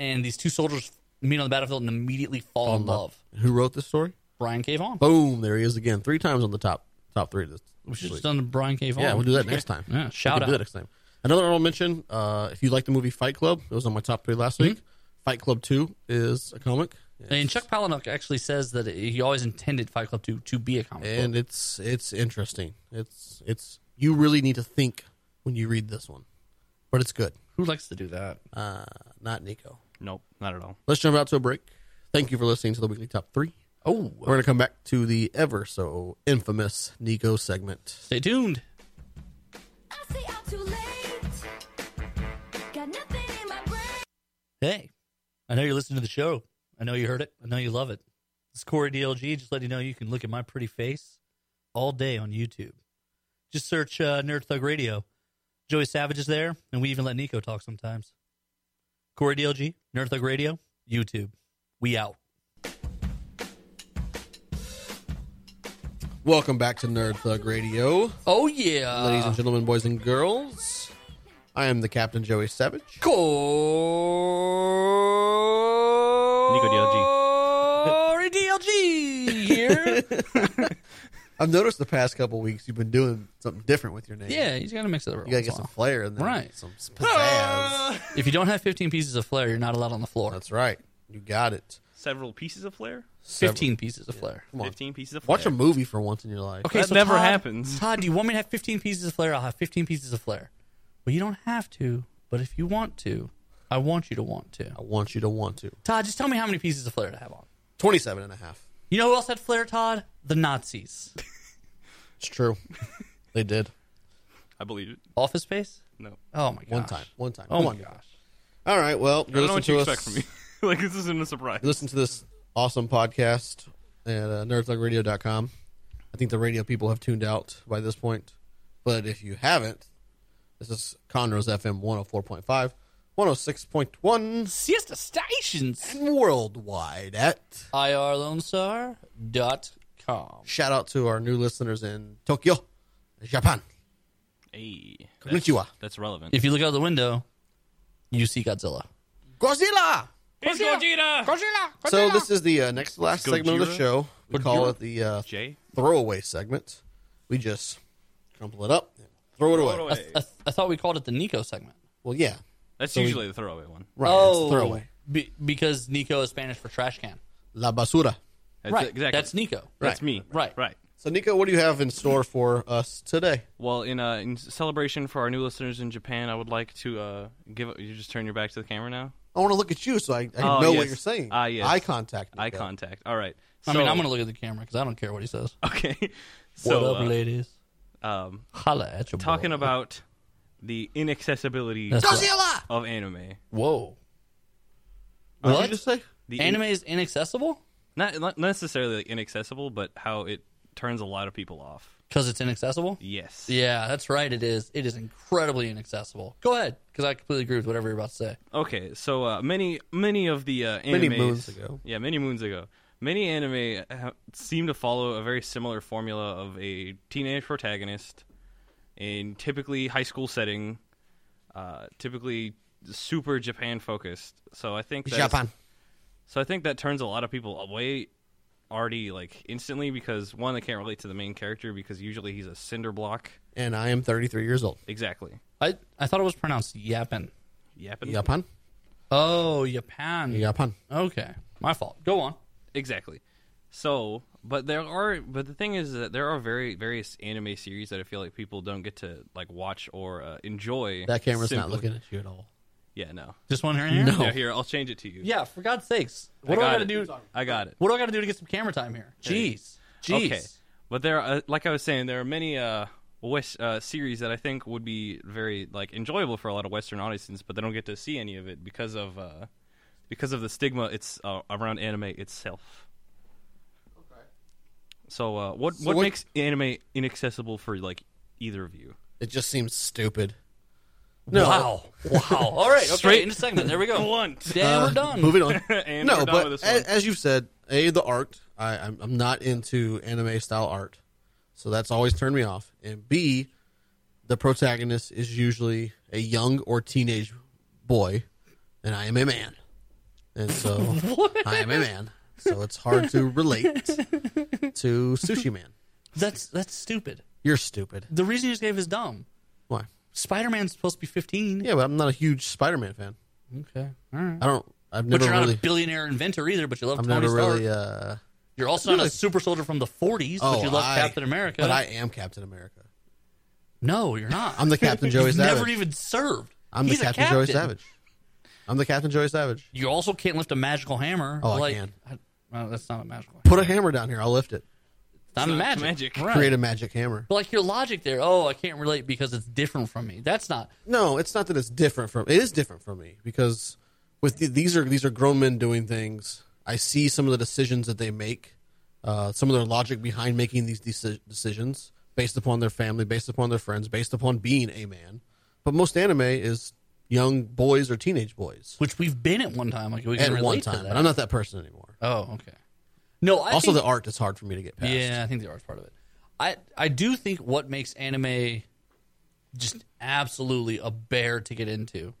B: and these two soldiers meet on the battlefield and immediately fall in love.
A: Who wrote this story?
B: Brian K. Vaughan.
A: Boom! There he is again, three times on the top top three. Of this
B: We should
A: week.
B: have done the Brian K. Vaughan.
A: Yeah, we'll do that next time.
B: Yeah,
A: We
B: shout
A: can Do
B: out.
A: that next time. Another honorable mention. Uh, if you like the movie Fight Club, it was on my top three last week.
B: Mm-hmm.
A: Fight Club Two is a comic,
B: And Chuck Palahniuk actually says that he always intended Fight Club to to be a comic book.
A: and it's it's interesting. It's it's you really need to think when you read this one, but it's good.
B: Who likes to do that?
A: Uh, not Nico.
C: Nope, not at all.
A: Let's jump out to a break. Thank you for listening to the weekly top three.
B: Oh,
A: We're gonna come back to the ever so infamous Nico segment.
B: stay tuned.
F: I say I'm too late. Got nothing in my brain.
B: Hey, I know you're listening to the show. I know you heard it. I know you love it. It's Corey DLG. Just letting you know you can look at my pretty face all day on YouTube. Just search uh, Nerd Thug Radio. Joey Savage is there, and we even let Nico talk sometimes. Corey DLG, Nerd Thug Radio, YouTube. We out.
A: Welcome back to Nerd Thug Radio.
B: Oh, yeah.
A: Ladies and gentlemen, boys and girls, I am the Captain Joey Savage.
C: Nico DLG.
B: Corey DLG here.
A: I've noticed the past couple weeks you've been doing something different with your name.
B: yeah, he's got to mix it up.
A: You gotta get some flair in there.
B: Right.
A: Some pizzazz.
B: If you don't have 15 pieces of flair, you're not allowed on the floor.
A: That's right. You got it.
C: Several pieces of flair.
B: 15 pieces of flair.
A: Come on.
C: Fifteen pieces of flair.
A: Watch a movie for once in your life.
B: Okay,
C: That
B: so
C: never
B: Todd-
C: happens.
B: Todd, do you want me to have 15 pieces of flair? I'll have 15 pieces of flair. Well, you don't have to, but if you want to, I want you to want to.
A: I want you to want to.
B: Todd, just tell me how many pieces of flair to have on.
A: 27 and a half.
B: You know who else had flair, Todd? The Nazis.
A: It's true. they did.
C: I believe it.
B: Office Space?
C: No.
B: Oh my gosh.
A: One time. One time.
B: Oh
A: Come
B: my
A: on.
B: gosh.
A: All right. Well,
C: I
A: you're
C: don't
A: listening
C: know what
A: to
C: you
A: us.
C: expect from me. like this isn't a surprise.
A: Listen to this awesome podcast at uh, nerdthugradio.com. I think the radio people have tuned out by this point. But if you haven't, this is Conroe's FM 104.5, 106.1.
B: Siesta Stations.
A: worldwide at.
B: IRLoneStar.com.
A: Shout out to our new listeners in Tokyo, Japan.
C: Hey, that's-
A: Konnichiwa.
C: That's relevant.
B: If you look out the window, you see Godzilla.
A: Godzilla!
C: It's Gogeta.
A: So this is the uh, next to last segment of the
C: Gojira?
A: show. We call
C: Gojira?
A: it the uh,
C: Jay.
A: throwaway segment. We just crumple it up, and throw it away.
C: Throwaway.
B: I, th- I, th- I thought we called it the Nico segment.
A: Well, yeah,
C: That's
A: we-
C: usually the throwaway one.
A: right.
B: Oh.
C: Oh.
A: it's throwaway.
B: Be- because Nico is Spanish for trash can.
A: La basura.
C: That's
B: right.
C: Exactly.
B: That's Nico.
A: Right.
C: That's me.
B: Right.
C: Right.
A: So, Nico, what do you have in store for us today?
C: Well, in uh, in celebration for our new listeners in Japan, I would like to uh, give. You just turn your back to the camera now.
A: I want to look at you so I, I
C: Oh,
A: know what
C: yes.
A: you're saying.
C: Ah, yes.
A: Eye contact.
C: Eye
A: Nico.
C: contact. All right.
B: I mean,
C: So-
B: I'm gonna look at the camera because I don't care what he says.
C: Okay. So,
B: what up,
C: uh,
B: ladies?
C: um,
B: Holla at your
C: talking
B: boy.
C: about the inaccessibility
B: That's right.
C: of anime.
B: Whoa,
A: What did
B: What?
A: you just say?
C: The in-
B: anime is inaccessible
C: not not necessarily like inaccessible, but how it turns a lot of people off.
B: because it's inaccessible.
C: Yes.
B: Yeah, that's right. It is. It is incredibly inaccessible. Go ahead, because I completely agree with whatever you're about to say.
C: Okay, so uh, many many of the uh, animes,
A: Many moons ago.
C: yeah, many moons ago, many anime ha- seem to follow a very similar formula of a teenage protagonist in typically high school setting, uh, typically super Japan focused. So I think that so I think that turns a lot of people away already like instantly because one they can't relate to the main character because usually he's a cinder block
A: And I am 33 years old.
C: exactly.
B: I I thought it was pronounced yappin.
C: Yappin'?
A: Japan.
B: Oh, Japan.
A: Japan.
B: Okay, my fault. Go on.
C: Exactly. So, but there are, but the thing is that there are very various anime series that I feel like people don't get to like watch or uh, enjoy.
A: That camera's not
C: simply-
A: looking at you at all.
C: Yeah, no.
B: Just one here. No.
C: Yeah, here I'll change it to you.
B: Yeah, for God's sakes. What do
C: got
B: I gotta
C: it.
B: do?
C: I got it.
B: What do I gotta do to get some camera time here? Jeez. Jeez.
C: Okay, but there, are, uh, like I was saying, there are many uh, West uh, series that I think would be very like enjoyable for a lot of Western audiences, but they don't get to see any of it because of uh, because of the stigma it's uh, around anime itself. So, uh, what what
A: what-
C: makes anime inaccessible for like either of you?
A: It just seems stupid. No.
B: Wow. Wow. All right. Okay.
C: Straight-
B: in a segment. There we go.
C: Blunt.
B: Damn,
A: Uh,
B: we're done.
A: Moving on.
C: And
A: no,
C: we're done
A: but
C: with this
A: a-
C: one.
A: as you've said, a the art. I, I'm I'm not into anime style art, so that's always turned me off. And b, the protagonist is usually a young or teenage boy, and I am a man, and so I am a man. So it's hard to relate to Sushi Man.
B: That's that's stupid.
A: You're stupid.
B: The reason you just gave is dumb.
A: Why?
B: Spider Man's supposed to be 15.
A: Yeah, but I'm not a huge Spider-Man fan.
B: Okay. All right.
A: I don't. I've
B: But
A: never
B: you're not
A: really.
B: a billionaire inventor either, but you love
A: I've
B: Tony
A: never
B: Stark.
A: really. Uh, Oh,
B: You're also not a super soldier from the 40s, but you love
A: I-
B: Captain America.
A: But I am Captain America.
B: no, you're not.
A: I'm the Captain Joey
B: You've
A: Savage.
B: never even served.
A: I'm
B: He's
A: the
B: a
A: Captain, Joey Savage. I'm the Captain Joey Savage.
B: You also can't lift a magical hammer.
A: Oh, I
B: like,
A: can.
B: I- well, that's not a magical.
A: Put a hammer down here. I'll lift it.
B: Not Uh, magic.
C: magic.
B: Right.
A: Create a magic hammer.
B: But like your logic there, oh, I can't relate because it's different from me. That's not.
A: No, it's not that it's different from. It is different from me because with the, these are these are grown men doing things. I see some of the decisions that they make, uh, some of their logic behind making these deci- decisions based upon their family, based upon their friends, based upon being a man. But most anime is young boys or teenage boys
B: Which we've been at one time. Like we can
A: at
B: relate
A: one
B: to
A: time,
B: that.
A: and I'm not that person anymore.
B: oh, okay. No, I
A: also,
B: think,
A: the art is hard for me to get past.
B: Yeah, I think the art's part of it. I I do think what makes anime just absolutely a bear to get into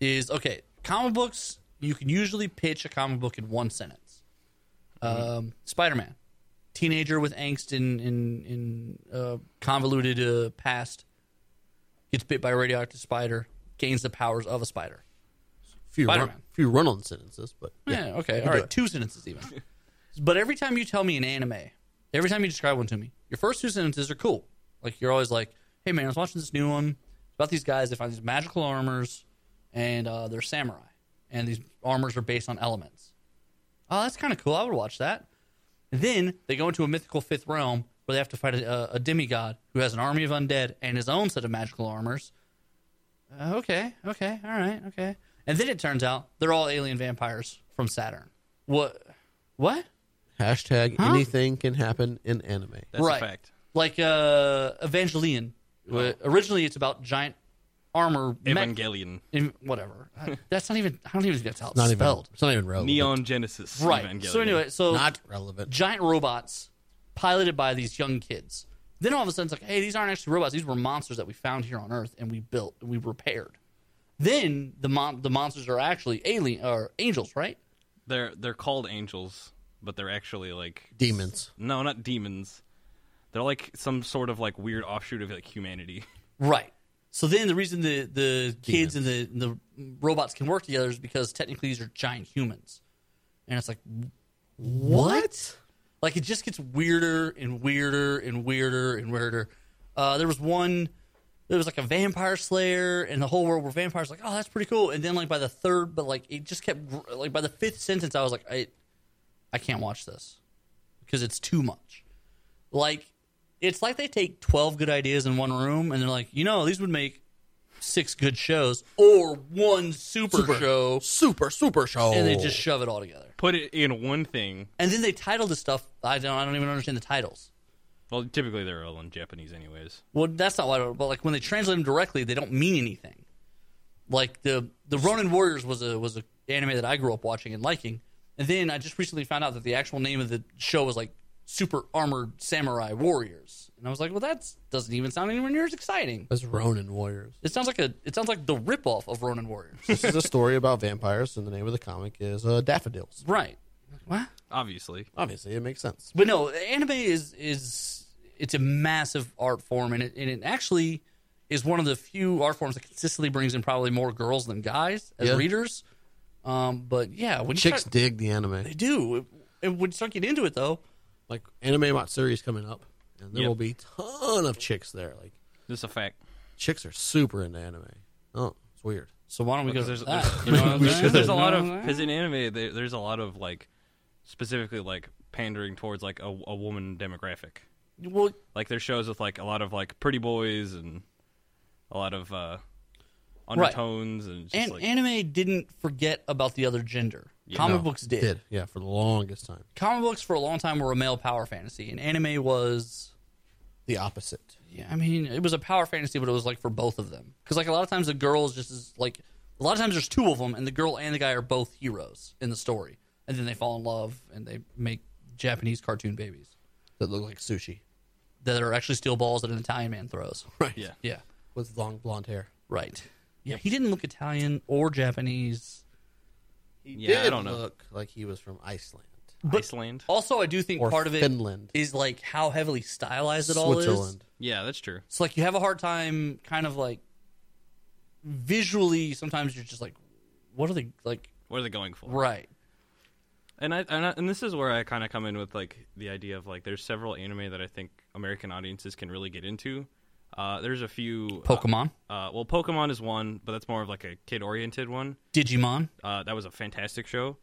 B: is okay. Comic books, you can usually pitch a comic book in one sentence. Um, Spider Man, teenager with angst in in in uh, convoluted uh, past, gets bit by a radioactive spider, gains the powers of a spider.
A: few run,
B: Spider-Man.
A: few run-on sentences, but
B: Yeah,
A: yeah.
B: okay.
A: do
B: All right,
A: it.
B: two sentences even. but every time you tell me an anime, every time you describe one to me, your first two sentences are cool. Like you're always like, "Hey man, I was watching this new one It's about these guys. They find these magical armors, and uh, they're samurai, and these armors are based on elements." Oh, that's kind of cool. I would watch that. Then they go into a mythical fifth realm where they have to fight a, a demigod who has an army of undead and his own set of magical armors. Uh, okay, okay, all right, okay. And then it turns out they're all alien vampires from Saturn. What? What?
A: Hashtag anything can happen in anime.
C: That's
B: right.
C: a fact. Oh.
B: Like uh, Evangelion. Uh, Originally, it's about giant armor. mech-
C: Evangelion.
B: in- whatever. Uh, That's not even. I don't even think that's how it's
A: Not even.
B: spelled.
A: It's not even relevant.
C: Neon Genesis.
B: Right.
C: Evangelion.
B: So anyway, so
A: Not relevant.
B: giant robots piloted by these young kids. Then all of a sudden, it's like, hey, these aren't actually robots. These were monsters that we found here on Earth and we built and we repaired. Then the mon- the monsters are actually alien or angels, right?
C: they're they're called angels, but they're actually like
A: Demons.
C: no, not demons. They're like some sort of like weird offshoot of like humanity.
B: Right. So then the reason the the kids and the the robots can work together is because technically these are giant humans, and it's like, what? Like it just gets weirder and weirder and weirder and weirder. Uh, there was one, there was like a vampire slayer, and the whole world were vampires. Like, oh, that's pretty cool. And then like by the third, but like it just kept gr- like by the fifth sentence, I was like, I, I can't watch this because it's too much. Like, it's like they take twelve good ideas in one room, and they're like, you know, these would make six good shows or one super, show,
A: Super, super show.
B: and they just shove it all together.
C: Put it in one thing.
B: And then they title the stuff. I don't. I don't even understand the titles.
C: Well, typically they're all in Japanese, anyways.
B: Well, that's not why. But like when they translate them directly, they don't mean anything. Like the the Ronin Warriors was a was a anime that I grew up watching and liking, and then I just recently found out that the actual name of the show was like Super Armored Samurai Warriors, and I was like, well, that doesn't even sound anywhere near as exciting.
A: as Ronin warriors.
B: It sounds like a it sounds like the ripoff of Ronin Warriors,
A: This is a story about vampires, and the name of the comic is uh, Daffodils.
B: right? What?
C: Obviously,
A: Obviously, it makes sense.
B: But no, anime is is it's a massive art form, and it and it actually is one of the few art forms that consistently brings in probably more girls than guys as
A: Yeah.
B: readers. Um, but yeah, when
A: Chicks
B: you start,
A: dig the anime.
B: they do, and when you start getting into it though,
A: Like anime matsuri is coming up, and there
C: Yep.
A: will be ton of chicks there. Like
C: this is a fact.
A: chicks are super into anime. Oh, it's weird.
B: so why don't we go?
C: Because there's
B: to
C: there's,
B: that? You know
C: there's,
B: what I'm
C: there's-
B: saying?
C: there's a lot
B: You
C: of
B: know what I'm saying?
C: because in anime there, there's a lot of like specifically like pandering towards like a, a woman demographic.
B: well,
C: Like there's shows with like a lot of like pretty boys and a lot of uh
B: Right.
C: undertones and it's just
B: and
C: like
B: anime didn't forget about the other gender. Comic books did.
A: Did yeah for the longest time.
B: Comic books for a long time were a male power fantasy, and anime was
A: The opposite.
B: Yeah, I mean, it was a power fantasy, but it was like for both of them. Because like a lot of times the girls just is like a lot of times there's two of them, and the girl and the guy are both heroes in the story, and then they fall in love and they make Japanese cartoon babies
A: That look like sushi,
B: that are actually steel balls that an Italian man throws.
A: right?
C: yeah.
B: Yeah,
A: with long blonde hair.
B: right. Yeah, he didn't look Italian or Japanese.
A: He
C: Yeah, I don't know.
A: look like he was from Iceland
B: But
C: Iceland.
B: also, I do think
A: or
B: part of it
A: Finland,
B: is like how heavily stylized it all is.
A: Switzerland.
C: Yeah, that's true.
B: So like you have a hard time kind of like visually. Sometimes you're just like, what are they like?
C: What are they going for?
B: Right.
C: And I, and I and this is where I kind of come in with like the idea of like there's several anime that I think American audiences can really get into. Uh, there's a few uh,
B: Pokemon,
C: Uh, well, Pokemon is one, but that's more of like a kid-oriented one.
B: Digimon,
C: Uh, that was a fantastic show.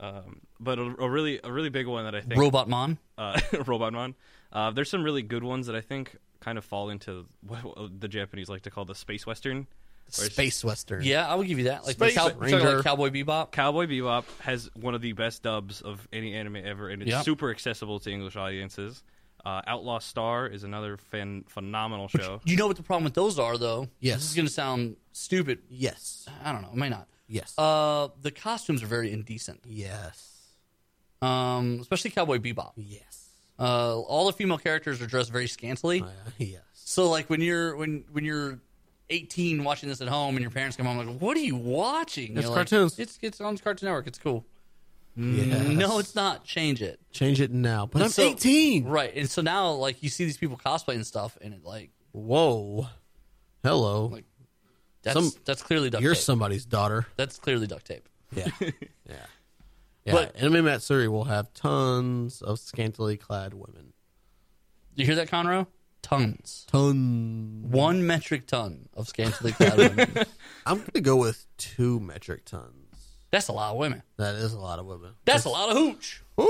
C: Um, but a, a really a really big one that I think
B: Robotmon.
C: uh, Robotmon. Uh, there's some really good ones that I think kind of fall into what what the Japanese like to call the space western. Or it's-
A: space western.
B: Yeah, I will give you that. Like the
A: Space
B: cow- you're talking
A: Ranger.
B: like Cowboy Bebop.
C: Cowboy Bebop has one of the best dubs of any anime ever, and it's
B: Yep.
C: super accessible to English audiences. Uh, Outlaw Star is another fan- phenomenal show.
B: You know what the problem with those are, though.
A: Yes.
B: this is going to sound stupid.
A: Yes.
B: I don't know. It may not.
A: Yes.
B: Uh, the costumes are very indecent,
A: yes.
B: um, especially Cowboy Bebop.
A: Yes.
B: Uh, all the female characters are dressed very scantily.
A: Uh, yes.
B: So, like when you're when when you're 18 watching this at home, and your parents come home like, "What are you watching?"
A: It's
B: You're like,
A: cartoons.
B: it's it's on Cartoon Network. It's cool.
A: Yes.
B: Mm, No, it's not. Change it.
A: Change it now. But
B: And
A: I'm
B: so-
A: 18.
B: Right. And so now, like, you see these people cosplaying and stuff, and it, like,
A: Whoa. Hello.
B: Like, that's,
A: Some-
B: that's clearly duct
A: You're
B: tape.
A: somebody's daughter.
B: that's clearly duct tape.
A: Yeah. yeah. Yeah.
B: But-
A: But anime Matsuri will have tons of scantily clad women.
B: You hear that, Conroe? Tons.
A: Ton.
B: One metric ton of scantily clad women.
A: I'm going to go with two metric tons.
B: That's a lot of women.
A: That is a lot of women.
B: That's a lot of hooch. I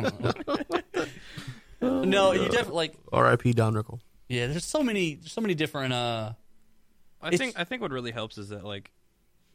B: don't know. no, you definitely, like,
A: R.I.P. Don Rickle.
B: yeah, there's so many, there's so many different, uh,
C: I
B: It's-
C: think I think what really helps is that like,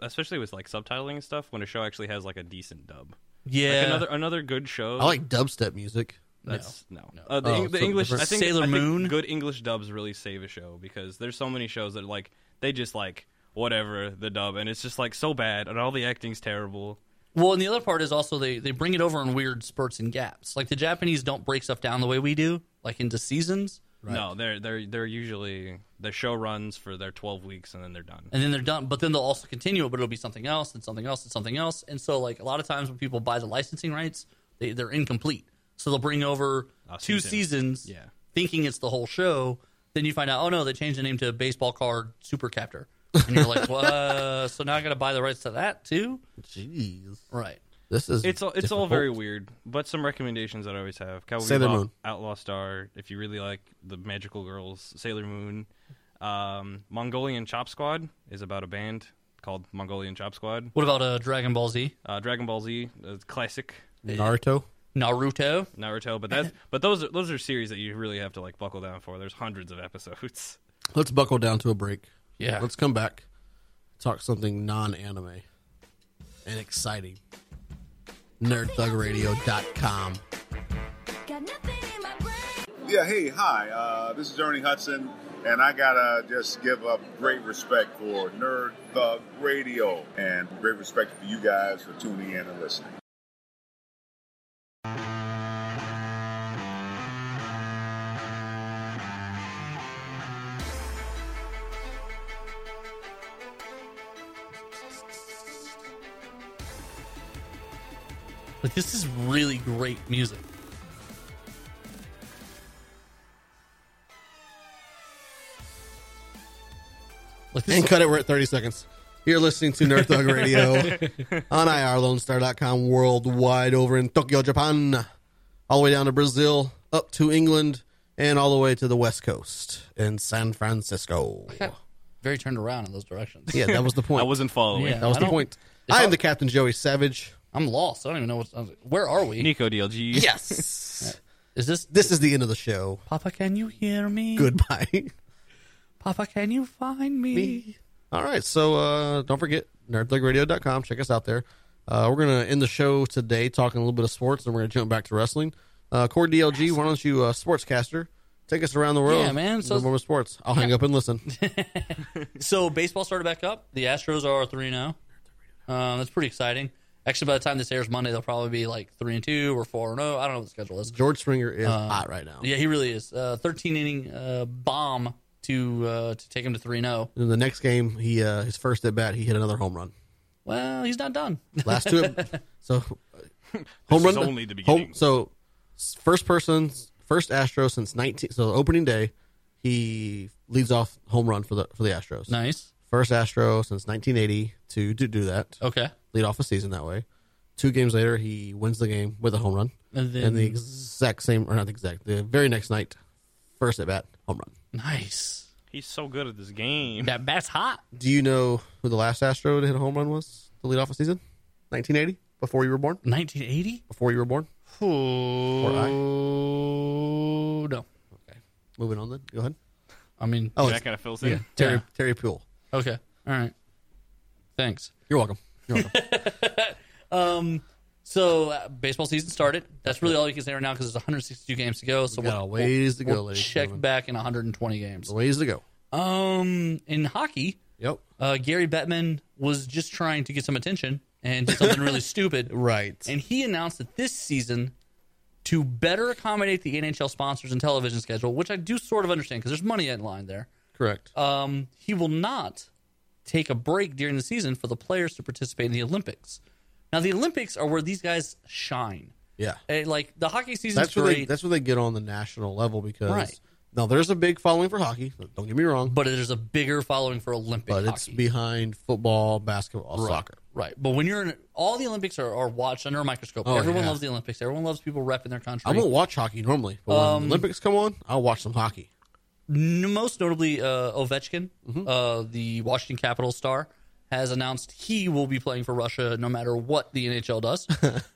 C: especially with like subtitling and stuff, when a show actually has like a decent dub.
B: yeah.
C: Like another another good show.
A: I like dubstep music.
C: That's no. Uh, the,
A: Oh,
C: Eng- the
A: so
C: English,
A: different.
C: I think,
B: Sailor
C: I think
B: Moon?
C: good English dubs really save a show because there's so many shows that like they just like whatever the dub and it's just like so bad and all the acting's terrible.
B: Well, and the other part is also they, they bring it over in weird spurts and gaps. Like the Japanese don't break stuff down the way we do, like into seasons,
C: No, they're they're they're usually the show runs for their 12 weeks and then they're done.
B: and then they're done. But then they'll also continue it, but it'll be something else and something else and something else. And so, like a lot of times when people buy the licensing rights, they, they're incomplete. So they'll bring over
C: A
B: two
C: season.
B: seasons,
C: Yeah.
B: thinking it's the whole show. Then you find out, oh no, they changed the name to Baseball Card Super Captor, and you're like, well, uh, so now I got to buy the rights to that too,
A: Jeez.
B: right?
A: This is
C: It's all it's all
A: difficult.
C: very weird, but some recommendations that I always have: Cowboy
A: Sailor
C: Bebop,
A: Moon.
C: Outlaw Star. If you really like the magical girls, Sailor Moon, um, Mongolian Chop Squad is about a band called Mongolian Chop Squad.
B: What about uh, Dragon Ball Z,
C: Uh, Dragon Ball Z, uh, classic
A: Naruto.
B: Naruto?
C: Naruto, but that's but those are, those are series that you really have to like buckle down for. There's hundreds of episodes.
A: Let's buckle down to a break.
B: Yeah.
A: Let's come back, talk something non-anime and exciting. NerdThugRadio.com.
F: Got nothing in my brain.
D: Yeah, hey, hi. Uh, this is Ernie Hudson, and I gotta just give up great respect for Nerd Thug Radio, and great respect for you guys for tuning in and listening.
B: Like this is really great music. Like this
A: And cut it. We're at 30 seconds. You're listening to Nerd Thug Radio on IRLoneStar.com worldwide over in Tokyo, Japan, all the way down to Brazil, up to England, and all the way to the West Coast in San Francisco.
B: very turned around in those directions.
A: Yeah, that was the point.
C: I wasn't following.
B: Yeah.
A: that was
B: I
A: the
B: don't-
A: point.
B: it's
A: I am
B: all-
A: the Captain Joey Savage.
B: I'm lost. I don't even know what's where are we?
C: Nico DLG.
A: Yes.
B: Is this
A: this is the end of the show.
B: Papa? Can you hear me?
A: Goodbye.
B: Papa, can you find me?
A: All right. So uh, don't forget nerdthugradio.com. Check us out there. Uh, we're going to end the show today talking a little bit of sports, and we're going to jump back to wrestling. Uh, Core DLG, why don't you, uh, sportscaster, take us around the world?
B: Yeah, man, so-
A: No more with sports. I'll hang up and listen.
B: So baseball started back up. The Astros are three zero. Um, that's pretty exciting. Actually, by the time this airs Monday, they'll probably be like three and two or four and zero. I don't know what the schedule is.
A: George Springer is hot right now.
B: Uh, Yeah, he really is. Uh, Thirteen inning uh, bomb to uh, to take him to three and zero.
A: In the next game, he uh, his first at bat, he hit another home run.
B: Well, he's not done.
A: Last two, at- so home run
C: is only the beginning.
A: Home, so s- first person, first Astro since nineteen. So opening day, he leads off home run for the for the Astros.
B: nice.
A: First Astro since 1980 to do, do that.
B: Okay.
A: Lead off a season that way. Two games later, he wins the game with a home run.
B: And then-
A: the exact same, or not the exact, the very next night, first at bat, home run.
B: Nice.
C: He's so good at this game.
B: That bat's hot.
A: Do you know who the last Astro to hit a home run was to lead off a season? 1980, before you were born?
B: 1980.
A: Before you were born?
B: Oh no. Okay.
A: Moving on then. Go ahead.
B: I mean.
A: Oh,
C: that
A: it's
C: kind of fills in.
A: Terry,
B: Yeah.
A: Terry Poole.
B: Okay. All right. Thanks.
A: You're welcome. You're welcome.
B: So uh, baseball season started. That's really all you can say right now because there's 162 games to go. So
A: got a ways to go,
B: we'll
A: ladies and
B: check
A: gentlemen.
B: back in 120 games.
A: Ways to go.
B: Um, in hockey,
A: Yep.
B: uh, Gary Bettman was just trying to get some attention and did something really stupid.
A: Right.
B: And he announced that this season, to better accommodate the NHL sponsors and television schedule, which I do sort of understand because there's money in line there.
A: Correct.
B: Um, he will not take a break during the season for the players to participate in the Olympics. Now, the Olympics are where these guys shine.
A: yeah.
B: Eh, like the hockey season's
A: that's where they,
B: great,
A: that's where they get on the national level because
B: Right.
A: now there's a big following for hockey. Don't get me wrong, but,
B: but there's a bigger following for Olympic
A: it's
B: hockey.
A: behind football, basketball, soccer.
B: right. But when you're in all the Olympics are, are watched under a microscope.
A: Oh,
B: Everyone
A: yeah.
B: loves the Olympics. Everyone loves people repping their country.
A: I won't watch hockey normally, but when
B: Um,
A: the Olympics come on, I'll watch some hockey.
B: N- most notably uh, Ovechkin,
A: Mm-hmm.
B: uh, the Washington Capitals star, has announced he will be playing for Russia no matter what the NHL does.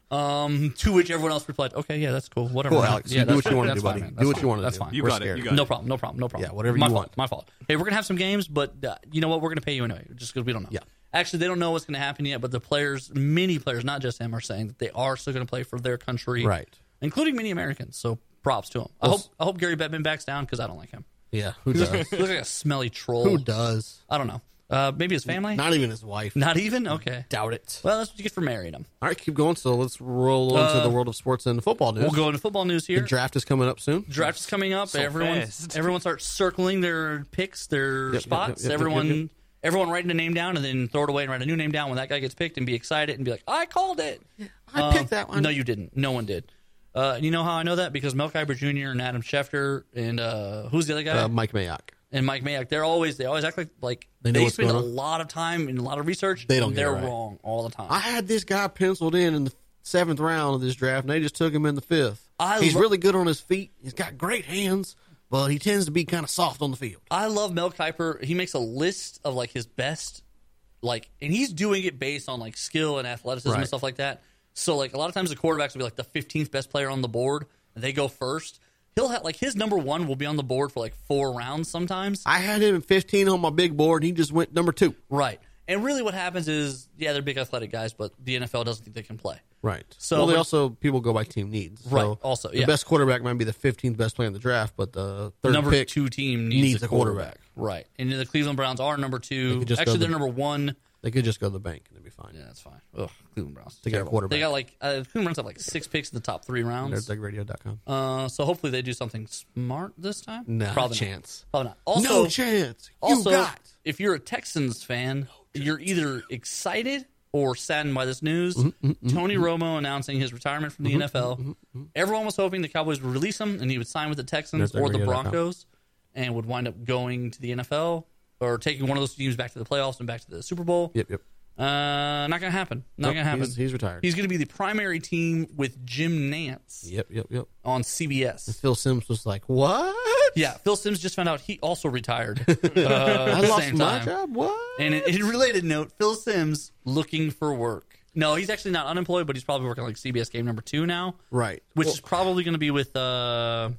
B: um, to which everyone else replied, "Okay, yeah, that's cool. Whatever,
A: Cool,
B: man.
A: Alex.
B: Yeah,
A: You do
B: that's
A: what you
B: fine.
A: wanna do,
B: That's fine,
A: buddy.
B: man.
A: Do
B: That's
A: what you
B: fine.
A: wanna
B: That's
A: do.
B: fine.
C: You
A: We're
C: got it. You
A: scared.
C: got
B: no
C: it.
B: problem. No problem. No problem.
A: Yeah, whatever
B: my
A: you
B: fault,
A: want.
B: My fault. Hey, we're gonna have some games, but uh, you know what? We're gonna pay you anyway, just because we don't know.
A: Yeah.
B: Actually, they don't know what's gonna happen yet, but the players, many players, not just him, are saying that they are still gonna play for their country,
A: Right.
B: Including many Americans. So props to him. I
A: Well,
B: hope I hope Gary Bettman backs down because I don't like him.
A: Yeah, who does?
B: He looks like a smelly troll.
A: who does?
B: I don't know. Uh, maybe his family. Not,
A: Not even his wife.
B: even. Okay.
A: Doubt it.
B: Well, that's what you get for marrying him.
A: All right, keep going. So let's roll on to the world of sports and football news.
B: Uh, We'll go into football news here.
A: The draft is coming up soon.
B: Draft is coming up. everyone,
C: fast.
B: everyone starts circling their picks, their
A: yep,
B: spots.
A: yep, yep,
B: everyone,
A: yep, yep.
B: everone writing a name down and then throw it away and write a new name down when that guy gets picked and be excited and be like, "I called it."
A: I
B: Um, No, you didn't. No one did. Uh, and you know how I know that because Mel Kiper Jr. and Adam Schefter and uh, who's the other guy?
A: uh, Mike Mayock.
B: and Mike Mayock, they're always they always act like like
A: They
B: they,
A: know what's
B: spend a
A: going on.
B: lot of time and a lot of research.
A: They don't
B: and
A: get it
B: They're
A: right.
B: wrong all the time.
A: I had this guy penciled in in the seventh round of this draft, and they just took him in the fifth.
B: I
A: He's
B: lo-
A: really good on his feet. He's got great hands, but he tends to be kind of soft on the field.
B: I love Mel Kiper. He makes a list of like his best, like, and he's doing it based on like skill and athleticism and
A: Right.
B: stuff like that. So like a lot of times the quarterbacks will be like the 15th best player on the board, and they go first. He'll have like his number one will be on the board for like four rounds sometimes.
A: I had him at 15 on my big board, and he just went number two.
B: Right. And really, what happens is, yeah, they're big athletic guys, but the NFL doesn't think they can play.
A: Right.
B: So-
A: So well, they also people go by team needs. So
B: Right, also, yeah.
A: the best quarterback might be the 15th best player in the draft, but the third
B: number
A: pick
B: two team needs,
A: needs, a quarterback.
B: Right. And the Cleveland Browns are number two.
A: could just
B: Actually,
A: go
B: they're
A: the-
B: number one.
A: They could just go to the bank and it'd be fine.
B: Yeah, that's fine. Ugh, Cleveland Browns.
A: They got a
B: Terrible.
A: quarterback.
B: They got like, uh, Cleveland Browns have like six picks in the top three
A: They're at
B: rounds.
A: DugRadio.com.
B: Uh, so hopefully they do something smart this time.
A: Nah,
B: Probably
A: chance.
B: Not. Probably not. Also,
A: no chance.
B: also,
A: you got.
B: if you're a Texans fan, you're either excited or saddened by this news.
A: Mm-hmm,
B: Tony Romo announcing his retirement from the NFL.
A: mm-hmm.
B: Everyone was hoping the Cowboys would release him and he would sign with the Texans
A: That's
B: or the
A: every year that
B: Broncos and would wind up going to the NFL or taking one of those teams back to the playoffs and back to the Super Bowl.
A: Yep, yep.
B: Uh, not gonna happen. Not
A: Nope,
B: gonna happen.
A: he's- he's retired.
B: He's gonna be the primary team with Jim Nance
A: Yep, yep, yep.
B: on CBS.
A: Phil Sims was like, What?
B: Yeah, Phil Sims just found out he also retired. Uh,
A: I
B: the
A: lost
B: same
A: my
B: time.
A: job? What?
B: And in, in related note, Phil Sims looking for work. No, he's actually not unemployed, but he's probably working like CBS game number two now,
A: right.
B: which
A: Well,
B: is probably going to be with uh,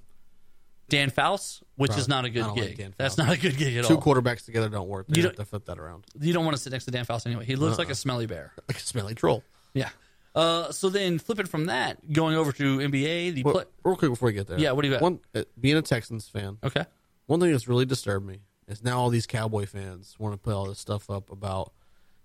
B: Dan Faust, which is
A: Probably.
B: not a
A: I
B: good
A: don't
B: gig.
A: like Dan
B: That's
A: Fouts.
B: not a good gig at
A: two
B: all.
A: quarterbacks together don't work. They
B: oh. You
A: have to flip that around.
B: you don't want to sit next to Dan Faust anyway. He looks
A: Uh-uh.
B: like a smelly bear.
A: Like a smelly troll.
B: Yeah. Uh, so then flipping from that, going over to NBA, the play-
A: Well, real quick before we get there.
B: Yeah, what do you got?
A: One, uh, being a Texans fan,
B: okay.
A: one thing that's really disturbed me is now all these Cowboy fans want to put all this stuff up about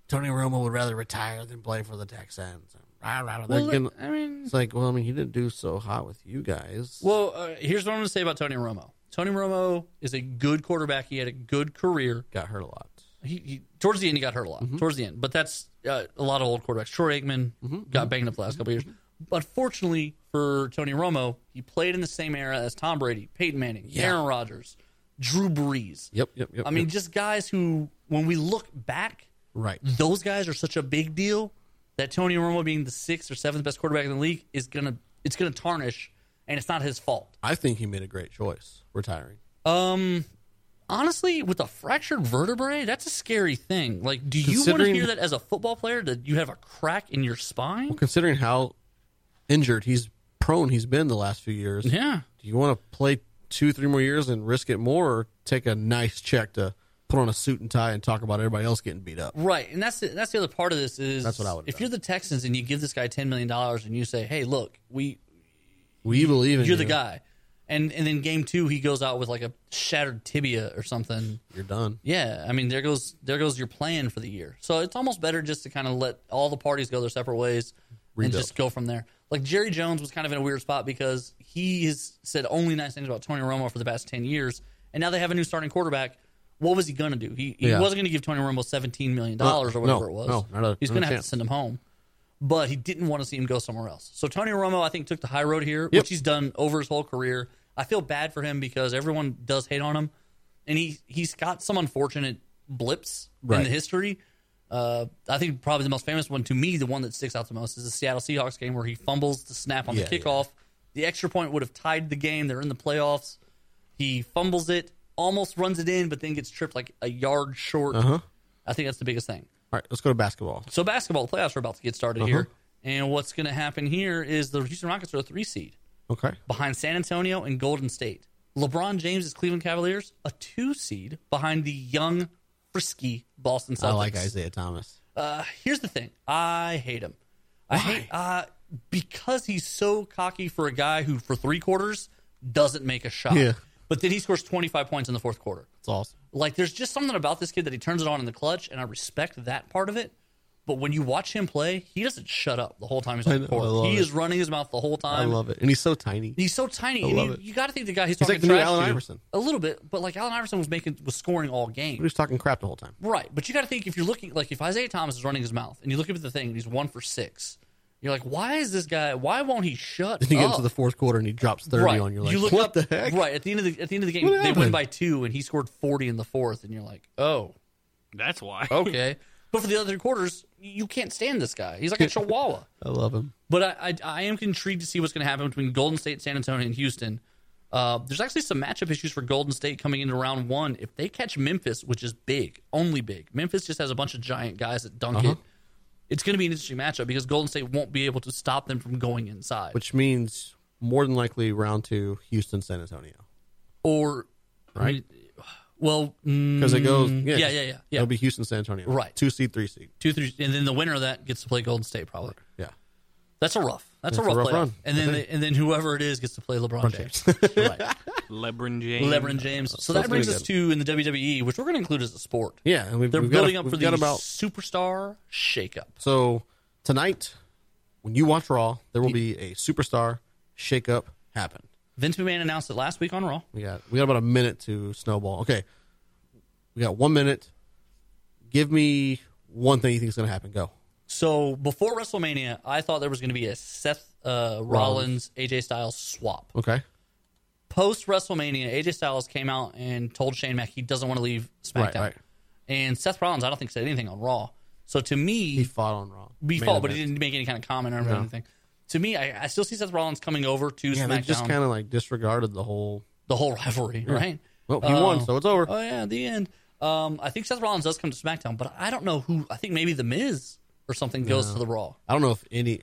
A: Tony Romo would rather retire than play for the Texans. Rah, rah, rah. They're
B: Well,
A: getting-
B: I mean,
A: it's like, well, I mean, he didn't do so hot with you guys.
B: Well, uh, here's what I'm going to say about Tony Romo. Tony Romo is a good quarterback. He had a good career.
A: Got hurt a lot.
B: He, he towards the end he got hurt a lot.
A: Mm-hmm.
B: Towards the end, but that's uh, a lot of old quarterbacks. Troy Aikman
A: Mm-hmm.
B: got banged up the last couple of years. But fortunately for Tony Romo, he played in the same era as Tom Brady, Peyton Manning, Aaron Rodgers, Drew Brees.
A: Yep, yep, yep.
B: I mean,
A: yep.
B: just guys who, when we look back,
A: right.
B: those guys are such a big deal that Tony Romo being the sixth or seventh best quarterback in the league is gonna it's gonna tarnish, and it's not his fault.
A: I think he made a great choice retiring.
B: Um, honestly, with a fractured vertebrae, that's a scary thing. Like, do you want to
A: Considering-
B: hear that as a football player that you have a crack in your spine?
A: Considering how injured he's prone he's been the last few years,
B: Yeah.
A: do you want to play two, three more years and risk it more or take a nice check to put on a suit and tie and talk about everybody else getting beat up?
B: Right, and that's the, that's the other part of this is
A: That's what I would've
B: If
A: done.
B: you're the Texans and you give this guy ten million dollars and you say, "Hey, look, we
A: We believe in
B: you're the
A: you.
B: guy," and and then game two he goes out with like a shattered tibia or something.
A: You're done.
B: Yeah, I mean there goes there goes your plan for the year. So it's almost better just to kind of let all the parties go their separate ways and
A: Rebuild.
B: just go from there. Like Jerry Jones was kind of in a weird spot because he has said only nice things about Tony Romo for the past ten years, and now they have a new starting quarterback. What was he going to do? He, he
A: Yeah.
B: wasn't going to give Tony Romo seventeen million dollars or
A: No,
B: whatever it was.
A: no, not a-
B: He's
A: not
B: going
A: a
B: to have to
A: chance.
B: send him home. But he didn't want to see him go somewhere else. So Tony Romo, I think, took the high road here, which he's done over his whole career. I feel bad for him because everyone does hate on him, and he he's got some unfortunate blips in
A: Right.
B: the history. Uh, I think probably the most famous one to me, the one that sticks out the most, is the Seattle Seahawks game where he fumbles the snap on
A: Yeah,
B: the
A: yeah.
B: kickoff. The extra point would have tied the game. They're in the playoffs. He fumbles it, almost runs it in, but then gets tripped like a yard short.
A: Uh-huh.
B: I think that's the biggest thing.
A: All right, let's go to basketball.
B: So basketball playoffs are about to get started
A: Uh-huh.
B: here, and what's going to happen here is the Houston Rockets are a three seed
A: Okay.
B: behind San Antonio and Golden State. LeBron James' Cleveland Cavaliers a two seed behind the young, frisky Boston Celtics.
A: I like Isaiah Thomas.
B: Uh, here's the thing: I hate him. I hate uh, because he's so cocky for a guy who, for three quarters, doesn't make a shot.
A: Yeah.
B: But then he scores 25 points in the fourth quarter.
A: It's awesome.
B: Like, there's just something about this kid that he turns it on in the clutch, and I respect that part of it. But when you watch him play, he doesn't shut up the whole time he's
A: I
B: on the
A: know, I
B: court.
A: love
B: He
A: it.
B: is running his mouth the whole
A: I
B: time.
A: love it. And he's so tiny.
B: He's so tiny.
A: I
B: and
A: love
B: you,
A: it.
B: you got to think the guy he's
A: He's
B: talking
A: like the new
B: trash
A: Allen
B: to
A: Iverson.
B: a little bit, but like Allen Iverson was making was scoring all game.
A: He was talking crap the whole time.
B: Right, but you got to think if you're looking like if Isaiah Thomas is running his mouth and you look up at the thing and he's one for six, you're like, why is this guy? Why won't he shut?
A: Then you get
B: up?
A: into the fourth quarter and he drops 30
B: Oh. right.
A: on your like,
B: you look
A: what
B: up
A: the heck?
B: right at the end of the at the end of the game
A: What
B: they win
A: happened?
B: by two and he scored forty in the fourth and you're like, oh
C: That's why.
B: okay. But for the other three quarters, you can't stand this guy. He's like a chihuahua.
G: I love him.
B: But I, I, I am intrigued to see what's going to happen between Golden State, San Antonio, and Houston. Uh, there's actually some matchup issues for Golden State coming into round one. If they catch Memphis, which is big, only big, Memphis just has a bunch of giant guys that
A: Uh-huh.
B: dunk it. It's going to be an interesting matchup because Golden State won't be able to stop them from going inside.
A: which means more than likely round two, Houston, San Antonio,
B: or,
A: Right.
B: Well, mm,
A: because
B: because
A: it goes yeah
B: yeah, yeah, yeah, yeah.
A: It'll be Houston, San Antonio,
B: Right.
A: Two seed, three seed,
B: two, three, and then the winner of that gets to play Golden State probably.
A: yeah.
B: That's a rough. That's, a
A: That's
B: rough,
A: a rough
B: playoff.
A: run.
B: And then they, and then whoever it is gets to play LeBron James. right.
C: LeBron James.
B: LeBron James. So
A: it's
B: that brings
A: gonna
B: us
A: get-
B: to in the WWE, which we're going to include as a sport.
A: Yeah, and we've,
B: They're
A: we've
B: building
A: got,
B: up for
A: we've
B: the
A: got about
B: superstar shakeup.
A: so tonight when you watch Raw, there will be a superstar shakeup happen.
B: Vince McMahon announced it last week on Raw.
A: We got we got about a minute to snowball. Okay, we got one minute. Give me one thing you think is going to happen. Go.
B: So before WrestleMania, I thought there was going to be a Seth uh, Rollins AJ Styles swap.
A: Okay.
B: Post WrestleMania, AJ Styles came out and told Shane Mack he doesn't want to leave SmackDown.
A: Right, right.
B: And Seth Rollins, I don't think said anything on Raw. So to me,
A: He fought on Raw.
B: be
A: Main
B: fault, but he
A: event.
B: didn't make any kind of comment or anything. To me, I, I still see Seth Rollins coming over to
A: Yeah, they
B: SmackDown,
A: just kind of like disregarded the whole.
B: the whole rivalry, right?
A: Well, he won, so it's over.
B: Oh yeah, the end. Um, I think Seth Rollins does come to SmackDown, but I don't know who. I think maybe The Miz or something goes to the Raw.
A: I don't know if any.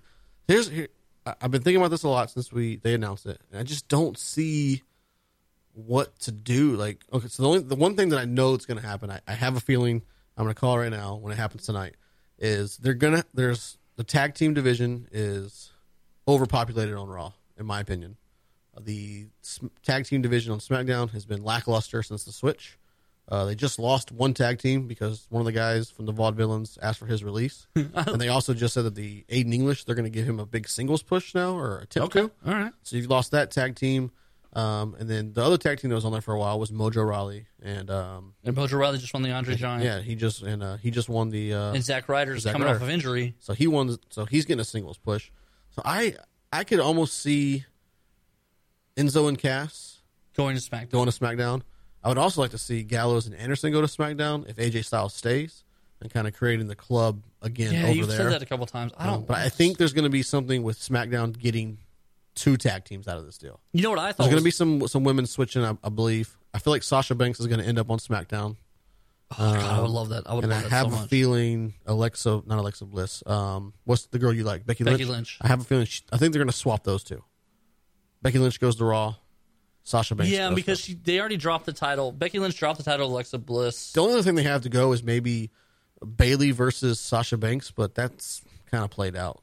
A: Here's here. I- I've been thinking about this a lot since we they announced it, and I just don't see what to do. Like, okay, so the only the one thing that I know it's going to happen, I, I have a feeling I'm going to call it right now when it happens tonight, is they're gonna there's the tag team division is overpopulated on Raw, in my opinion. Uh, The sm- tag team division on SmackDown has been lackluster since the switch. Uh, they just lost one tag team because one of the guys from the Vaudevillains asked for his release, and they also just said that the Aiden English they're going to give him a big singles push now or attempt to.
B: all right.
A: So you lost that tag team, um, and then the other tag team that was on there for a while was Mojo Raleigh, and um,
B: And Bojo Riley just won the Andre Giant.
A: yeah, he just and uh, he just won the uh,
B: And Zack Ryder's
A: Zack
B: coming
A: Ryder.
B: off of injury.
A: so he won. So he's getting a singles push. So I I could almost see Enzo and Cass
B: Going to SmackDown.
A: going to SmackDown. I would also like to see Gallows and Anderson go to SmackDown if AJ Styles stays and kind of creating the club again
B: yeah,
A: over
B: you've
A: there.
B: said that a couple times. I don't.
A: but I think there's going to be something with SmackDown getting two tag teams out of this deal.
B: you know what I thought.
A: There's going
B: was-
A: to be some some women switching, I, I believe. I feel like Sasha Banks is going to end up on SmackDown,
B: Oh, God, I would love that. I would
A: and I
B: love that
A: have
B: so
A: a
B: much.
A: feeling Alexa, not Alexa Bliss. Um, what's the girl you like, Becky Lynch?
B: Becky Lynch.
A: I have a feeling. She, I think they're going to swap those two. Becky Lynch goes to Raw. Sasha Banks.
B: yeah,
A: goes to
B: because she, they already dropped the title. Becky Lynch dropped the title. to Alexa Bliss.
A: The only other thing they have to go is maybe Bailey versus Sasha Banks, but that's kind of played out.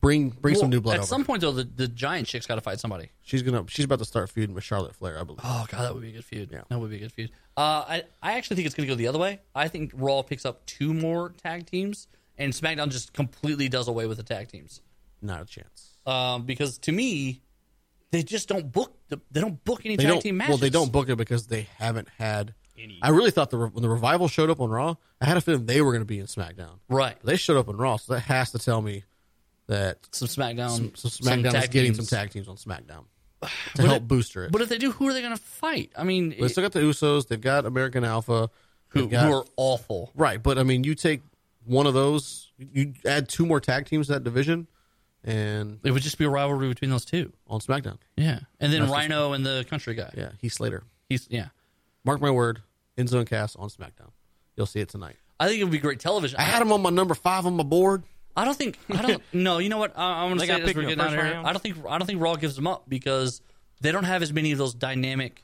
A: Bring bring some
B: Well,
A: new blood
B: At
A: over.
B: some point, though, the, the giant chick's got to fight somebody.
A: she's gonna she's about to start feuding with Charlotte Flair, I believe.
B: Oh god, that would be a good feud. That would be a good feud. Uh, I I actually think it's going to go the other way. I think Raw picks up two more tag teams, and SmackDown just completely does away with the tag teams.
A: Not a chance.
B: Um, because to me, they just don't book. The, they don't book any
A: They
B: tag
A: don't.
B: team matches.
A: Well, they don't book it because they haven't had. I really thought the re- when the revival showed up on Raw, I had a feeling they were going to be in SmackDown.
B: Right.
A: They showed up on Raw, so that has to tell me that
B: Some SmackDown.
A: so
B: some
A: SmackDown is
B: tag
A: getting
B: teams.
A: some tag teams on SmackDown to help booster it.
B: But if they do, who are they going to fight? I mean,
A: they still got the Usos. They've got American Alpha.
B: who,
A: they've got-
B: who are awful?
A: Right, but I mean, you take one of those, you add two more tag teams to that division, and
B: It would just be a rivalry between those two.
A: on SmackDown,
B: Yeah, and then Rhino and the Country Guy.
A: yeah, Heath Slater.
B: He's yeah.
A: Mark my word, Enzo and Cass on SmackDown. You'll see it tonight.
B: I think it would be great television.
A: I had him on my number five on my board.
B: I don't think. I don't. no, you know what? I, I'm going to
C: They
B: say
C: got
B: it as
C: picked
B: we're
C: in the
B: getting out of
C: first
B: here.
C: round.
B: I don't think. I don't think Raw gives them up because they don't have as many of those dynamic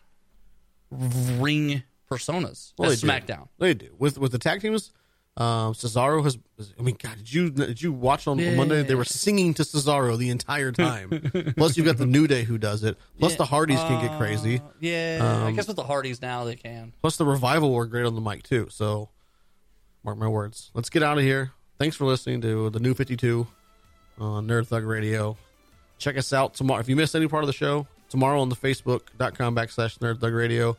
B: ring personas
A: Well,
B: as
A: they do.
B: SmackDown.
A: They do with with the tag teams. Um, Cesaro has. I mean, God, did you did you watch on on Monday? They were singing to Cesaro the entire time. Plus, you've got the New Day who does it. Plus, the Hardys can get crazy.
B: Yeah, I guess with the Hardys now they can.
A: Plus, the revival were great on the mic too. So, mark my words. Let's get out of here. Thanks for listening to the New Fifty Two on Nerd Thug Radio. Check us out tomorrow. If you missed any part of the show, tomorrow on the Facebook.com backslash Nerd Thug Radio,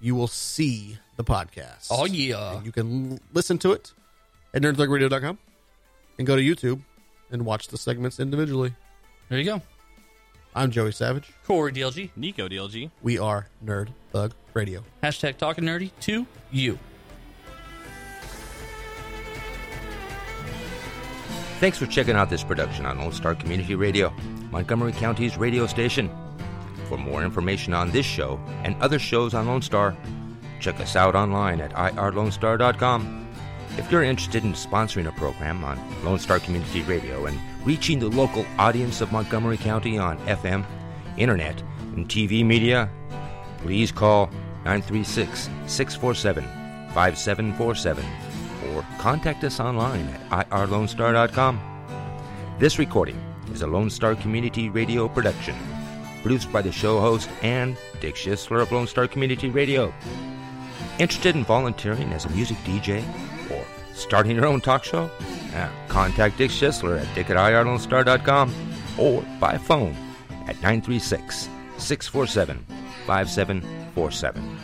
A: you will see the podcast.
B: Oh yeah,
A: And you can l- listen to it at nerdthugradio.com and go to YouTube and watch the segments individually.
B: there you go.
A: I'm Joey Savage.
B: Corey DLG
C: Nico DLG.
A: We are Nerd Thug Radio.
B: hashtag talking nerdy to you.
G: Thanks for checking out this production on Lone Star Community Radio, Montgomery County's radio station. For more information on this show and other shows on Lone Star, check us out online at irlonestar.com. If you're interested in sponsoring a program on Lone Star Community Radio and reaching the local audience of Montgomery County on FM, internet, and TV media, please call 936 647 5747 or contact us online at irlonestar.com. This recording is a Lone Star Community Radio production, produced by the show host and Dick Schisler of Lone Star Community Radio. Interested in volunteering as a music DJ or starting your own talk show? Yeah, contact Dick Schisler at dick at irlonestar.com or by phone at 936 647 5747.